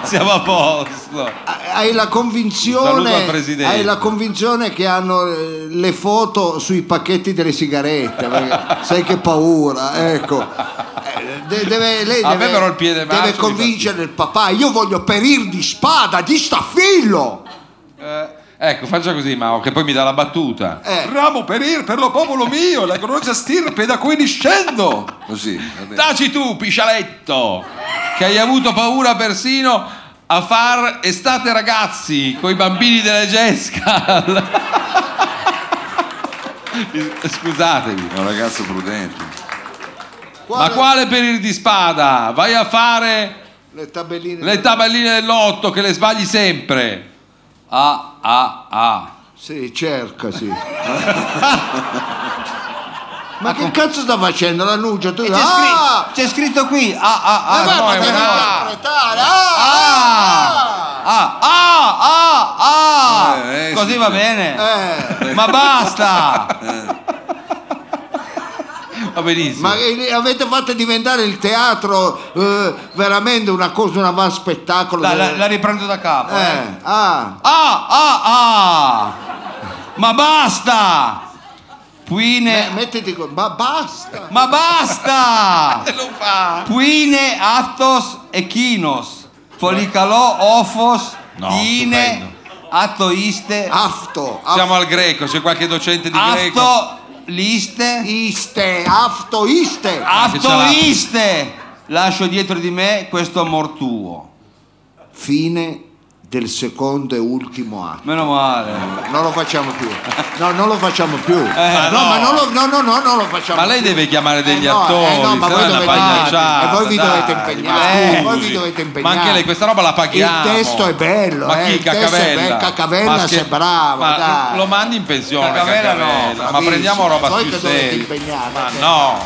Siamo a posto.
Hai la
Saluto al
convinzione,
presidente.
hai la convinzione che hanno eh, le foto sui pacchetti delle sigarette. perché sai che paura, ecco. Eh, de- deve, lei
A me
deve,
però il piede marcio
deve
mi
convincere il papà. Io voglio perir di spada, di staffillo.
Eh, ecco, faccia così, Mao, che poi mi dà la battuta.
Eh.
Ramo perir per lo popolo mio, la grossa stirpe da cui discendo.
Così, va bene.
Taci tu, piscialetto, che hai avuto paura persino a far estate ragazzi coi bambini della Gescal. Scusatevi.
È un ragazzo prudente.
Ma
Guarda
quale perir di spada? Vai a fare
le tabelline.
le tabelline dell'otto che le sbagli sempre. Ah, ah, ah.
Sì, cerca, sì. Ma che cazzo sta facendo la Nuccia? Tu...
E c'è,
Ah!
scri- c'è scritto qui. Ah, ah,
Ma
ah.
guarda,
no, è
devi
una-
interpretare! Ah!
Ah, ah, ah, ah.
Eh, eh,
Così
sì,
va
sì.
Ah!
bene.
Eh,
Ma basta.
Va benissimo.
ma eh, avete fatto diventare il teatro eh, veramente una cosa, una va spettacolo.
La, la- la riprendo da capo. eh.
Eh, ah,
Ah, ah, ah. Ma basta.
eh,
Puine.
mettiti con... Ma basta!
Ma basta.
lo fa.
Puine, Athos e Kinos. Policalò, Ofos,
No,
Tine,
stupendo.
Atoiste,
Ah, Afto, afto
Siamo al greco, c'è qualche docente di greco.
Aftoliste,
iste, aftoiste!
che Ah, ce l'ha.
Aftoiste. Lascio dietro di me questo amor tuo.
Fine del secondo e ultimo atto.
Meno male.
Non lo facciamo più. No, non lo facciamo più.
ma
no,
Eh, no.
ma non lo, no, no, no, non lo facciamo
Ma lei
più.
deve chiamare degli
Eh no,
attori,
eh no, ma
se
voi
no è una
dovete-
pagliacciata,
e voi vi
dai,
dovete
ma
impegnare,
scusi.
e voi vi dovete impegnare.
Ma anche lei questa roba la paghiamo.
Il testo è bello,
ma
eh,
chi
il testo è
Cacavella?
bello, Cacavella
Ma
sei bravo,
ma
dai.
Lo mandi in pensione
Cacavella
Cacavella,
no,
ma
bravissimo.
prendiamo roba
Voi
più
che dovete
seria.
impegnare,
ma
eh.
no.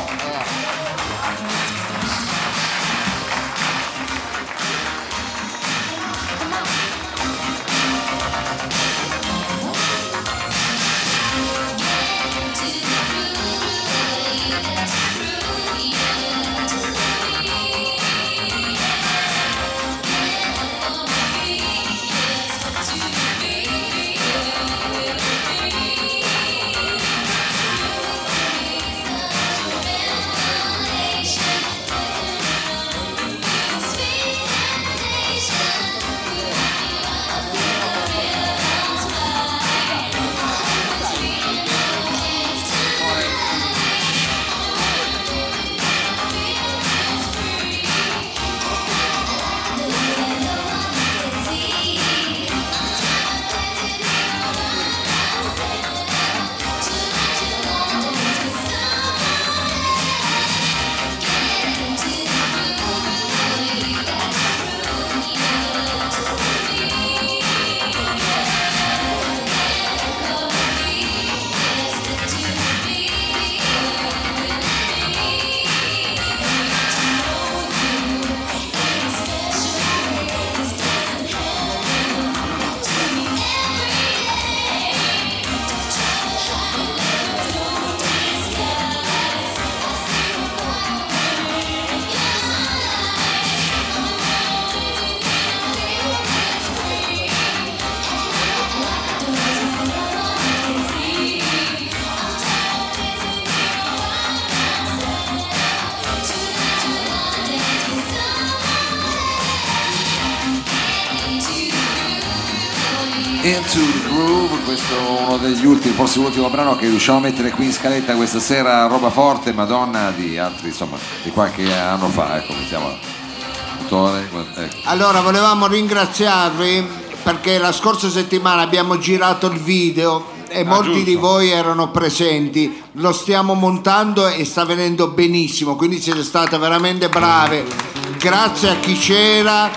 Into the Groove, questo è uno degli ultimi, forse l'ultimo brano che riusciamo a mettere qui in scaletta questa sera, roba forte, Madonna di altri, insomma, di qualche anno fa, ecco, mettiamo l'autore, guarda, ecco.
Allora, volevamo ringraziarvi perché la scorsa settimana abbiamo girato il video e molti
Ah, giusto.
di voi erano presenti. Lo stiamo montando e sta venendo benissimo, quindi siete state veramente brave. Grazie a chi c'era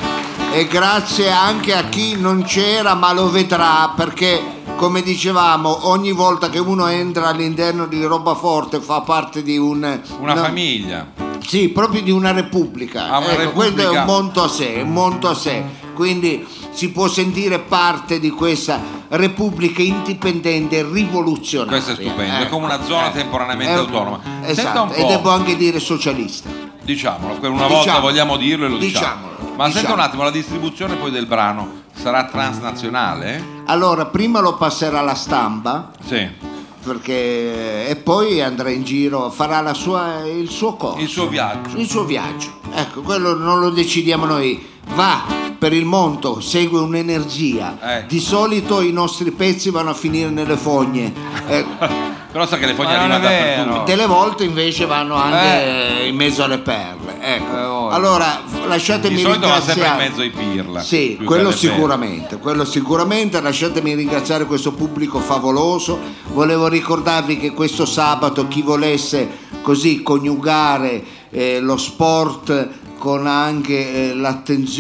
e grazie anche a chi non c'era ma lo vedrà perché come dicevamo ogni volta che uno entra all'interno di roba forte fa parte di un,
Una
no,
famiglia.
sì, proprio di una repubblica.
Ah, una
Ecco,
repubblica.
Questo è un monto a sé, è un monto a sé. Quindi si può sentire parte di questa Repubblica Indipendente Rivoluzionaria.
Questo è stupendo, è
Ecco.
come una zona temporaneamente
Eh,
autonoma. Senta un
Esatto, e
po',
devo anche dire socialista.
diciamolo, que- una
Diciamo.
volta vogliamo dirlo e lo diciamo.
Diciamolo,
Ma senta
diciamo.
un attimo, la distribuzione poi del brano sarà transnazionale?
Allora, prima lo passerà la stampa
Sì.
perché- e poi andrà in giro, farà la sua- il suo corso,
Il suo viaggio.
il suo viaggio. Ecco, quello non lo decidiamo noi. Va per il monto, segue un'energia.
Eh.
Di solito i nostri pezzi vanno a finire nelle fogne, eh,
Però sa che le foglie
Ma non è
arrivano
vero.
dappertutto.
delle volte invece vanno anche eh, in mezzo alle perle. Ecco.
Eh, oh.
Allora,
Di
lasciatemi
solito va sempre in
ringraziare.
mezzo ai pirla.
Sì,
più che
quello
alle pere.
sicuramente, quello sicuramente, lasciatemi ringraziare questo pubblico favoloso, volevo ricordarvi che questo sabato chi volesse così coniugare eh, lo sport con anche eh,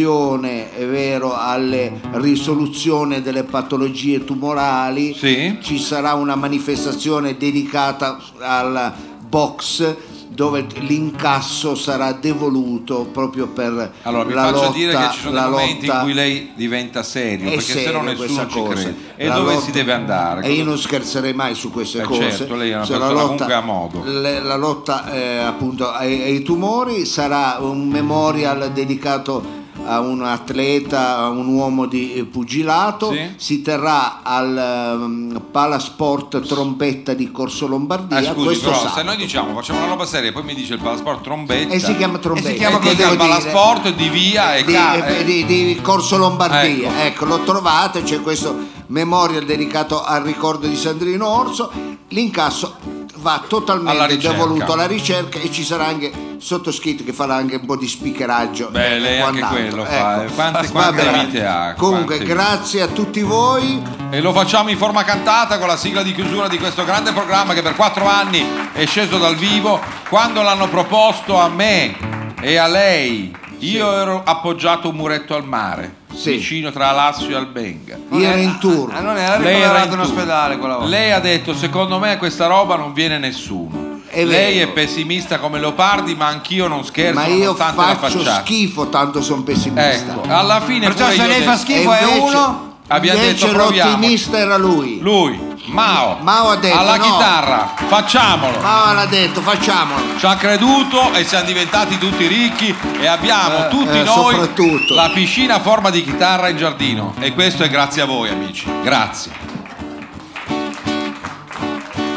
l'attenzione, è vero, alle risoluzioni delle patologie tumorali,
Sì.
ci sarà una manifestazione dedicata al box dove l'incasso sarà devoluto proprio per
Allora, mi
la
faccia
lotta,
dire che ci sono dei
la
momenti in
lotta-
cui lei diventa serio,
è
perché se
serio
no nessuno
questa
ci
cosa.
crede. E
La
dove
lotta-
si deve andare?
E io non scherzerei mai su queste
Eh,
cose.
certo, lei è una
Cioè, la
persona
lotta,
comunque a modo.
le- la lotta eh, appunto ai, ai tumori sarà un memorial dedicato a un atleta, a un uomo di eh, pugilato,
Sì.
si terrà al ehm, Palasport Trompetta di Corso Lombardia.
Ah, scusi,
questo
però
sabato.
se noi diciamo facciamo una roba seria, poi mi dice il palasport trombetta.
E si chiama Trombetta.
E dica
cosa
il
devo dire?
palasport di via e
di,
ca-
eh,
eh,
di- di Corso Lombardia.
Ecco.
Ecco. lo trovate, c'è questo memorial dedicato al ricordo di Sandrino Orso. L'incasso va
Alla
totalmente
ricerca.
devoluto alla ricerca e ci sarà anche sottoscritto che farà anche un po' di spiccheraggio.
Beh,
e
lei anche
quant'altro. Ecco.
quello fa, eh. Quante-
Va
quante
bene.
vite ha,
Comunque,
quante
grazie a tutti voi.
E lo facciamo in forma cantata con la sigla di chiusura di questo grande programma che per quattro anni è sceso dal vivo. Quando l'hanno proposto a me e a lei, io ero appoggiato a un muretto al mare,
Sì.
vicino tra Alassio e Albenga.
Non
Io
era-
ero in tour.
Ah, non era
Lei era
ricoverato
in
in
tour.
ospedale quella volta.
Lei ha detto: Secondo me questa roba non viene nessuno.
È
lei
vero.
è pessimista come Leopardi, ma anch'io non scherzo.
Ma io
nonostante
faccio
la facciata.
schifo, tanto sono pessimista.
Ecco, alla fine
Perciò
pure
se
io
lei
ho
fa
detto-
E
schifo è
invece-
uno.
Abbiamo
invece
detto, proviamo.
l'ottimista era lui.
Lui, Mao,
Mao ha detto,
alla
no.
chitarra, facciamolo.
Ma l'ha detto, facciamolo.
Ci ha creduto e siamo diventati tutti ricchi e abbiamo tutti
eh,
noi
soprattutto.
la piscina a forma di chitarra in giardino. E questo è grazie a voi, amici. Grazie.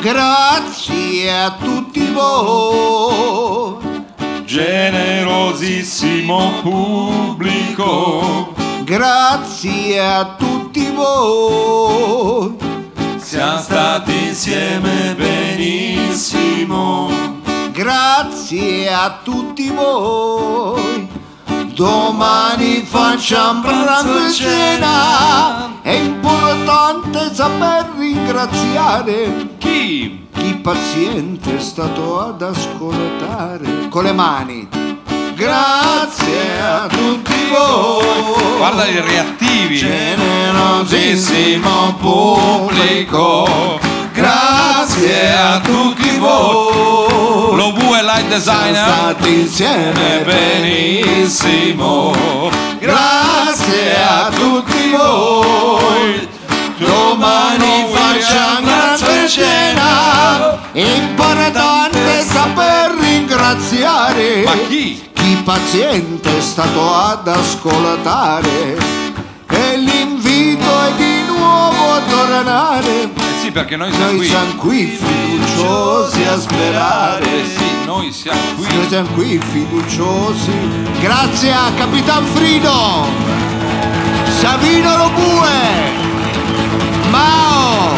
Grazie a tutti voi,
Generosissimo pubblico,
grazie a tutti voi,
siamo stati insieme benissimo.
grazie a tutti voi. Domani facciamo pranzo e cena, è importante saper ringraziare
Chi?
chi paziente è stato ad ascoltare. Con le mani, grazie a tutti voi.
Guarda i reattivi.
generosissimo pubblico, grazie a tutti voi.
Lo Bu è light
Siamo
designer.
stati insieme benissimo, grazie a tutti voi. Domani facciamo grande cena, importante saper ringraziare.
Ma chi?
Chi paziente è stato ad ascoltare e l'invito è di nuovo a tornare.
Eh sì, perché noi siamo
Noi
qui.
siamo qui fiduciosi a
Eh
sperare.
sì, noi siamo
Noi
qui.
siamo qui fiduciosi. Grazie a Capitan Frido, Savino Lobue, Mao,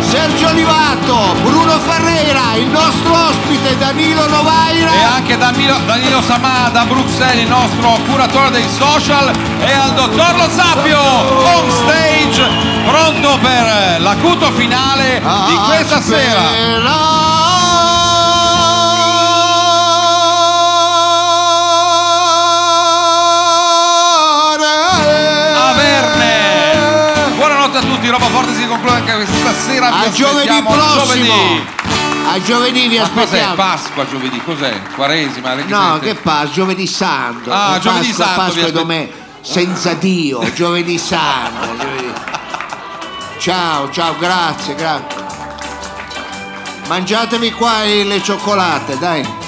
Sergio Olivato, Bruno Ferreira, il nostro ospite Danilo Novaira.
E anche Danilo, Danilo Samà da Bruxelles, il nostro curatore dei social, e al dottor Lo Sapio, on stage, pronto per l'acuto finale di
Ah,
questa sera. Averne! Buonanotte a tutti, roba forte si conclude anche questa sera. vi
A giovedì
aspettiamo
prossimo!
Giovedì.
A giovedì vi
Ma cos'è?
aspettiamo!
Pasqua giovedì, cos'è? Quaresima? che
No,
siete?
che fa? Giovedì Santo!
Ah,
Pasqua,
giovedì Santo vi
Pasqua e
aspett-
domenica! Senza Dio, giovedì Santo! giovedì- Ciao, ciao, grazie, grazie. Mangiatevi qua eh, le cioccolate, dai.